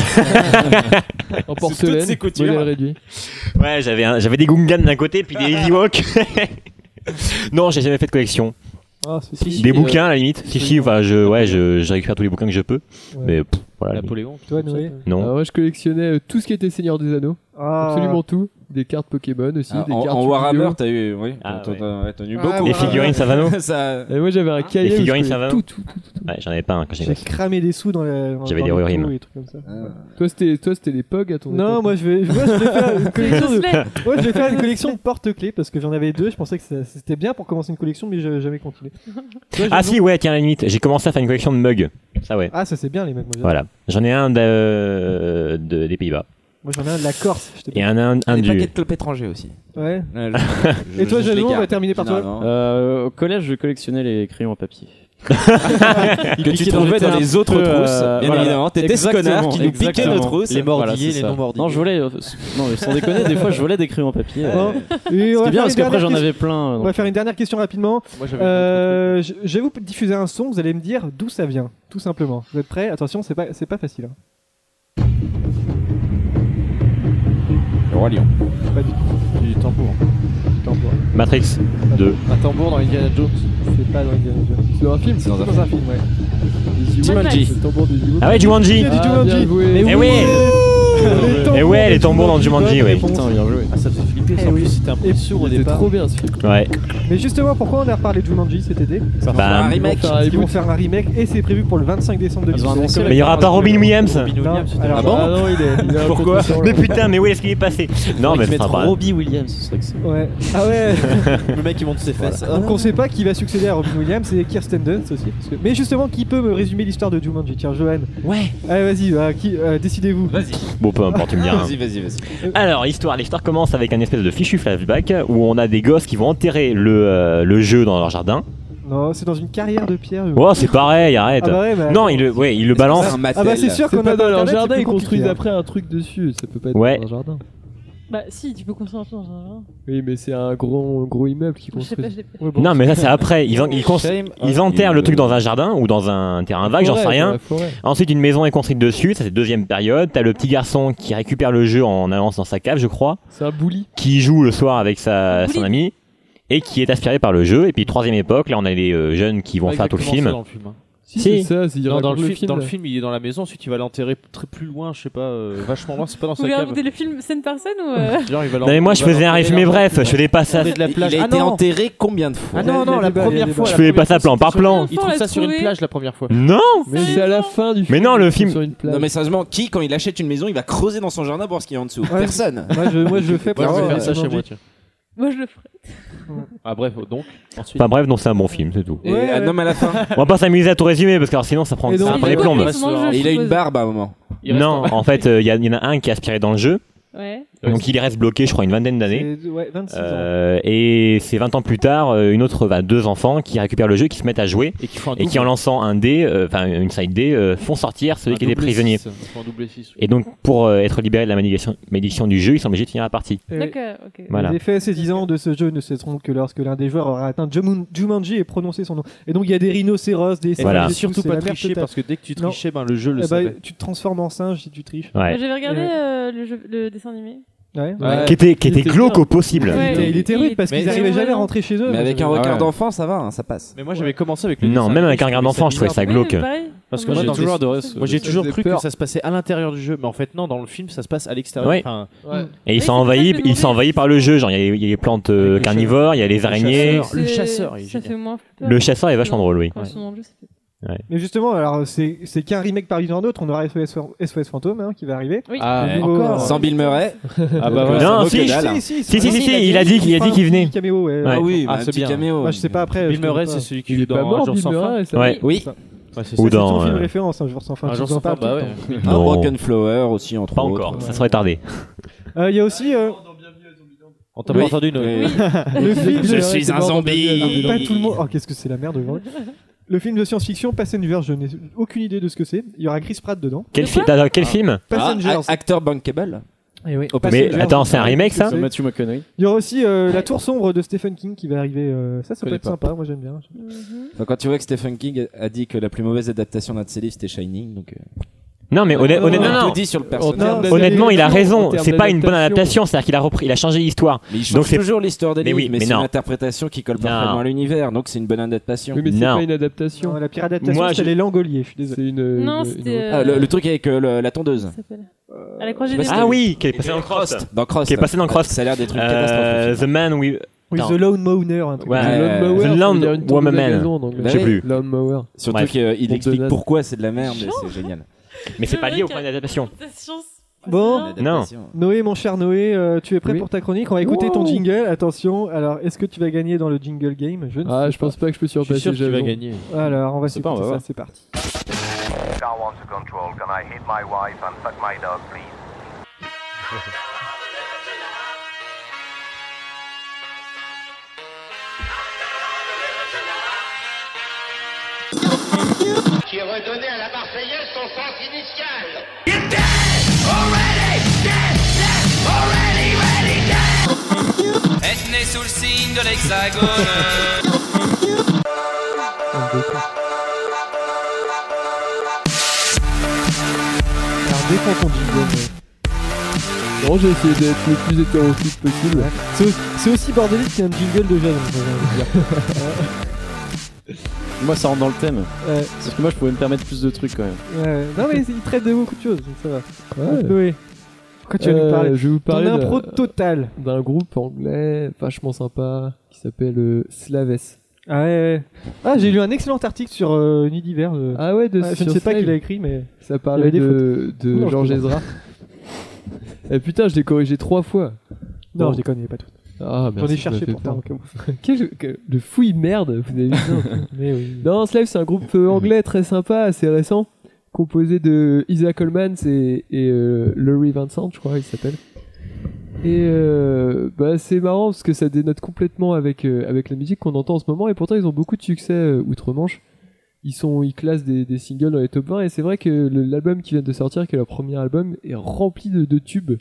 S12: En porcelaine,
S11: toutes ses coutures.
S12: modèle réduit.
S11: Ouais, j'avais, un- j'avais des Gungans d'un côté, puis des Ewoks. non, j'ai jamais fait de collection.
S6: Ah, si, si.
S11: des
S6: Si,
S11: bouquins,
S6: euh,
S11: à la limite. Si,
S6: si,
S11: si, enfin, je, ouais, je, je récupère tous les bouquins que je peux. Mais pff, voilà. la limite.
S15: Napoléon.
S12: Toi, Noé
S11: Non.
S12: Moi, je collectionnais euh, tout ce qui était Seigneur des Anneaux.
S6: Ah.
S12: Absolument tout. Des cartes Pokémon aussi.
S9: Ah,
S12: des
S9: en,
S12: cartes
S9: en
S12: jeux
S9: Warhammer,
S12: vidéo.
S9: t'as eu, oui, t'en- t'en- t'en as eu beaucoup.
S11: Les figurines Savano
S9: Ça-
S12: Et moi, j'avais un cahier.
S11: Les
S12: où je
S11: figurines
S12: collais
S11: Savano
S12: tout, tout.
S11: Ouais, j'en avais pas un quand j'étais
S6: Ah. J'ai
S11: gosse.
S6: cramé des sous dans la. dans
S11: J'avais
S6: le
S11: des
S6: tout et
S11: Rohirrim.
S6: des trucs comme ça.
S9: euh,
S12: Toi, c'était toi, c'était les Pogs à ton
S6: Non,
S12: époque.
S6: moi je vais, moi, je vais faire une collection de,
S12: Slay.
S6: moi, je vais faire une collection de porte-clés parce que j'en avais deux. Je pensais que ça- c'était bien pour commencer une collection, mais j'avais jamais continué. Toi,
S11: Ah
S6: j'ai-
S11: si, ouais, tiens, à la limite, j'ai commencé à faire une collection de mugs. Ça, ouais.
S6: Ah, ça c'est bien les mecs. Moi, j'adore.
S11: Voilà. J'en ai un de, de- des Pays-Bas.
S6: Moi j'en ai un de la Corse. je t'ai
S11: Et
S6: pas
S11: un,
S6: dit.
S11: un, un
S9: Des
S11: du...
S9: paquets de clopes étrangers aussi.
S6: Ouais.
S9: Ouais, je- je-
S6: Et toi,
S9: je- je
S6: Jason,
S9: les
S6: on va
S9: garde,
S6: terminer par toi.
S9: finalement.
S5: Euh, au collège, je collectionnais les crayons à papier. Euh,
S9: Que tu trouvais dans les autres trousses. Bien évidemment, t'étais ce connard qui nous piquait nos trousses.
S5: Les mordillés, les non mordillés. Non, je volais. euh, non, mais sans déconner, des fois, je volais des crayons à papier.
S15: Oh,
S5: Euh,
S6: Bon.
S5: C'est
S6: Et on va
S5: bien
S6: faire
S5: parce
S6: une
S5: qu'après,
S6: dernière
S5: j'en
S6: question.
S5: avais plein. euh,
S6: On
S5: donc.
S6: va faire une dernière question rapidement.
S5: Moi, j'avais
S6: Euh, je je vais vous diffuser un son. Vous allez me dire d'où ça vient, tout simplement. Vous êtes prêts Attention, c'est pas, c'est pas facile. hein.
S9: Le roi lion.
S6: Pas du tout. Du tambour. tambour.
S11: Matrix 2.
S12: Un tambour dans Indiana Jones.
S6: C'est pas dans Indiana Jones.
S12: C'est dans un film.
S6: C'est dans, un film, ouais.
S11: Jumanji.
S12: Le tambour de Jumanji.
S11: Ah ouais, Jumanji.
S12: Ah, bien
S6: Jumanji.
S12: joué.
S11: Eh ouais Eh ouais, les tambours dans Jumanji, ouais.
S15: Putain, bien joué. Ah, ça me fait flipper.
S6: Eh
S15: en
S6: oui.
S15: plus, c'était un peu sûr au
S12: C'était
S15: départ.
S12: trop bien ce film.
S11: Ouais. Bah,
S6: Mais justement, pourquoi on a reparlé de Jumanji cet été
S11: va
S9: Ah,
S11: faire
S9: Bah,
S11: un remake.
S6: Ils vont faire un remake et c'est prévu pour le 25 décembre 2019.
S11: Mais il y aura pas Robin Williams.
S6: Non, alors- Ah bon
S11: Pourquoi Mais putain, mais où est-ce qu'il est passé Non, mais
S5: Ils
S11: ça sera
S5: mettent
S11: pas.
S5: Robbie Williams, ce serait que c'est.
S6: Ouais. Ah ouais
S15: Le mec, il monte ses fesses.
S6: Donc on sait pas qui va succéder à Robin Williams, c'est Kirsten Dunst aussi. Parce que- Mais justement, qui peut me résumer l'histoire de Jumanji Tiens, Johan.
S11: Ouais.
S6: Allez, vas-y, euh, qui- euh, décidez-vous.
S9: Vas-y.
S11: Bon, peu importe, tu me diras.
S9: Vas-y, vas-y, vas-y.
S11: Alors, l'histoire, l'histoire commence avec un espèce de fichu flashback où on a des gosses qui vont enterrer le, euh, le jeu dans leur jardin.
S6: Non, c'est dans une carrière de pierre. je-
S11: Oh, c'est pareil, arrête.
S6: Ah bah ouais, bah
S11: non, il le, ouais, il le balance.
S9: c'est un Mattel
S6: Ah bah c'est sûr
S12: C'est
S6: qu'on
S12: pas
S6: a
S12: dans leur
S6: Internet,
S12: jardin,
S6: c'est
S12: ils
S6: plus
S12: construisent
S6: compliqué, hein.
S12: après un truc dessus. Ça peut pas être
S11: Ouais.
S12: dans leur jardin.
S7: Bah si, tu peux construire un truc dans un jardin.
S12: Oui, mais c'est un gros, gros immeuble qui
S7: Je sais
S12: construit.
S7: pas, je l'ai pas.
S11: Non, mais ça, c'est après. Ils, en- ils, cons- ils enterrent le truc dans un jardin ou dans un terrain vague, j'en sais rien. Ensuite, une maison est construite dessus. Ça, c'est deuxième période. T'as le petit garçon qui récupère le jeu en allant dans sa cave, je crois.
S12: C'est un bouli.
S11: qui joue le soir avec sa, son ami et qui est aspiré par le jeu. Et puis troisième époque, là on a les euh, jeunes qui vont faire tout le film.
S15: Dans le film. hein.
S12: Si,
S11: Si.
S12: c'est ça, c'est- il
S15: Non, dans,
S12: raconte
S15: le film, dans le
S12: là.
S15: film, il est dans la maison, ensuite il va l'enterrer très plus loin, je sais pas, euh, vachement loin, c'est pas dans
S7: Vous
S15: sa
S7: voulez
S15: cave.
S7: raconter le film scène par scène ou. euh,
S15: Genre, il va
S11: Non mais moi je faisais un résumé bref, je faisais pas ça.
S15: de la plage.
S9: Il a
S15: Ah
S9: été
S15: non.
S9: enterré combien de fois
S15: Ah non,
S6: Il y
S15: non,
S6: a
S15: la
S6: des balles, il y a
S15: première
S6: des
S15: fois.
S11: Je
S15: la
S11: faisais
S15: première
S11: pas ça
S15: fois,
S11: plan par
S15: c'était sur une-
S11: plan.
S15: Il trouve ça sur une
S7: trouvé.
S15: plage la première fois.
S11: Non
S12: Mais c'est à la fin du film.
S11: Mais non, le
S12: ils sont
S11: film-
S12: Sur une plage.
S9: Non mais sérieusement, qui quand il achète une maison, il va creuser dans son jardin pour voir ce qu'il y a en dessous
S6: Ouais.
S9: Personne.
S6: Moi je, moi, je le fais
S15: Moi,
S6: pour
S15: je vais
S6: avoir
S15: faire ça chez
S6: Jumanji.
S15: moi, tiens.
S7: Moi je le ferai.
S15: Ah, bref, donc, ensuite.
S11: Enfin bref, donc c'est un bon film, c'est tout.
S9: Et
S6: Ouais,
S9: un
S6: ouais.
S9: homme à la fin.
S11: On va pas s'amuser à tout résumer parce que alors, sinon ça prend,
S6: Et donc,
S11: ça
S7: il
S11: prend des
S7: est
S11: plombes.
S7: complètement le jeu,
S9: Et il
S7: je
S9: a une
S7: suppose.
S9: barbe à un moment.
S15: Il reste
S11: Non,
S15: en-
S11: en fait, euh, il y, a- il y en a un qui est aspiré dans le jeu,
S7: Ouais.
S11: donc il y reste bloqué, je crois, une vingtaine d'années.
S6: C'est- Ouais, 26 ans.
S11: Euh, et c'est 20 ans plus tard, euh, une autre, bah, deux enfants qui récupèrent le jeu, qui se mettent à jouer
S15: Et qui font un
S11: et qui, en
S15: double-
S11: lançant un dé, euh, enfin une side dé, euh, font sortir celui
S15: un
S11: qui était
S15: double
S11: prisonnier.
S15: six. Ils font un double six, oui.
S11: Et donc, pour euh, être libéré de la malédiction, malédiction du jeu, ils sont obligés de finir la partie.
S12: Euh,
S6: Et-
S7: D'accord, ok.
S11: Eh, Voilà.
S6: Les effets saisissants de ce jeu ne cesseront que lorsque l'un des joueurs aura atteint Jumun- Jumanji et prononcé son nom. Et donc il y a des rhinocéros, des
S11: Et voilà.
S6: singes,
S15: Et
S6: des
S15: surtout
S6: trucs,
S15: pas
S6: c'est la merde
S15: tricher
S6: totale.
S15: parce que dès que tu
S6: Non.
S15: trichais, ben le jeu le
S6: Eh bah,
S15: savait.
S6: tu te transformes en singe si tu triches.
S11: Ouais.
S7: J'avais regardé
S6: Ouais.
S7: euh, le, jeu- le dessin animé.
S6: Ouais.
S15: Ouais.
S11: Qui était, qui
S15: Il
S11: était
S15: était
S11: glauque
S15: bien.
S11: au possible.
S6: Il
S7: Ouais.
S6: était- Il était rude parce
S15: Mais-
S6: qu'ils arrivaient jamais à rentrer chez eux.
S9: Mais
S6: Moi,
S9: avec
S6: je-
S9: un
S15: ouais.
S9: regard d'enfant, ça va, hein, ça passe.
S15: Mais moi j'avais commencé avec le
S11: Non,
S15: dessin
S11: même
S15: animé,
S11: avec un
S15: je
S11: regard
S15: trouvais
S11: d'enfant, je trouvais
S15: bizarre.
S11: ça
S7: Oui,
S11: glauque.
S7: mais pareil.
S15: Parce que
S7: Moi,
S15: moi,
S7: j'ai
S15: dans
S7: toujours
S15: les-
S7: adoré
S15: moi j'ai
S12: ça
S15: toujours
S12: faisait
S15: cru
S12: peur.
S15: que ça se passait à l'intérieur du jeu, mais en fait non, dans le film ça se passe à l'extérieur.
S11: Ouais.
S15: Enfin,
S12: Ouais.
S11: Et
S7: Oui,
S11: ils
S7: c'est
S11: sont
S7: pour ça que je
S11: envahis,
S7: me
S11: ils sont
S7: demandais.
S11: envahis par le jeu. Genre, il y a, il y a les plantes euh,
S15: Avec le
S11: carnivores, il y a les araignées.
S15: chasseur. Le
S7: C'est-
S15: chasseur, il est
S7: Ça fait
S15: génial.
S7: moins peur.
S11: Le chasseur est vachement drôle, oui.
S7: Quand ils sont dans le jeu, ça fait-
S6: Mais justement, alors c'est c'est qu'un remake parmi tant d'autres. On aura SOS, SOS Fantôme hein, qui va arriver.
S7: Oui.
S15: Ah,
S6: Le nouveau,
S9: Encore.
S6: euh,
S9: Sans Bill Murray.
S15: Ah bah
S11: Non,
S15: voilà. ça vaut
S11: si,
S15: que
S11: je
S15: dalle.
S11: sais.
S6: si,
S11: Si, si, si, si, il a dit, il a dit qu'il venait.
S6: Caméo, ouais.
S9: Ah oui,
S15: Ah,
S9: mais un
S15: c'est
S9: petit
S15: bien.
S9: caméo.
S6: Moi, je sais pas après.
S15: Bill
S6: je connais
S15: Murray,
S6: pas.
S15: c'est celui qui
S12: Il
S15: joue
S12: est pas
S15: dans Un
S12: mort,
S15: jour
S12: Bill
S15: sans fin.
S12: Murray. ça.
S11: Ouais.
S9: Oui,
S15: Ouais, c'est ça.
S6: C'est son
S11: Ou dans.
S6: film
S11: euh,
S6: référence, hein, je ressens enfin.
S15: Un
S6: je
S15: jour
S6: ressens
S15: sans fin,
S6: pas tout
S15: bah
S6: le
S15: ouais.
S6: temps.
S9: un
S11: Non.
S9: Broken Flower aussi, entre
S11: Pas
S9: autres.
S11: encore, ça serait tardé.
S6: Euh, Il y a aussi euh,
S15: On t'a pas
S9: Oui.
S15: entendu, Noé.
S6: le film.
S9: Je
S6: de-
S9: suis un
S6: zombie.
S9: zombie.
S6: Pas tout le monde. Oh, qu'est-ce que c'est la merde aujourd'hui. Le film de science-fiction Passenger, je n'ai aucune idée de ce que c'est. Il y aura Chris Pratt dedans.
S11: Quel film Attends,
S15: Ah.
S11: quel film
S6: Passengers.
S9: Ah, acteur bankable.
S6: Eh oui.
S11: Mais
S6: Passengers,
S11: attends,
S6: on
S11: c'est un
S6: sait
S11: remake
S6: ce que
S11: ça
S6: c'est. Il y aura aussi euh, La Tour Sombre de Stephen King qui va arriver. euh, ça, ça peut
S9: connais
S6: être
S9: pas.
S6: sympa, moi j'aime bien.
S9: Enfin, quand tu vois que Stephen King a dit que la plus mauvaise adaptation d'un de ses livres c'était Shining, donc. euh,
S11: Non,
S15: Ah,
S11: mais honnêt-
S9: On
S11: honnêtement,
S9: a
S11: non,
S9: tout dit sur le
S11: En
S9: personnage.
S11: termes
S9: Non,
S11: honnêtement, il a
S9: d'adaptation, en
S11: raison.
S9: termes
S11: C'est pas une bonne
S9: d'adaptation.
S11: adaptation, c'est-à-dire qu'il a repris, il a changé l'histoire.
S9: Il change
S11: Donc c'est
S9: toujours l'histoire des
S11: Mais
S9: livres,
S11: oui,
S9: mais,
S11: mais
S9: c'est une
S11: non.
S9: interprétation qui colle
S11: Non.
S9: parfaitement à l'univers, donc c'est une bonne adaptation.
S11: Oui, mais c'est Non. pas une
S12: adaptation.
S6: la pire adaptation,
S9: Moi,
S6: c'est
S9: je-
S6: Les Langoliers, je suis désolé.
S12: C'est une.
S7: Non, c'était. euh,
S9: Ah, le, le truc avec euh, le- la tondeuse.
S7: À la croisée
S11: Ah
S7: des
S11: si- oui, qui est passé dans Cross.
S9: Dans Cross.
S11: Qui est passé dans Cross.
S9: Ça a l'air des trucs
S11: Euh,
S9: catastrophiques.
S11: The Man with.
S6: With
S11: Attends.
S6: the Lone Mowner, un truc.
S11: Ouais,
S12: Euh,
S9: The Lawn
S11: The Lawn
S9: Mower, ça veut dire une tondeuse
S11: Woman.
S9: à gazon en anglais.
S11: Je sais
S9: Ouais.
S11: plus.
S12: Lawn Mower.
S9: Surtout
S11: Bref.
S9: qu'il
S11: Bon,
S9: explique
S11: Donald.
S9: pourquoi c'est de la merde, et c'est génial.
S11: Mais c'est pas lié au
S7: Genre.
S11: point d'adaptation.
S6: Bon,
S11: Non.
S6: Noé, mon cher Noé, euh, tu es prêt
S12: Oui.
S6: pour ta chronique On va écouter ton
S12: Wow.
S6: jingle. Attention, alors est-ce que tu vas gagner dans le jingle game Je ne
S12: Ah,
S6: sais
S12: je pense pas que je peux
S6: suis
S12: surpasser
S6: sûr que tu vas
S12: Jason.
S6: gagner. Alors, on va
S12: Je sais pas,
S6: s'écouter
S12: on va
S6: ça,
S12: voir.
S6: c'est parti.
S18: I want to control. Can I hit my wife and fuck my dog, please?
S13: Qui redonnait à la Marseillaise son sens initial.
S19: Est né sous le signe de l'hexagone.
S6: Alors, défends ton jingle. Noé.
S12: Non, j'ai essayé d'être le plus hétéroclite possible.
S6: C'est au- euh, C'est aussi bordélique qu'un jingle de jeunes, j'ai envie de dire.
S5: Moi, ça rentre dans le thème.
S6: Ouais.
S5: Parce que moi, je pouvais me permettre plus de trucs quand même.
S6: Ouais, non, mais il traite de beaucoup de choses, donc ça va.
S12: Ouais.
S6: Noé, quand tu vas nous
S12: Euh,
S6: parler
S12: Je vais vous parler
S6: Ton impro
S12: d'un-
S6: totale.
S12: d'un groupe anglais vachement sympa qui s'appelle euh, Slaves.
S6: Ah, ouais, ouais. Ah, j'ai lu un excellent article sur euh, Nuit d'hiver. de-
S12: Ah ouais, de
S6: Je ne
S12: sur
S6: sais pas
S12: Slave.
S6: qui l'a écrit, mais.
S12: ça
S6: il y
S12: parlait
S6: avait des
S12: de,
S6: fautes.
S12: de
S6: Non, je
S12: Georges
S6: plaisante.
S12: Ezra. Et putain, je l'ai corrigé trois fois.
S6: Non,
S12: Bon.
S6: je déconne, il n'y avait pas tout.
S12: Ah,
S6: J'en ai
S12: merci,
S6: cherché
S12: ça m'a fait
S6: pourtant,
S12: peur.
S6: au
S12: Quel, quel- de fouille merde, vous avez vu ça un peu
S6: Mais oui.
S12: Non, Slave, c'est un groupe
S9: Mm-hmm.
S12: euh, anglais très sympa, assez récent, composé de Isa Coleman et, et euh, Laurie Vincent, je crois, il s'appelle. Et euh, bah, c'est marrant parce que ça dénote complètement avec, euh, avec la musique qu'on entend en ce moment, et pourtant ils ont beaucoup de succès euh, outre-Manche. Ils, sont, ils classent des, des singles dans les top 20, et c'est vrai que le- l'album qui vient de sortir, qui est leur premier album, est rempli de, de tubes.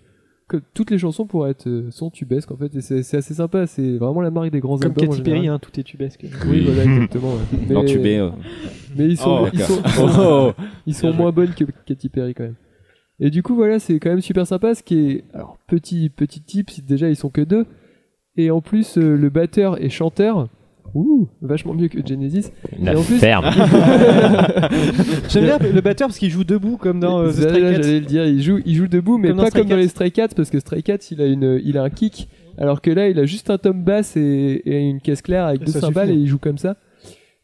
S12: Que toutes les chansons pourraient être euh, sont tubesques en fait, et c'est c'est assez sympa, c'est vraiment la marque des grands
S6: Comme
S12: albums. en
S6: Katy Perry,
S12: général.
S6: hein, tout est tubesque.
S12: Oui, voilà, exactement. ouais.
S9: Non, tu mets, euh.
S12: mais ils sont,
S9: Oh,
S12: ils sont,
S9: d'accord. Oh.
S12: ils sont moins bonnes que Katy Perry quand même. Et du coup, voilà, c'est quand même super sympa. Ce qui est, alors, petit, petit tip, si déjà ils sont que deux. Et en plus, euh, le batteur et chanteur, ouh, vachement mieux que Genesis.
S11: La
S12: et en plus,
S11: ferme.
S6: J'aime bien le batteur parce qu'il joue debout comme dans euh, The
S12: Voilà,
S6: Stray Cats.
S12: J'allais le dire, il joue, il joue debout, mais
S6: Comme dans
S12: pas
S6: Stray
S12: comme dans
S6: Cats.
S12: les Stray Cats, parce que Stray Cats, il a, une, il a un kick, alors que là, il a juste un tome basse et, et une caisse claire avec
S6: Et
S12: deux
S6: ça
S12: cymbales
S6: suffit. hein.
S12: et il joue comme ça.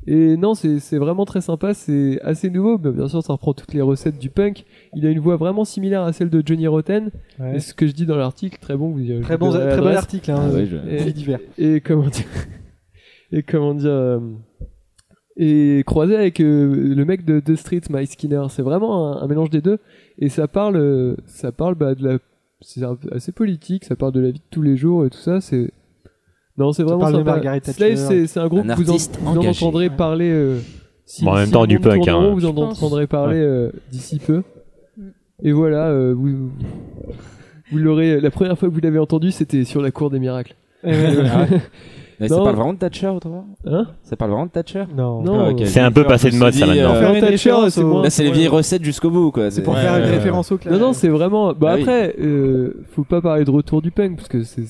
S12: Et non, c'est c'est vraiment très sympa, c'est assez nouveau, mais bien sûr, ça reprend toutes les recettes du punk. Il a une voix vraiment similaire à celle de Johnny Rotten,
S6: Ouais.
S12: et ce que je dis dans l'article, très bon, vous y- je
S6: Très
S12: vous
S6: bon,
S12: donnerai
S6: très bon
S12: l'adresse.
S6: article, hein,
S9: Ah ouais, je-
S6: euh,
S12: Et-
S6: Vie d'hiver.
S12: Et comment dire Et comment dire euh, Et croisé avec euh, le mec de The Street, Mike Skinner. C'est vraiment un, un mélange des deux. Et ça parle, euh, ça parle bah, de la. C'est un peu- assez politique. Ça parle de la vie de tous les jours et tout ça. C'est non, c'est vraiment
S6: parle de
S12: sympa.
S6: Margaret
S12: Slave,
S6: Thatcher.
S12: c'est c'est un groupe
S6: Un
S12: que vous en,
S6: artiste
S12: vous en
S6: engagé.
S12: entendrez parler. euh, si-
S11: Bon, en
S12: si
S11: même temps,
S12: le
S11: du
S12: monde
S11: punk,
S12: tourne en
S11: hein,
S12: rond, vous
S11: je
S12: en
S11: pense.
S12: entendrez parler euh, d'ici peu. Et voilà, euh, vous, vous l'aurez. La première fois que vous l'avez entendu, c'était sur la cour des miracles.
S6: Eh ouais.
S9: Ah ouais. Mais ça
S12: Non.
S9: parle vraiment de Thatcher, autrement
S12: Hein
S9: Ça parle vraiment de Thatcher
S6: Non.
S12: Non.
S9: Ah, ok.
S11: C'est un peu passé de mode, ça,
S9: Je me suis dit,
S11: maintenant.
S9: euh,
S12: Faire une
S9: Thatcher,
S12: référence
S9: c'est
S12: au-
S9: bon. Là, c'est les
S12: Ouais.
S9: vieilles recettes jusqu'au bout, quoi. C'est
S6: pour faire une référence au clash.
S12: Non, non, c'est vraiment. Bah
S9: Ah oui.
S12: après, euh, faut pas parler de retour du punk parce que c'est,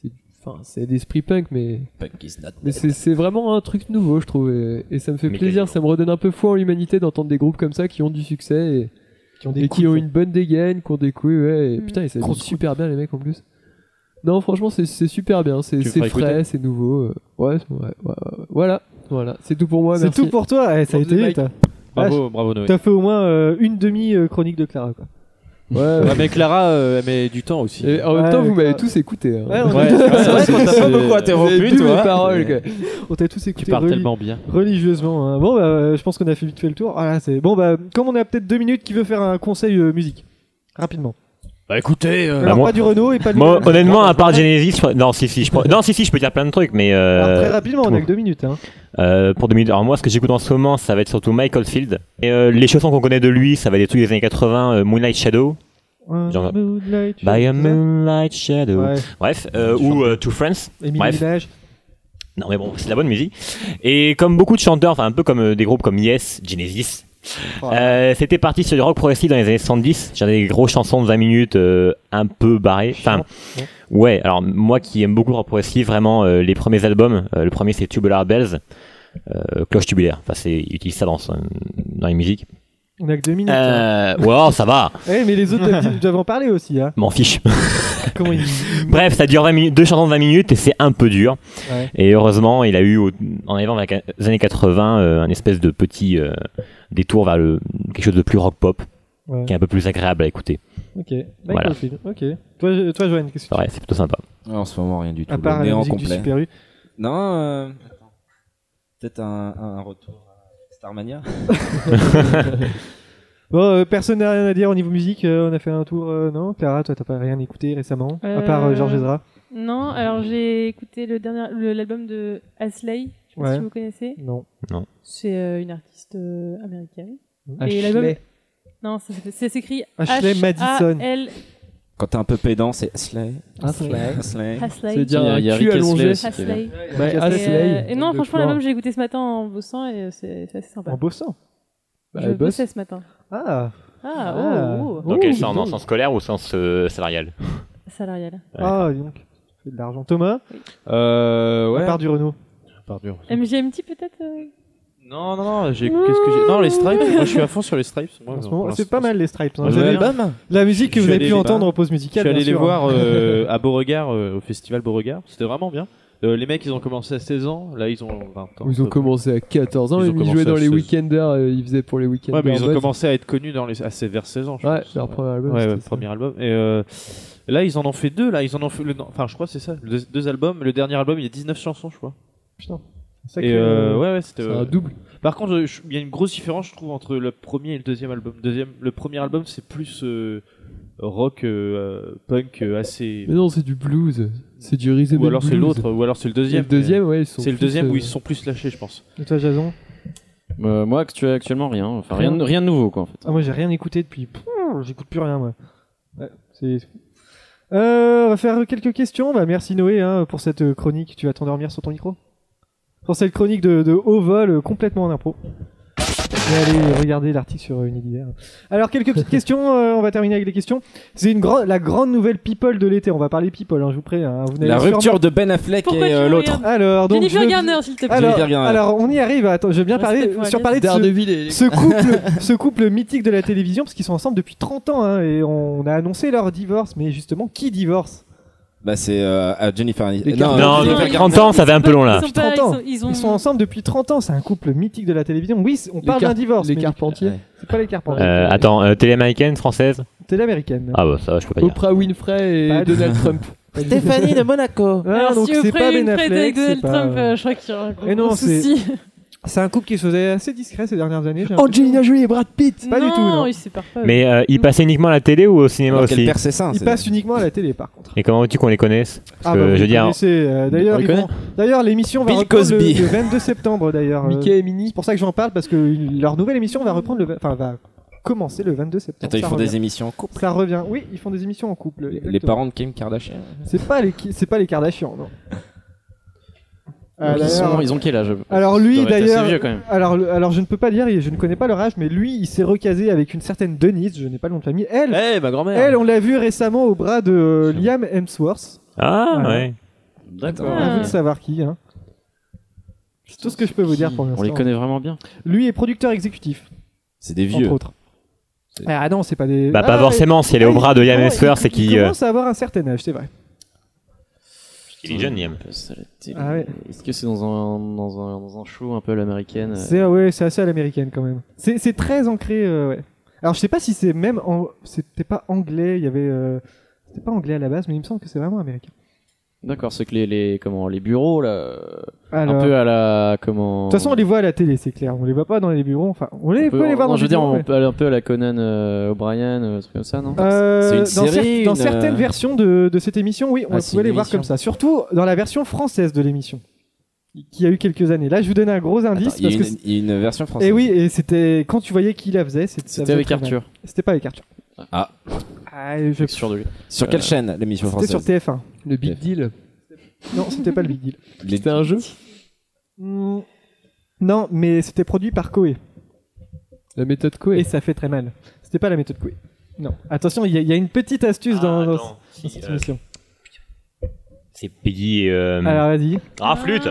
S12: c'est, enfin, c'est l'esprit punk, mais.
S9: Punk is not
S12: Mais c'est, c'est vraiment un truc nouveau, je trouve, et, et ça me fait
S9: Mais
S12: plaisir. Ça me redonne un peu foi en l'humanité d'entendre des groupes comme ça qui ont du succès et
S6: qui ont, des
S12: et qui ont une bonne dégaine, qui ont des couilles, ouais. Et, Putain, ils s'habillent
S6: Grosse
S12: super bien les mecs en plus. Non, franchement, c'est, c'est super bien. C'est,
S6: Tu
S12: c'est
S6: feras
S12: frais,
S6: écouter
S12: c'est nouveau. euh, Ouais, ouais, ouais, ouais, ouais. Voilà, voilà. C'est tout pour moi.
S6: C'est
S12: merci.
S6: tout pour toi, Eh, ça a
S12: Bravo,
S6: été vite.
S12: Mike.
S15: Bravo,
S6: Ah,
S15: bravo, Noé.
S6: T'as fait au moins euh, une demi-chronique de Clara. Quoi.
S12: Ouais,
S15: Ouais, mais Clara, euh, elle met du temps aussi.
S12: Et en même
S6: Ouais,
S12: temps, vous
S6: Clara.
S12: m'avez tous écouté. hein.
S6: Ouais, on
S15: Ouais,
S6: a-
S15: c'est vrai
S6: c'est
S15: qu'on t'a
S6: vrai qu'on
S15: pas
S6: t'a-
S15: beaucoup interrompu,
S6: vous avez
S15: toi,
S6: double
S15: hein.
S6: parole,
S15: Ouais.
S6: quoi. On t'a tous écouté
S15: parles
S6: reli-
S15: tellement bien.
S6: religieusement. hein. Bon, bah, euh, je pense qu'on a fait vite fait le tour. Ah, là, c'est- bon, bah, comme on a peut-être deux minutes, qui veut faire un conseil euh, musique Rapidement.
S4: Bah écoutez, euh,
S6: Alors, pas du Renault et pas du
S11: Moi, honnêtement, à part Genesis, je- non, si, si, je, peux- non, si, si, je peux dire plein de trucs, mais euh,
S6: Très rapidement, on
S11: tout.
S6: a que deux minutes. Hein.
S11: Euh, pour 2000, alors moi, ce que j'écoute en ce moment, ça va être surtout Michael Field. Et euh, les chansons qu'on connaît de lui, ça va être des trucs des années 80, euh, Moonlight Shadow. Genre, By a Moonlight Shadow.
S6: Ouais.
S11: Bref, euh, ou euh, To Friends.
S6: Émilie
S11: Bref.
S6: Village.
S11: Non mais bon, c'est de la bonne musique. Et comme beaucoup de chanteurs, enfin un peu comme euh, des groupes comme Yes, Genesis, euh, c'était parti sur du rock progressif dans les années 70. J'avais des grosses chansons de 20 minutes euh, un peu barrées. Enfin, ouais, alors moi qui aime beaucoup le rock progressif, vraiment euh, les premiers albums, euh, le premier c'est Tubular Bells, euh, Cloche Tubulaire, enfin c'est, ils utilisent ça dans, son- dans les musiques.
S6: On a que deux minutes.
S11: Euh, wow, ça va
S6: hein. Eh, mais les autres doivent- doivent en parler aussi. Hein.
S11: M'en fiche.
S6: Comment ils-
S11: Bref, ça dure 20 minutes, deux chansons de 20 minutes et c'est un peu dur.
S6: Ouais.
S11: Et heureusement, il a eu, au- en arrivant vers les années 80, euh, un espèce de petit euh, détour vers le, quelque chose de plus rock-pop,
S6: Ouais.
S11: qui est un peu plus agréable à écouter.
S6: Ok, Michael
S11: Voilà.
S6: Field. Ok. Toi, je- toi Joanne, qu'est-ce que
S11: Ouais, c'est plutôt sympa.
S9: Ouais, en ce moment, rien du tout.
S6: À part
S9: le
S6: la
S9: néant
S6: musique du
S9: complet.
S6: Super U.
S9: Non, euh, peut-être un, un- un retour à Starmania.
S6: Bon, euh, personne n'a rien à dire au niveau musique. euh, on a fait un tour, euh, non Clara, toi, t'as pas rien écouté récemment À part euh,
S7: Euh,
S6: Georges Ezra
S7: Non, alors j'ai écouté le dernier le- l'album de Asley, je sais pas
S6: Ouais.
S7: si vous connaissez.
S6: Non.
S11: Non.
S7: C'est euh, une artiste euh, américaine.
S6: Ashley.
S7: Non, ça, s'appelle- ça s'écrit
S6: Ashley
S7: H
S6: Madison.
S7: A L
S9: Quand t'es un peu pédant, Ah, c'est Slay.
S12: Ah,
S6: Asley.
S9: Slay.
S7: Asley.
S12: C'est-à-dire un
S9: Il y a- il y
S12: cul
S9: a Rick
S12: allongé.
S9: Astley aussi qui est là.
S7: Asley.
S12: Ouais,
S7: Et,
S6: Ah,
S7: euh,
S12: Asley.
S7: Et non,
S12: Le
S7: franchement,
S12: clan.
S7: l'album, j'ai écouté ce matin en bossant et euh, c'est c'est assez sympa.
S6: En bossant
S12: Bah,
S7: Je
S12: elle bosse.
S7: bossais ce matin.
S6: Ah
S7: Ah,
S6: Ah.
S7: oh, oh.
S11: Donc, elle sort
S6: dis
S11: en
S6: donc.
S11: sens scolaire ou en sens euh, salarial
S7: Salarial.
S6: Ah, dis donc, ça fait de l'argent. Thomas
S15: Euh, ouais.
S6: À part du Renault.
S7: MGMT peut-être euh
S15: Non, non, non, j'ai. Qu'est-ce que j'ai. Non, les stripes, moi je suis à fond sur les stripes. Moi,
S6: En ce
S15: pour
S6: moment,
S15: l'instant,
S6: c'est pas mal les stripes. hein.
S15: Ouais.
S6: Vous avez-
S15: L'album
S6: La musique que
S15: Je
S6: vous
S15: suis
S6: avez pu
S15: allé-
S6: entendre en pause musicale.
S15: Je suis allé
S6: bien
S15: les
S6: sûr. hein.
S15: voir
S9: hein.
S15: euh, à Beauregard, euh, au festival Beauregard. C'était vraiment bien. Euh, les mecs, ils ont commencé à 16 ans. Là, ils ont 20 ans.
S12: Ils ont commencé à 14 ans,
S15: Ils ont
S12: ils, ils
S15: commencé
S12: jouaient
S15: à
S12: dans les
S15: 16.
S12: weekenders, euh, ils faisaient pour les weekenders.
S15: Ouais, mais ils ont
S12: bots.
S15: commencé à être connus dans les, à ces- vers 16 ans, je
S12: Ouais,
S15: pense.
S12: leur premier album,
S15: Ouais,
S12: c'était
S15: ouais,
S12: ça.
S15: premier album. Et euh, là, ils en ont fait deux. Là, ils en ont fait. le- non, Enfin, je crois que c'est ça. Deux, deux albums. Le dernier album, il y a 19 chansons, je crois.
S6: Putain.
S15: Et euh, ouais, ouais, c'était.
S12: C'est
S15: euh,
S12: un double.
S15: Par contre, euh, je- il y a une grosse différence, je trouve, entre le premier et le deuxième album. Deuxième, le premier album, c'est plus euh, rock, euh, punk, euh, assez.
S12: Mais non, c'est du blues. C'est du rhythm
S15: Ou
S12: and
S15: alors c'est
S12: blues.
S15: l'autre, ou alors c'est le deuxième.
S12: Et le deuxième,
S15: mais-
S12: ouais, ils sont
S15: C'est le
S12: plus,
S15: deuxième
S12: euh,
S15: où ils se sont plus lâchés, je pense.
S6: Et toi, Jason
S5: Euh, moi, actu- actuellement, rien. Enfin, rien, de- rien de nouveau, quoi, en fait.
S6: Ah, moi, j'ai rien écouté depuis. Pff, J'écoute plus rien, moi. Ouais, c'est. Euh, on va faire quelques questions. Bah, merci Noé hein, pour cette chronique. Tu vas t'endormir sur ton micro Pour cette chronique de, de haut vol euh, complètement en impro. Et allez regarder l'article sur euh, Univers. Alors, quelques petites questions. euh, on va terminer avec les questions. C'est une grande, la grande nouvelle people de l'été. On va parler people, hein, je vous préviens. hein. Vous n'allez
S9: La
S6: sûrement-
S9: rupture de Ben Affleck
S7: Pourquoi
S9: et
S7: tu
S9: euh,
S7: regardes
S9: l'autre.
S6: Alors, donc.
S7: Jennifer
S6: je-
S7: Garner, s'il te plaît.
S6: Alors,
S9: Jennifer Garner.
S6: alors, on y arrive. Attends, je veux bien
S7: Restez
S6: parler,
S7: poilés.
S6: sur parler de
S12: Daredevil
S6: ce,
S12: et-
S6: ce couple, ce couple mythique de la télévision, parce qu'ils sont ensemble depuis 30 ans, hein, et on a annoncé leur divorce. Mais justement, qui divorce
S9: Bah, c'est euh, à Jennifer Aniston.
S6: Les
S9: Non, euh,
S6: Kardashians.
S9: Jennifer
S6: Non,
S9: Garner.
S11: 30 ans, ça fait un peu long là.
S7: Ils sont pas-
S6: 30 ans.
S7: ils sont- ils ont-
S6: ensemble depuis 30 ans. C'est un couple mythique de la télévision. Oui, c'est- on parle
S12: Car-
S6: d'un divorce.
S12: Les
S6: mais-
S12: Carpentiers.
S6: C'est pas les Carpentiers.
S11: Euh, attends, euh, télé américaine, française
S6: C'est l'américaine.
S11: Ah bah ça, va, je peux pas dire.
S12: Oprah Winfrey et
S6: Pas-
S12: Donald Trump.
S10: Stéphanie de Monaco.
S6: Ah,
S7: Alors,
S6: donc
S7: si vous
S6: c'est
S7: prenez
S6: pas
S7: une
S6: Ben
S7: traite
S6: Affleck,
S7: avec Donald
S6: c'est pas-
S7: Trump, euh, je crois qu'il y a un gros
S6: Et non, c'est-
S7: souci.
S6: C'est un couple qui se faisait assez discret ces dernières années. j'ai
S12: Angelina Jolie et Brad Pitt.
S6: Pas du tout, non.
S7: il s'est parfait.
S11: Mais euh, ils passaient uniquement à la télé ou au cinéma
S9: Alors qu'elle
S11: aussi
S9: perd ses seins,
S6: Il
S9: c'est-
S6: passe uniquement à la télé, par contre.
S11: Et comment veux-tu qu'on les connaisse Parce
S6: Ah
S11: que
S6: bah, vous
S11: je veux
S6: le
S11: dire,
S6: connaissez, euh, d'ailleurs,
S11: On le
S6: ils
S11: connaît.
S6: vont- d'ailleurs, l'émission va
S9: Bill
S6: reprendre le-
S9: Cosby.
S6: Le, 22 septembre d'ailleurs. euh,
S12: Mickey et Minnie.
S6: C'est pour ça que j'en parle parce que leur nouvelle émission va reprendre le, vi- enfin va commencer le 22 septembre.
S9: Attends, ils
S6: Ça
S9: font
S6: revient.
S9: des émissions en couple.
S6: Ça revient. Oui, ils font des émissions en couple.
S9: Les
S6: exactement.
S9: parents de Kim Kardashian.
S6: C'est pas les, qui- c'est pas les Kardashians, non. Ah,
S5: ils,
S6: d'ailleurs-
S5: sont, ils ont quel âge
S6: alors
S5: Ça
S6: lui
S5: doit être assez
S6: d'ailleurs,
S5: vieux, quand même.
S6: alors le- alors je ne peux pas dire, je ne connais pas leur âge, mais lui il s'est recasé avec une certaine Denise, je n'ai pas le nom de famille. Elle,
S15: Eh, ma grand-mère.
S6: elle on l'a vu récemment au bras de euh, Liam Hemsworth.
S11: ah
S6: Voilà.
S11: ouais.
S9: D'accord.
S6: À vous de savoir qui. Hein. C'est tout ce que je peux vous dire pour l'instant.
S5: On les connaît vraiment bien.
S6: Lui est producteur exécutif,
S9: C'est des
S6: entre
S9: vieux.
S6: autres. Ah non, c'est pas des.
S11: Bah pas
S6: Ah,
S11: forcément, si elle est au
S6: ah,
S11: bras de
S6: il-
S11: Liam
S6: il-
S11: Hemsworth, c'est
S6: Il
S11: qu'il... euh,
S6: commence à avoir un certain âge, c'est vrai.
S11: Il est jeune Liam.
S5: Ça, la télé.
S6: Ah ouais.
S5: Est-ce que c'est dans un, dans, un, dans un show un peu à l'américaine euh,
S6: C'est ah ouais, c'est assez à l'américaine quand même. C'est c'est très ancré. euh, ouais. Alors je sais pas si c'est même en- c'était pas anglais. Il y avait euh, c'était pas anglais à la base, mais il me semble que c'est vraiment américain.
S5: D'accord, c'est que les, les, comment, les bureaux, là, euh,
S6: Alors.
S5: un peu à la... Comment...
S6: toute façon, on les voit à la télé, c'est clair. On les voit pas dans les bureaux. Enfin, on les
S5: On
S6: peut,
S5: peut-
S6: les voir
S5: non,
S6: dans
S5: je veux
S6: les
S5: dire,
S6: bureaux.
S5: on peut aller un peu à la Conan euh, O'Brien, euh, truc comme ça, non
S6: Euh,
S5: C'est une
S6: dans,
S5: série
S6: cer- dans
S5: une, euh,
S6: certaines versions de, de cette émission, oui, on
S5: Ah, c'est
S6: pouvait
S5: une
S6: les voir
S5: émission.
S6: comme ça. Surtout dans la version française de l'émission, qui a eu quelques années. Là, je vous donne un gros indice.
S9: Il y a
S6: parce que
S9: une, il y a une version française.
S6: Et oui, et c'était quand tu voyais qui la faisait, c'était ça faisait
S9: avec
S6: très mal.
S9: Arthur.
S6: C'était pas avec Arthur.
S9: Ah.
S6: Ah, je...
S5: Sur, de lui.
S9: Sur quelle chaîne, l'émission
S6: C'était
S9: française
S6: sur TF1.
S12: Le Big Deal.
S6: Non, c'était pas le Big Deal.
S9: C'était un jeu
S6: Hmm, Non, mais c'était produit par Koei.
S12: La méthode Koei.
S6: Et ça fait très mal. C'était pas la méthode Koei. Non. Attention, il y, a- il y a une petite astuce
S11: Ah,
S6: dans, dans- dans
S11: Euh,
S6: cette émission.
S11: C'est Peggy. euh,
S6: Alors vas-y.
S11: Ah, flûte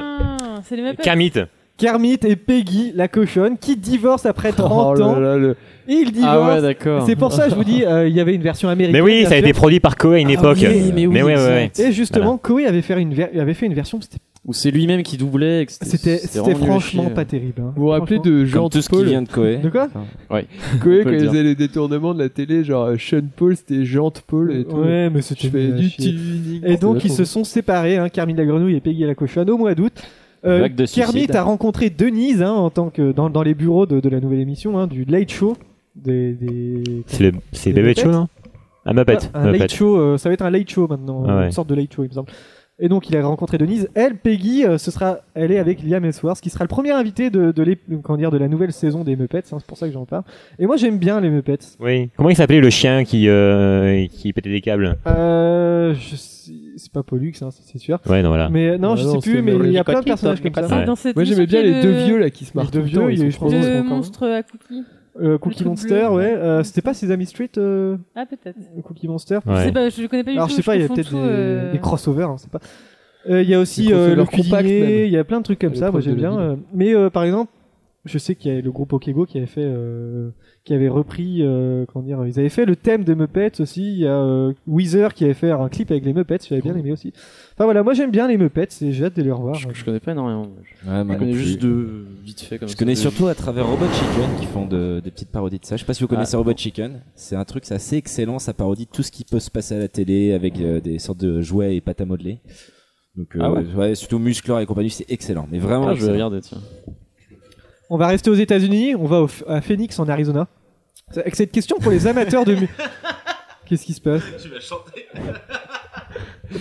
S7: C'est les mêmes
S11: Kermit
S6: Kermit et Peggy, la cochonne, qui divorcent après 30
S11: là
S6: ans.
S11: là, le-
S6: Et ils divorcent.
S11: Ah ouais, d'accord.
S6: C'est pour ça, je vous dis, euh, il y avait une version américaine.
S11: Mais oui,
S6: bien
S11: ça a
S6: sûr.
S11: été produit par Koei à une
S6: Ah
S11: époque.
S6: oui, mais oui,
S11: Mais ouais, ouais,
S6: exact.
S11: ouais.
S6: Et justement, Koei avait fait une, ver- avait fait une version, c'était
S5: Où c'est lui-même qui doublait. et que
S6: C'était- c'était
S5: vraiment nul à
S6: franchement
S5: chier.
S6: pas terrible, hein.
S12: Vous vous rappelez de Jean
S5: Comme tout ce qui
S12: Paul
S5: vient de Koei.
S6: De quoi
S5: Ouais.
S12: Koei, quand
S5: On peut le
S12: ils
S5: dire.
S12: faisaient les détournements de la télé, genre euh, Sean Paul, c'était Jean Paul et tout.
S6: Ouais, mais c'était
S12: Je fais
S6: nul à
S12: du
S6: chier.
S12: tuning.
S6: Et donc ils se sont séparés, hein, Kermit la grenouille et Peggy la cochonne au mois d'août. Euh,
S12: Vague de
S6: Kermit
S12: suicide.
S6: a rencontré Denise hein, en tant que dans, dans les bureaux de, de la nouvelle émission hein, du Late Show. Des, des-
S11: C'est le- c'est Bébé
S6: Muppets.
S11: Show, non Un Muppet.
S6: Ah, un
S11: Muppet.
S6: Late Show, euh, ça va être un Late Show maintenant,
S11: Ah ouais.
S6: une sorte de Late Show, il me semble. Et donc il a rencontré Denise. Elle, Peggy, euh, ce sera, elle est avec Liam Hemsworth, qui sera le premier invité de, de, l'ép- comment dire, de la nouvelle saison des Muppets. hein, c'est pour ça que j'en parle. Et moi j'aime bien les Muppets.
S11: Oui. Comment il s'appelait le chien qui, euh, qui pétait des câbles
S6: Euh, je sais- c'est pas Pollux, hein, c'est sûr.
S11: Ouais, non, voilà.
S6: Mais non,
S12: Ah
S6: je
S12: non,
S6: sais plus,
S12: c'était
S6: mais il y a
S12: Maurice
S6: plein de
S12: Patrick,
S6: personnages
S12: Tom,
S6: comme ça.
S12: comme ça. Ah, dans cette Ouais, j'aimais bien
S7: émission,
S12: les deux
S7: le-
S12: vieux, là, qui se marrent
S6: Les deux
S12: tout le temps,
S6: vieux,
S12: ils
S6: il-
S12: sont
S6: je pense
S12: trop
S6: qu'ils sont
S7: Le
S6: encore-
S7: monstre à cookies.
S6: Euh, Cookie
S7: Le truc
S6: Monster,
S7: bleu.
S6: ouais. euh, C'était pas Sesame Street, euh,
S7: Ah, peut-être.
S6: Cookie Monster
S7: Je sais pas, je le connais pas du
S6: Alors,
S7: tout.
S6: je sais pas, il y a
S7: confonds
S6: peut-être
S7: tout,
S6: des,
S7: euh,
S6: des crossovers, hein, c'est pas. Euh, Il y a aussi
S12: Des
S6: euh, le
S12: crossovers compacts,
S6: cuisinier,
S12: même.
S6: il y a plein de trucs comme
S12: Les
S6: ça, moi
S12: profs de
S6: j'aime
S12: la
S6: bien.
S12: ville.
S6: euh, mais euh, par exemple, je sais qu'il y a le groupe Okego qui avait fait, euh, qui avait repris, euh, comment dire, ils avaient fait le thème des Muppets aussi. Il y a euh, Weezer qui avait fait un clip avec les Muppets, j'avais bien aimé aussi. Enfin voilà, moi j'aime bien les Muppets et j'ai hâte de les revoir. euh,
S5: Je, je connais pas énormément. Je,
S9: Ouais, moi
S5: je connais
S9: non plus.
S5: juste de vite fait comme
S9: Je
S5: ça,
S9: connais
S5: de-
S9: surtout à travers Robot Chicken qui font de- des petites parodies de ça. Je sais pas si vous connaissez Robot Chicken. C'est un truc c'est assez excellent. Ça parodie tout ce qui peut se passer à la télé avec euh, des sortes de jouets et pâtes à modeler. Donc, euh,
S5: Ah ouais.
S9: ouais. surtout Musclor et compagnie, c'est excellent. Mais vraiment,
S5: Ah, je vais
S9: excellent.
S5: regarder, tiens.
S6: On va rester aux États-Unis, on va au F- à Phoenix en Arizona. C'est- Avec cette question pour les amateurs de. mu- Qu'est-ce qui se passe
S1: Tu vas chanter.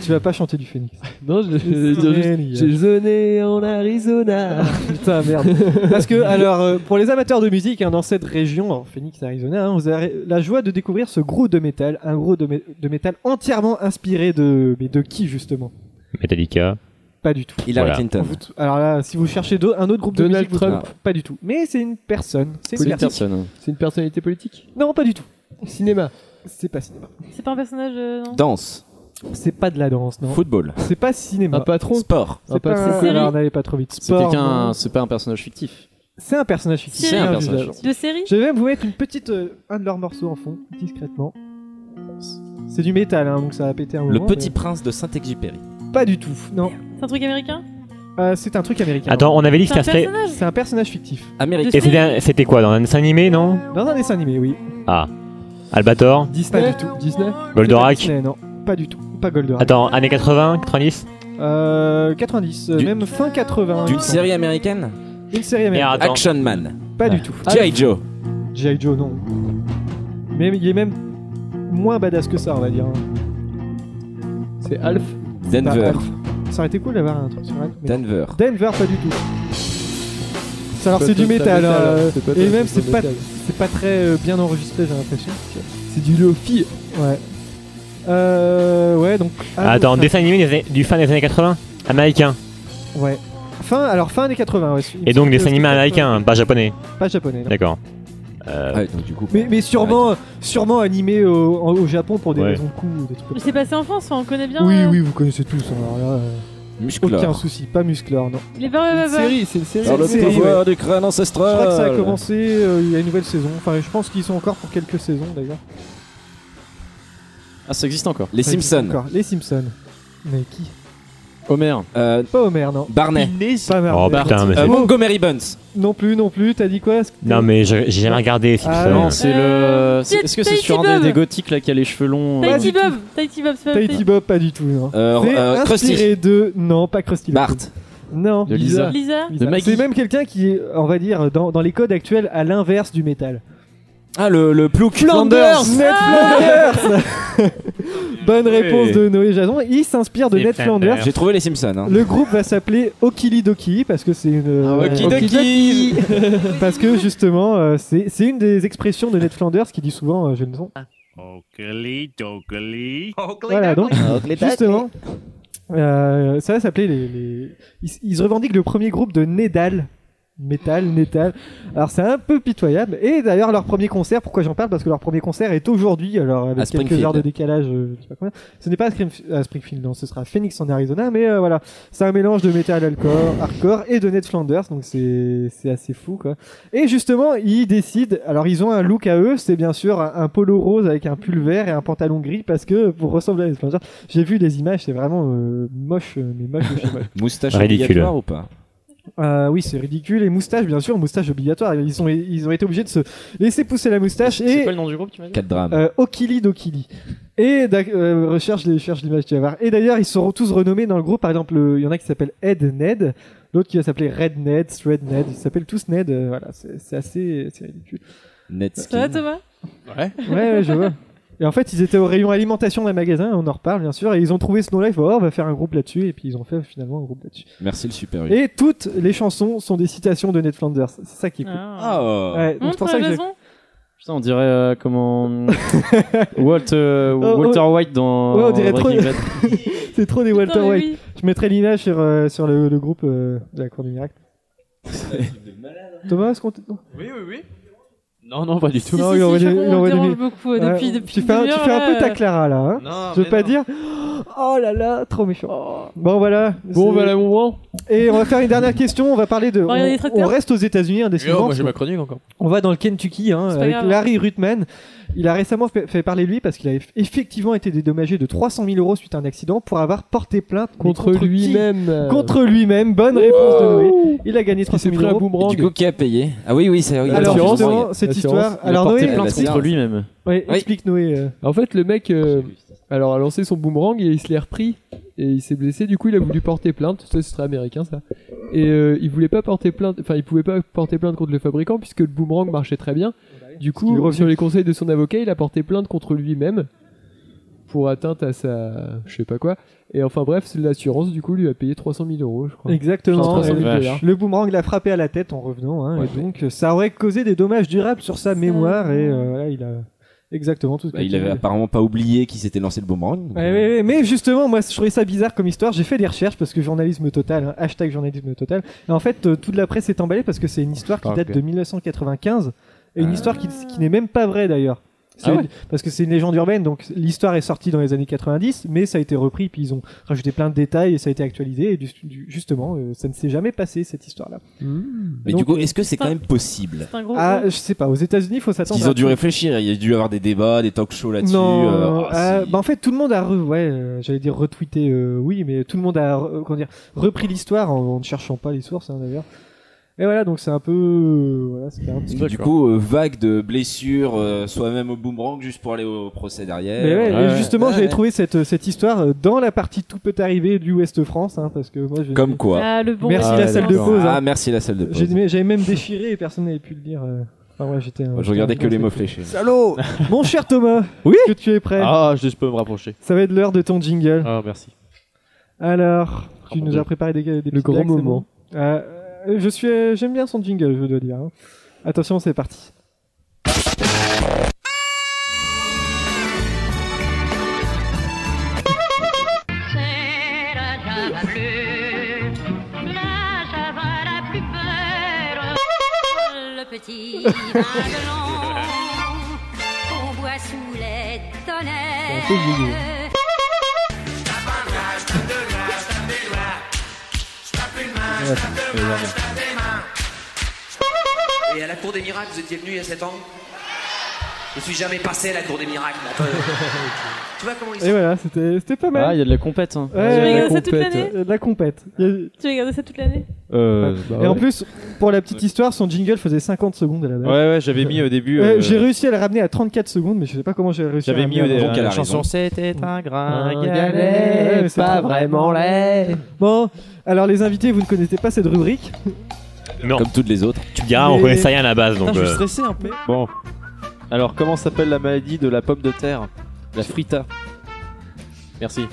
S6: Tu vas pas chanter du Phoenix.
S12: Non, je j'allais dire juste, j'ai zoné en Arizona.
S6: Putain, merde. Parce que, alors, euh, pour les amateurs de musique, hein, dans cette région, en Phoenix, Arizona, hein, vous avez la joie de découvrir ce groupe de métal, un groupe de, mé- de métal entièrement inspiré de. Mais de qui, justement
S11: Metallica.
S6: Pas du tout.
S9: Hillary Clinton.
S6: Vous t- alors là, si vous cherchez d'au- un autre groupe
S12: Donald
S6: de musique, vous
S12: Trump.
S6: trouvez Pas du tout. Mais c'est une personne. C'est une
S12: Politique.
S6: personne.
S12: C'est une personnalité politique
S6: Non, pas du tout.
S12: Cinéma.
S6: C'est pas cinéma.
S7: C'est pas un personnage. euh, non
S9: Danse.
S6: C'est pas de la danse, non.
S9: Football.
S6: C'est Ah, pas cinéma.
S12: Un patron.
S9: Sport.
S6: C'est pas un-
S7: Série.
S6: alors, n'allez pas trop vite.
S5: C'est
S6: Sport,
S5: quelqu'un,
S6: non.
S5: c'est pas un personnage fictif.
S6: C'est un personnage fictif.
S5: C'est un
S6: Bien,
S5: personnage
S6: évidemment.
S5: fictif.
S7: De série
S6: Je vais même vous mettre une petite, euh, un de leurs morceaux en fond, discrètement. C'est du métal, hein, donc ça va péter un
S9: Le
S6: moment.
S9: petit
S6: mais-
S9: prince de Saint-Exupéry.
S6: Pas du tout, non.
S7: C'est un truc américain
S6: Euh, c'est un truc américain.
S9: Ah,
S11: Attends, on avait dit que
S7: C'est un
S11: ça serait.
S7: personnage
S6: C'est un personnage fictif.
S9: Américain.
S11: Et c'était un- c'était quoi Dans un dessin animé, non
S7: Euh,
S6: Dans un dessin animé, oui.
S11: Ah. Albator
S12: Disney. Pas du tout. Disney.
S11: Goldorak
S6: Disney, non, pas du tout. Pas Goldorak.
S11: Attends, années 80, 90
S6: Euh, 90, euh,
S9: Du-
S6: même fin 80.
S9: D'une série américaine
S6: Une série américaine.
S11: Attends.
S9: Action Man.
S6: Pas du tout.
S9: G.I. Joe.
S6: Ah, G.I. Joe, non. Mais il est même moins badass que ça, on va dire.
S12: C'est Alf.
S6: Pas
S9: Denver.
S6: Alf. Ça aurait été cool d'avoir un truc sur Alf. mais-
S9: Denver.
S6: Denver, pas du tout. Ça, Alors
S12: Pas
S6: Ah, c'est du
S12: total
S6: métal,
S12: métal,
S6: hein,
S12: hein, c'est pas
S6: et
S12: total,
S6: même
S12: c'est
S6: c'est
S12: pas
S6: pas,
S12: métal.
S6: c'est pas très euh, bien enregistré j'ai l'impression.
S12: C'est du Lofi.
S6: Ouais. Euh, ouais donc. ah,
S11: Attends,
S6: donc,
S11: dessin animé des années- du fin des années 80 Américain.
S6: Ouais. Fin alors fin des 80. Ouais, il me
S11: Et donc
S6: semble que
S11: dessin animé
S6: c'était
S11: américain, hein, pas japonais.
S6: Pas japonais. non.
S11: D'accord. Euh,
S9: Ouais, Ah, donc du coup.
S6: Mais, mais sûrement, sûrement animé au, en- au Japon pour des
S11: Ouais.
S6: raisons de coût, des trucs comme ça.
S7: C'est passé en France, enfin, on connaît bien.
S6: Oui,
S7: euh,
S6: oui, vous connaissez tous. Alors là, euh,
S9: Musclor.
S6: aucun souci, pas musclor, non.
S7: Les Barbe
S12: C'est une série, c'est une
S9: Par
S12: série.
S9: le
S6: C'est-
S9: pouvoir du crâne ancestral.
S6: Je crois que ça a commencé, euh, il y a une nouvelle saison. Enfin, je pense qu'ils sont encore pour quelques saisons d'ailleurs.
S5: Ah, ça existe encore.
S9: Les
S6: Ça existe
S9: Simpsons.
S6: encore. Les Simpsons. Mais qui
S5: Homer.
S6: Pas Homer, non.
S9: Euh, Barney. Euh,
S6: Pas Homer.
S11: Oh, putain,
S6: Ah
S11: mais c'est-
S9: Montgomery Burns.
S6: Non plus, non plus. T'as dit quoi
S11: Non, mais je- j'ai jamais regardé. les
S5: Ah,
S11: Simpsons.
S5: non, c'est le. c'est- Est-ce que c'est
S7: Tahiti
S5: sur un
S7: Bob.
S5: des, des gothiques là qui a les cheveux longs euh,
S7: Euh, Tahiti Bob, Tahiti Bob, c'est pas
S6: Tahiti Bob, pas du tout. Non.
S5: Euh,
S6: C'est
S5: euh, Krusty.
S6: inspiré de. Non, pas Krusty. Bart. Non.
S5: De Lisa.
S7: Lisa.
S5: De Maggie.
S6: C'est même quelqu'un qui est, on va dire, dans, dans les codes actuels, à l'inverse du métal.
S9: Ah, le, le plouc.
S6: Ned Flanders
S9: Ah.
S6: Bonne réponse de Noé Jason. Il s'inspire de Ned Flanders.
S9: J'ai trouvé les Simpsons. hein.
S6: Le groupe va s'appeler Okidoki parce que c'est une.
S9: Ah
S6: euh,
S9: ouais. Okidoki.
S6: Parce que justement, euh, c'est c'est une des expressions de Ned Flanders qui dit souvent euh, j'ai le son.
S11: Oh,
S1: Oakley, Oakley.
S6: Voilà donc, justement, euh, ça va s'appeler les. les- Ils, ils se revendiquent le premier groupe de Nédal. Métal, Nédal. Alors c'est un peu pitoyable. Et d'ailleurs, leur premier concert, pourquoi j'en parle Parce que leur premier concert est aujourd'hui, alors
S9: À
S6: avec quelques
S9: Springfield.
S6: heures de décalage, euh, je sais pas combien. Ce n'est pas à Springf- à Springfield, non, ce sera à Phoenix en Arizona, mais euh, voilà. C'est un mélange de métal hardcore, hardcore et de Ned Flanders, donc c'est c'est assez fou quoi. Et justement, ils décident, alors ils ont un look à eux, c'est bien sûr un, un polo rose avec un pull vert et un pantalon gris parce que pour ressembler à Ned Flanders, j'ai vu des images, c'est vraiment euh, moche, euh, mais moche de chez moche.
S9: Moustache
S11: Ridicule.
S9: obligatoire ou pas
S6: Euh, oui, c'est ridicule. Et moustache, bien sûr, moustache obligatoire. Ils, ont ils ont été obligés de se laisser pousser la moustache.
S5: C'est
S6: et
S5: quoi le nom du groupe, tu m'as dit
S9: 4 drames.
S6: euh, Okili d'Okili. Et d'ac- euh, recherche, les- cherche l'image tu vas voir. Et d'ailleurs, ils seront tous renommés dans le groupe. Par exemple, le- il y en a qui s'appelle Ed Ned, l'autre qui va s'appeler Red Ned, Thread Ned. Ils s'appellent tous Ned. euh, voilà, c'est c'est assez c'est ridicule.
S9: Netskin.
S7: Ça va Thomas
S6: Ouais. ouais, je vois. Et en fait, ils étaient au rayon alimentation d'un magasin, on en reparle bien sûr, et ils ont trouvé ce nom-là, il faut, oh, on va faire un groupe là-dessus, et puis ils ont fait finalement un groupe là-dessus.
S9: Merci le super. U.
S6: Et toutes les chansons sont des citations de Ned Flanders, c'est ça qui est cool.
S9: Ah.
S6: Ouais, donc c'est pour ça que j'ai-
S5: Putain, on dirait euh, comment. Walt, euh,
S6: Oh, oh.
S5: Walter White dans.
S6: Ouais, on dirait trop.
S5: Breaking Bad.
S6: c'est trop des Walter
S7: Putain, mais
S6: White.
S7: oui.
S6: Je mettrai l'image sur, euh, sur le, le groupe euh, de la Cour du Miracle. Thomas, est-ce qu'on t- non.
S15: Oui, oui, oui. Non, non, pas du tout.
S7: Si,
S6: Non,
S7: si,
S6: il
S7: si,
S6: envoie
S7: je
S6: des-
S7: comprends,
S6: il
S7: on
S6: envoie des-
S7: dérange beaucoup, euh, depuis- depuis
S6: Ah, tu
S7: une
S6: fais, un, tu
S7: demi-heure, euh,
S6: fais un peu
S7: là.
S6: ta Clara là. Hein
S3: Ah,
S7: Non,
S6: je veux
S7: mais
S6: pas
S7: non.
S6: dire. Oh là là, trop méchant. Bon voilà.
S12: Bon,
S6: C'est-
S12: voilà mon moment.
S6: Et on va faire une dernière question. On va parler de.
S7: On va regarder les
S6: On,
S7: tracteurs
S6: on reste aux États-Unis, un des
S15: Yo,
S6: suivants.
S15: moi j'ai ma chronique encore.
S6: On va dans le Kentucky hein,
S15: C'est pas
S6: avec
S15: grave.
S6: Larry Rutman. Il a récemment fait fait parler de lui parce qu'il avait effectivement été dédommagé de 300 000 euros suite à un accident pour avoir porté plainte mais
S12: Contre
S6: qui
S12: lui-même. Oh.
S6: Contre lui-même. Bonne réponse de Noé. Il a gagné 300 000
S12: pris un
S6: euros.
S12: boomerang.
S9: Et Du coup, qui a payé Ah oui, oui, c'est oui,
S6: Alors,
S9: l'assurance.
S6: justement, cette
S12: L'assurance.
S6: histoire.
S12: Il a
S6: Alors,
S12: porté
S6: Noé,
S12: plainte
S6: explique-
S12: contre
S5: lui-même.
S6: Ouais,
S12: Oui.
S6: explique Noé. euh.
S12: En fait, le mec,
S9: Ah,
S12: euh, alors a lancé son boomerang et il se l'est repris et il s'est blessé. Du coup, il a voulu porter plainte. Ça, ce serait américain, ça. Et euh, il voulait pas porter plainte. Enfin, il pouvait pas porter plainte contre le fabricant puisque le boomerang marchait très bien. Du
S6: qu'il est
S12: coup,
S6: revenu.
S12: sur les conseils de son avocat, il a porté plainte contre lui-même pour atteinte à sa, je sais pas quoi. Et enfin bref, l'assurance du coup lui a payé 300 000 euros, je crois. Enfin,
S6: Exactement.
S12: 300 000
S6: Le-
S12: dollars.
S6: Le boomerang l'a frappé à la tête en revenant, hein, et donc euh, ça aurait causé des dommages durables sur sa mémoire. Et euh, voilà, il a exactement tout ce
S9: Bah,
S6: que
S9: il
S6: tu
S9: avait
S6: dis.
S9: apparemment pas oublié qu'il s'était lancé le boomerang.
S6: Ouais, ouais, ouais, mais justement, moi, je trouvais ça bizarre comme histoire. J'ai fait des recherches parce que journalisme total, hein, hashtag journalisme total. Et en fait, euh, toute la presse est emballée parce que c'est une histoire qui
S15: Ah,
S6: date
S15: ok.
S6: de 1995 et une histoire qui, qui n'est même pas vraie d'ailleurs. C'est-
S15: ouais
S6: Parce que c'est une légende urbaine, donc l'histoire est sortie dans les années 90, mais ça a été repris, puis ils ont rajouté plein de détails et ça a été actualisé. Et du- du- justement, euh, ça ne s'est jamais passé cette histoire-là.
S12: Mmh.
S9: Mais
S6: Donc,
S9: du coup, est-ce que c'est quand même possible
S7: C'est un gros.
S6: Ah,
S7: gros.
S6: je sais pas. Aux États-Unis, il faut s'attendre.
S9: Ils
S6: à
S9: ont dû
S6: tout.
S9: réfléchir. Il y a dû avoir des débats, des talk-shows là-dessus.
S6: Non,
S9: euh, ah,
S6: euh, bah en fait tout le monde a re- ouais, euh, j'allais dire retweeté, euh, oui, mais tout le monde a re- comment dire, repris l'histoire en, en ne cherchant pas les sources hein, d'ailleurs. Et voilà, donc c'est un peu euh, voilà, c'était un petit-
S9: Parce que du coup, euh, vague de blessures, euh, soi-même au boomerang juste pour aller au procès derrière.
S6: Mais ouais, et
S9: Eh, Ouais.
S6: justement,
S9: Ouais,
S6: j'avais
S9: ouais.
S6: trouvé cette, cette histoire euh, dans la partie tout peut arriver du Ouest de France, hein, parce que moi je-
S9: Comme quoi.
S7: Ah, le bon
S6: Merci
S7: Ouest
S6: la
S7: de
S6: salle de
S7: France.
S6: pause. hein.
S9: Ah, merci la salle de pause.
S6: J'ai- mais J'avais même déchiré et personne n'avait pu le dire. euh. Enfin, ouais, j'étais. un-
S9: Moi, je regardais
S6: j'étais
S9: que
S6: un-
S9: les mots fléchés.
S6: Salaud Mon cher Thomas,
S15: Oui
S6: est-ce que tu es prêt
S15: Ah, je peux me rapprocher.
S6: Ça va être l'heure de ton jingle.
S15: Ah, merci.
S6: Alors, tu
S15: mon
S6: nous
S15: Dieu.
S6: as préparé des, des
S12: Le
S6: petites
S12: grand
S6: blagues, c'est
S12: moment.
S6: bon Euh, euh, je suis, euh, j'aime bien son jingle, je dois dire. hein. Attention, c'est parti.
S20: Le petit vin de l'an qu'on boit sous les
S13: C'est un peu vieillot.
S20: tonnerres.
S10: Et à la cour des miracles, vous étiez venu il y a 7 ans
S21: Je suis jamais passé à la cour des miracles, mon peu. tu vois comment ils
S6: Et voilà, c'était c'était pas mal.
S5: Ah, il y a de la compète. Hein.
S6: Ouais,
S7: Tu
S6: il y a
S7: regardes
S6: de la
S7: ça toute
S6: compète.
S7: l'année
S6: Il y a de la compète. Il y a-
S7: Tu regardais ça toute l'année
S12: Ah,
S4: Euh,
S6: Ouais.
S4: bah
S6: et en
S4: ouais.
S6: plus, pour la petite histoire, son jingle faisait 50 secondes à la base.
S12: bah,
S4: Ouais, ouais, j'avais mis au début,
S6: Ouais,
S4: euh,
S6: J'ai réussi à le ramener à 34 secondes, mais je sais pas comment j'ai réussi. à
S4: J'avais
S6: le
S4: mis
S6: ramener
S4: au-
S6: à
S4: donc
S6: la
S4: à la
S6: base.
S4: chanson,
S15: c'était un
S6: Ouais, mais c'est trop bien. Bon, alors les invités, vous ne connaissez pas cette rubrique.
S11: Comme
S9: toutes les autres.
S11: Tu me diras, on
S6: Mais-
S11: connaissait rien à la base, donc. euh,
S6: un peu.
S4: Bon. Alors, comment s'appelle la maladie de la pomme de terre La frita. Merci.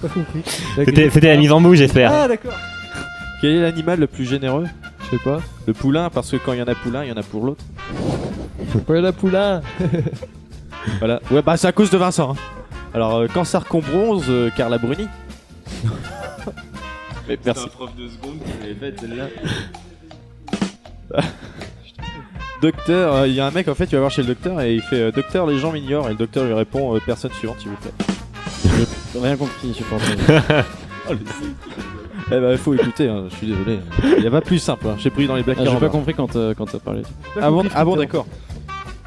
S6: Pas compris.
S11: C'était c'était la mise en bouche, j'espère.
S6: Ah, d'accord.
S4: Quel est l'animal le plus généreux Je sais pas. Le poulain, parce que quand il y en a poulain, il y en a pour l'autre.
S12: Voilà la poula
S4: Voilà. Ouais, bah c'est à cause de Vincent. hein. Alors, euh, cancer qu'on bronze, euh, Carla Bruni. Mais merci.
S14: prof de seconde qui l'avait faite celle-là.
S4: Docteur, euh, il y a un mec en fait, tu vas voir chez le docteur et il fait euh, Docteur, les gens m'ignorent. Et le docteur lui répond euh, Personne suivante, s'il vous plaît.
S5: Rien compris, je pense.
S4: Oh, le zèle. Eh bah, faut écouter, hein, je suis désolé. Il y a pas plus simple, hein. j'ai pris dans les blagues.
S5: Ah, J'ai pas compris quand euh, quand t'as parlé.
S4: Ah bon, ah bon, d'accord.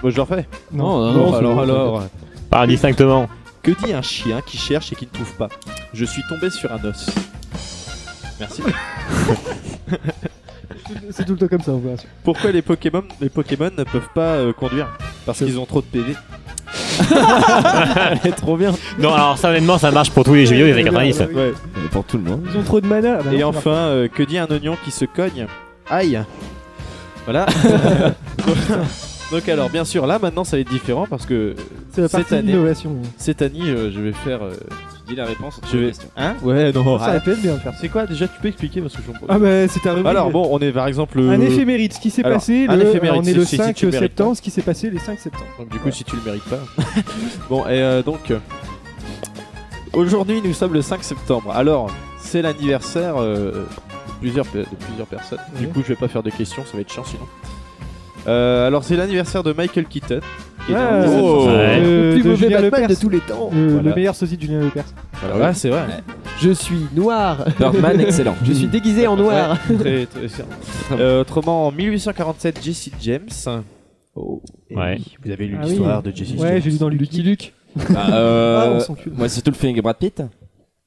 S4: Bon, je le refais.
S5: Non, non,
S4: Bon,
S5: non,
S4: alors,
S5: c'est-
S4: alors.
S11: Parle distinctement.
S4: Que dit un chien qui cherche et qui ne trouve pas Je suis tombé sur un os. Merci.
S6: C'est tout le temps comme ça, on voit.
S4: Pourquoi les Pokémon, les Pokémon ne peuvent pas euh, conduire Parce qu'ils ont trop de PV.
S11: Elle
S4: est trop bien.
S11: Non, alors ça, honnêtement, ça marche pour tous les jeux vidéo des années 90.
S6: Ah,
S4: Ouais.
S9: euh, Pour tout le monde.
S6: Ils ont trop de mana. Ah bah non,
S4: Et
S6: c'est
S4: enfin, euh, que dit un oignon qui se cogne Aïe Voilà. Donc alors, bien sûr, là maintenant ça va être différent parce que euh,
S6: C'est la
S4: cette
S6: partie
S4: année,
S6: innovation.
S4: cette année, je, je vais faire. euh,
S9: Tu dis la réponse
S4: je vais. Hein Ouais, non.
S6: Ça répète bien faire.
S4: C'est quoi déjà Tu peux expliquer parce que je comprends.
S6: Ah bah, c'est ta rubrique.
S4: Alors bon, on est par exemple.
S6: Un
S4: euh,
S6: éphéméride, ce qui s'est
S4: alors,
S6: passé.
S4: un
S6: le-
S4: éphéméride,
S6: on est
S4: si-
S6: le
S4: si- si
S6: 5
S4: tu le mérites
S6: septembre, ce qui s'est passé le 5 septembre.
S4: Donc du coup, si tu le mérites pas. bon, et euh, donc euh, aujourd'hui, nous sommes le 5 septembre. Alors, c'est l'anniversaire euh, de, plusieurs, pe- de plusieurs personnes. Du
S6: Ouais.
S4: coup, je vais pas faire de questions, ça va être chiant sinon. Euh, alors, c'est l'anniversaire de Michael Keaton. qui est un des
S6: Euh,
S4: anniversaires.
S6: euh,
S12: Le plus mauvais
S6: Julien
S12: Batman
S6: Lepers.
S12: de tous les temps.
S6: Le,
S4: Voilà.
S6: le meilleur sosie de Julien Lepers.
S4: Voilà, ouais, c'est vrai.
S12: Je suis noir.
S4: Birdman, excellent.
S12: Je suis déguisé en noir.
S4: Ouais, très- très sûr. Euh, autrement, en 1847, Jesse James. Et
S11: Ouais.
S4: oui, Vous avez lu
S6: Ah oui.
S4: l'histoire de Jesse James.
S6: Ouais, j'ai lu dans Lucky Luke.
S9: Bah, euh,
S6: Ah, on s'encule.
S9: moi, c'est tout le film avec Brad Pitt.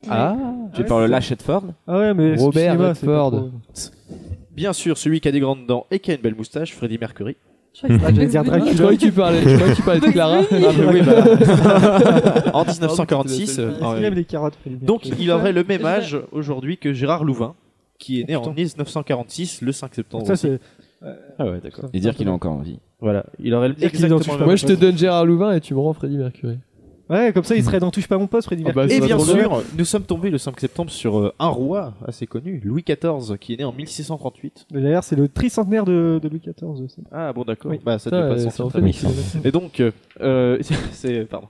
S4: Ah.
S9: Tu parles là, Shadford.
S6: Ah ouais, mais
S12: Robert
S6: cinéma, c'est pas
S12: Redford.
S6: trop-
S4: Bien sûr, celui qui a des grandes dents et qui a une belle moustache, Freddie Mercury.
S12: Ah, j'allais dire Dracula. Je croyais que tu parlais, je croyais que tu parlais de Clara.
S4: Ah, mais oui,
S6: Ah,
S4: bah. en 1946. euh,
S6: Est-ce qu'il aime les carottes, Freddie
S4: Donc,
S6: Mercury
S4: il aurait le même âge aujourd'hui que Gérard Louvain, qui est né en 1946, le 5 septembre.
S6: Ça,
S4: aussi.
S6: c'est.
S4: Ah ouais, d'accord.
S9: Et dire qu'il est encore en vie.
S4: Voilà, il aurait
S6: Dire qu'ils en
S4: exactement
S6: touchent
S4: le
S6: pas.
S4: même
S12: Moi, je te
S4: âge.
S12: donne Gérard Louvain et tu me rends Freddie Mercury.
S6: Ouais, comme ça, il serait dans Touche pas mon poste, Freddie
S12: Ah bah,
S6: Mercury.
S12: ça
S4: Et
S12: va
S4: bien
S12: trop
S4: sûr, nous sommes tombés le 5 septembre sur euh, un roi assez connu, Louis XIV, qui est né en 1638.
S6: Mais D'ailleurs, c'est le tricentenaire de, de Louis XIV. aussi.
S4: Ah bon d'accord.
S6: Oui.
S4: Bah ça
S12: Putain,
S4: devait
S12: euh,
S4: pas
S12: ça en
S4: sortir
S12: fait
S4: très
S12: des
S4: vite. Et donc euh, euh, c'est pardon.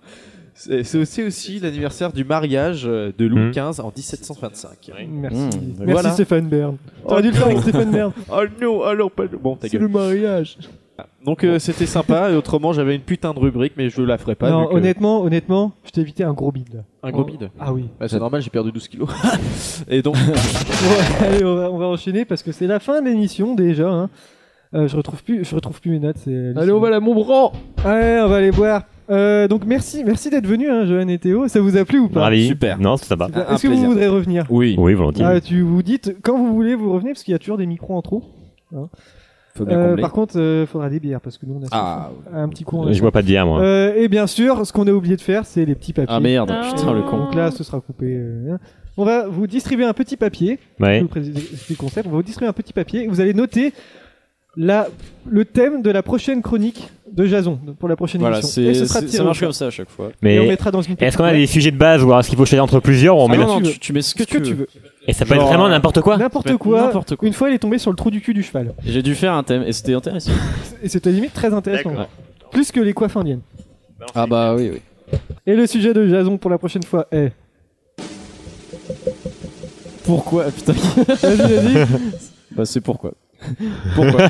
S4: C'est c'est aussi aussi l'anniversaire du mariage euh, de Louis
S5: Mmh.
S11: Mhm.
S4: XV en 1725.
S6: Merci.
S4: Mmh.
S6: Merci
S4: Voilà.
S6: Stéphane Bern. T'aurais dû le faire avec Stéphane Bern.
S4: Oh non, alors pas Bon, ta
S12: C'est
S4: gueule.
S12: le mariage.
S4: Donc euh, c'était sympa et autrement j'avais une putain de rubrique mais je la ferai pas.
S6: non,
S4: vu que-
S6: honnêtement, honnêtement, je t'ai évité un gros bide là.
S4: Un gros bide.
S6: Ah oui.
S4: Bah, c'est normal, j'ai perdu 12 kilos. et donc
S6: Bon, allez, on va, on va enchaîner parce que c'est la fin de l'émission déjà. hein. Euh, je retrouve plus, je retrouve plus mes notes. c'est
S12: Allez, on va à la Montbran.
S6: Ouais, on va aller boire. Euh, donc merci, merci d'être venu, hein, Johan et Théo. Ça vous a plu ou pas
S11: Ravi.
S4: Super.
S11: Non, c'est sympa.
S6: Super. Est-ce que vous voudrez revenir
S11: Oui. Oui, volontiers.
S6: Ah, Tu vous dites quand vous voulez, vous revenez parce qu'il y a toujours des micros en trop. hein.
S9: Faut bien
S6: Euh,
S9: combler.
S6: par contre, euh, faudra des bières parce que nous on a
S9: Ah,
S6: un petit coin.
S11: Je bois pas de bière, moi.
S6: Euh, et bien sûr, ce qu'on a oublié de faire, c'est les petits papiers.
S5: Ah, merde.
S6: Oh,
S5: Ah. Putain, le con.
S6: Donc là, ce sera coupé. euh, hein. On va vous distribuer un petit papier.
S5: Ouais.
S11: Eh.
S6: Je vous présente le concept. On va vous distribuer un petit papier. et Vous allez noter la, le thème de la prochaine chronique de Jason pour la prochaine
S12: Voilà,
S6: émission.
S12: c'est-
S6: Et ce sera
S12: c'est-
S6: tiré
S12: ça
S6: au
S12: marche
S6: sort.
S12: comme ça à chaque fois.
S6: Et on
S11: Mais
S6: mettra dans une
S11: est-ce qu'on a
S6: petite-
S11: des sujets de base ou alors est-ce qu'il faut choisir entre plusieurs ou on
S6: Ah
S11: met
S6: non, euh,
S11: la-
S6: non,
S12: Tu,
S6: veux.
S12: tu mets ce que,
S6: Ce que tu veux.
S11: Et ça peut être vraiment n'importe quoi.
S6: N'importe quoi. Une fois, il est tombé sur le trou du cul du cheval.
S5: J'ai dû faire un thème et c'était intéressant.
S6: Et c'était limite très intéressant.
S5: D'accord.
S6: Plus que les coiffes indiennes.
S5: Ah bah oui, oui.
S6: Et le sujet de Jason pour la prochaine fois est.
S5: Pourquoi Putain.
S6: Vas-y,
S4: Ah,
S6: vas-y.
S5: Bah c'est pourquoi. Pourquoi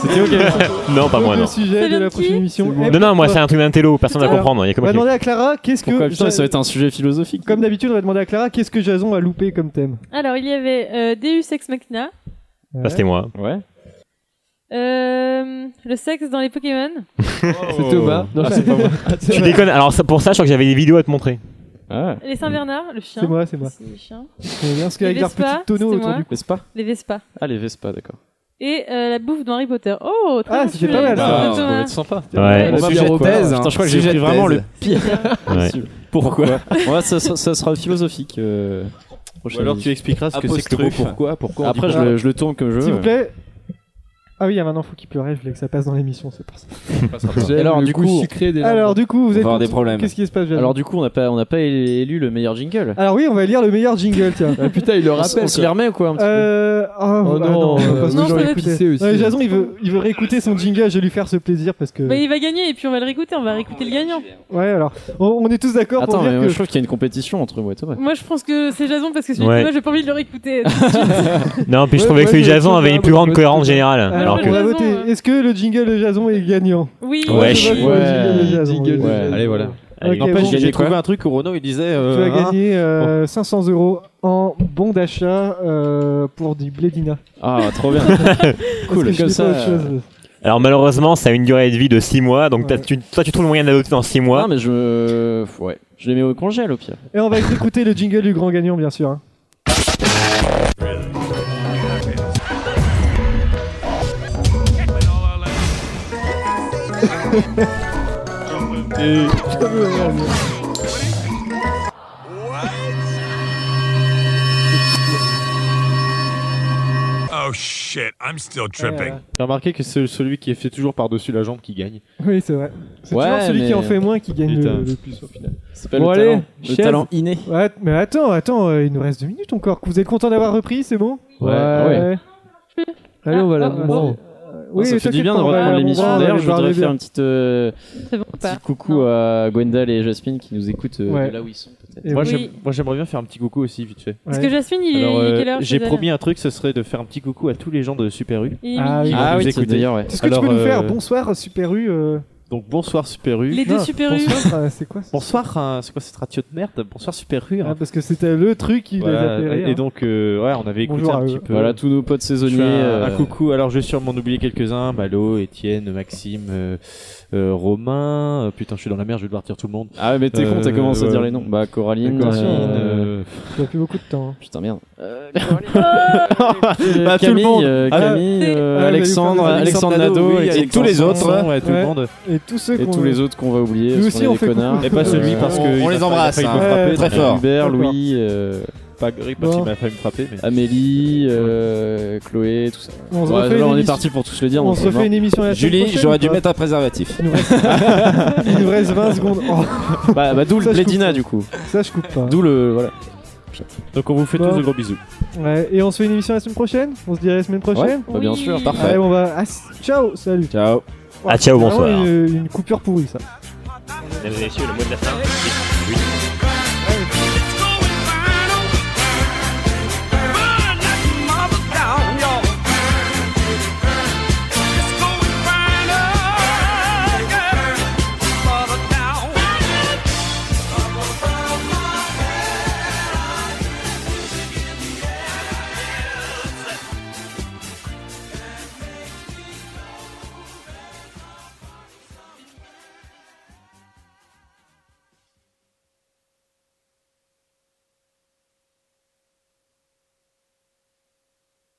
S6: C'était
S11: Non, pas moi,
S6: Le
S11: non.
S6: sujet de la prochaine émission. est
S11: Non, non, moi,
S6: pourquoi
S11: c'est un truc d'intello, personne va comprendre. Il y a que
S6: On
S11: moi
S6: va
S11: qui-
S6: demander à Clara qu'est-ce que.
S5: Pourquoi Putain,
S6: Ja-
S5: ça va être un sujet philosophique.
S6: Comme d'habitude, on va demander à Clara qu'est-ce que Jason a loupé comme thème.
S7: Alors, il y avait euh, Deus Ex Machina,
S11: Bah, c'était moi.
S5: Ouais.
S7: Euh, le sexe dans les Pokémon.
S11: Oh.
S12: Thomas. Non,
S11: Ah,
S12: je-
S11: c'est pas moi. tu déconnes. Alors, ça, pour ça, je crois que j'avais des vidéos à te montrer.
S7: Les Saint-Bernard, le chien.
S6: C'est moi, c'est moi.
S7: le chien.
S6: C'est bien parce qu'avec
S7: Les
S6: leurs
S7: Vespa,
S6: petits tonneaux
S7: c'était
S6: autour
S7: moi.
S6: du
S5: Vespa
S7: Les Vespa.
S5: Ah, les Vespa, d'accord.
S7: Et euh, la bouffe dans Harry Potter. Oh, très
S6: Ah,
S7: bien
S6: c'était
S7: trouvé.
S6: pas mal, ça.
S7: Bravo,
S6: Ah, ça
S7: Thomas.
S6: devait être sympa.
S11: Ouais.
S5: On va
S9: Sujet
S5: bien
S9: de
S5: reprendre.
S9: thèse, hein.
S5: Putain, je crois que j'ai
S9: Sujet
S5: pris
S9: de
S5: vraiment
S9: thèse.
S5: le pire.
S11: Ouais.
S5: possible.
S9: Pourquoi
S5: Ouais, ça, ça- ça sera philosophique. euh, prochaine
S9: alors
S5: émission.
S9: tu expliqueras ce que c'est que le mot
S5: Apostrophe.
S9: pourquoi, pourquoi on
S5: Après,
S9: dit
S5: je
S9: pas.
S5: le, je le tourne comme je veux.
S6: S'il vous plaît. Ah oui, il y a un info qui pleurait, je voulais que ça passe dans l'émission, c'est pour ça.
S5: Et alors, du coup,
S6: alors, du coup, vous êtes.
S5: avoir des problèmes.
S6: Qu'est-ce qui se passe, Jason
S5: Alors, du coup, on n'a pas, on n'a pas élu le meilleur jingle.
S6: Alors oui, on va lire le meilleur jingle, tiens.
S5: Ah, putain, il le On s- rappelle, on se quoi. les remet ou quoi, un petit peu
S6: Euh... ah,
S5: Oh
S6: bah,
S5: non,
S6: non,
S5: euh,
S6: parce que
S5: non,
S6: j'aurais
S5: ça va
S6: écouté.
S5: pisser aussi.
S6: Ouais, Jason, il veut, il veut réécouter son jingle, je vais lui faire ce plaisir parce que...
S7: Bah, il va gagner et puis on va le réécouter, on va réécouter le gagnant.
S6: Ouais, alors, on, on est tous d'accord pour
S5: Attends,
S6: dire
S5: mais
S6: que...
S5: je trouve qu'il y a une compétition entre moi et Thomas.
S7: Moi je pense que c'est Jason parce que celui de
S11: Ouais.
S7: Thomas, j'ai pas envie de le réécouter.
S11: Non, puis je
S6: Ouais,
S11: trouvais
S6: ouais, Ah,
S11: que celui de
S6: je-
S11: Jason
S6: je-
S11: avait une
S6: je-
S11: plus grande
S6: je-
S11: cohérence générale.
S6: Alors,
S11: Alors
S6: on va
S11: que.
S6: voter. Est-ce que le jingle de Jason est gagnant
S7: Oui.
S6: Moi, je
S11: Wesh.
S6: vote pour le jingle de Jason.
S5: Ouais, allez, voilà.
S6: Allez,
S5: N'empêche,
S6: bon.
S5: j'ai trouvé un truc où Renaud il disait.
S6: Tu
S5: euh,
S6: as
S5: hein,
S6: gagné euh, 500 euros en bon d'achat euh, pour du Blédina.
S5: Ah, trop bien.
S6: Parce que
S5: cool,
S6: je
S5: comme
S6: dis
S5: ça. euh,
S6: pas autre chose.
S11: Alors malheureusement, ça a une durée de vie de 6 mois, donc t'as- tu, toi tu trouves le moyen d'adopter dans 6 mois.
S5: Ah, mais je. Ouais. Je les mets au congèle au pire.
S6: Et on va écouter le jingle du grand gagnant, bien sûr. hein.
S22: Oh shit, I'm still tripping.
S4: T'as hein, remarqué que c'est celui qui est fait toujours par-dessus la jambe qui gagne.
S6: Oui, c'est vrai. C'est
S4: Ouais,
S6: toujours celui
S4: mais-
S6: qui en fait moins qui gagne le-
S4: Putain.
S6: le, plus au final.
S4: C'est pas le talent. Le talent
S5: inné.
S6: Ouais, mais attends, attends, euh, il nous reste deux minutes encore. Vous êtes content d'avoir repris, c'est bon
S5: Ouais. Ah ouais.
S6: Allez, on va là.
S5: Ah, bon.
S6: Oui,
S5: ça fait
S6: t'inquiète
S5: du bien
S6: pas,
S5: de
S6: on va
S5: reprendre
S6: aller
S5: l'émission.
S6: voir, on va
S5: D'ailleurs,
S6: aller
S5: je
S6: voir
S5: voudrais
S6: les
S5: faire
S6: biens.
S5: un petit, euh,
S7: bon,
S5: petit coucou à Gwendal et Jasmine qui nous écoutent euh,
S4: Ouais.
S5: de là où ils sont. peut-être.
S6: Et
S4: Moi,
S6: oui.
S4: j'aime- moi, j'aimerais bien faire un petit coucou aussi, vite fait.
S7: Parce que Jasmine, il est-
S4: Alors, euh,
S7: il est quelle heure,
S4: J'ai
S7: chez elle
S4: promis un truc, ce serait de faire un petit coucou à tous les gens de Super U.
S7: Il est Ah mignon. oui.
S6: Ah
S4: Vous
S6: oui,
S5: c'est
S4: écoutez.
S5: d'ailleurs, ouais.
S6: Est-ce que tu peux
S4: Alors,
S6: nous faire
S4: euh,
S6: bonsoir, Super U euh,
S4: Donc bonsoir Super U.
S6: Les deux Ah, Super U. bonsoir, euh, c'est quoi
S4: Bonsoir, hein, c'est quoi cette ratio de merde Bonsoir Super U. hein.
S6: ah, Parce que c'était le truc qui les
S4: Voilà,
S6: a hein. fait rire.
S4: et donc euh, ouais, on avait écouté
S6: Bonjour à
S4: un petit
S6: eux.
S4: peu.
S5: Voilà, tous nos potes saisonniers,
S4: Je fais Un,
S5: euh,
S4: un coucou. Alors je vais sûrement oublier quelques-uns. Malo, Étienne, Maxime, euh, euh, Romain. Euh, putain, je suis dans la merde. Je vais devoir dire tout le monde.
S5: Ah, mais t'es con, t'as commencé à dire les noms. Bah, Coraline.
S4: Coraline,
S5: euh,
S4: euh,
S6: Tu n'as plus beaucoup de temps. hein.
S5: Putain, merde.
S4: Bah,
S5: Euh,
S4: tout le
S5: Camille,
S4: monde.
S5: euh,
S4: Ah,
S5: Camille,
S4: c'est-
S5: euh,
S4: Ah, mais
S5: Alexandre,
S4: vous savez,
S5: Alexandre
S4: Alexandre
S5: Nadeau,
S4: Nadeau, oui,
S5: Alexandre
S4: et tous les
S5: Sanson,
S4: autres, là. Ouais, tout le
S5: ouais.
S4: monde.
S6: Et tous ceux
S5: Et
S6: qu'on-
S5: tous les autres qu'on va oublier.
S6: Nous
S5: parce
S6: aussi,
S5: qu'on est
S6: on
S5: des
S6: fait coucou.
S5: connards.
S6: Et pas celui, parce que
S5: Euh, on-
S6: il
S5: on
S6: a
S5: les
S6: failli-
S5: embrasse.
S6: il a failli
S5: hein.
S6: me frapper,
S5: Très
S6: donc,
S5: fort.
S6: euh,
S5: Hubert,
S6: d'accord.
S5: Louis, euh,
S4: Pas Greg
S6: parce qu'il
S4: m'a failli me frapper. Mais...
S5: Amélie, euh, Chloé, tout ça.
S6: On se
S5: Ouais,
S6: refait
S5: là,
S6: une
S5: on est
S6: émission-
S5: parti pour tous le dire.
S6: On
S5: donc
S6: se
S5: c'est
S6: refait
S5: mort.
S6: une émission la semaine
S9: Julie,
S6: prochain,
S9: j'aurais
S6: ou
S9: dû
S6: pas
S9: mettre un préservatif.
S6: Il nous reste- Il nous reste 20 secondes. Oh.
S5: Bah, bah, d'où le
S6: Ça, je coupe
S5: Blédina,
S6: pas.
S5: du coup.
S6: Ça, je coupe pas.
S5: D'où le. Voilà.
S4: Donc on vous fait
S6: Bon.
S4: tous de gros bisous.
S6: Ouais, et on se fait une émission la semaine prochaine On se dirait la semaine prochaine
S5: bah, bien Oui. sûr. Parfait.
S6: Allez, on va... ah, c- ciao, salut.
S9: Ciao.
S6: Ouais,
S11: Ah, ciao,
S6: c'est
S11: bonsoir.
S6: vraiment Une, une coupure pourrie, ça.
S11: Mesdames et messieurs, le mot de la fin.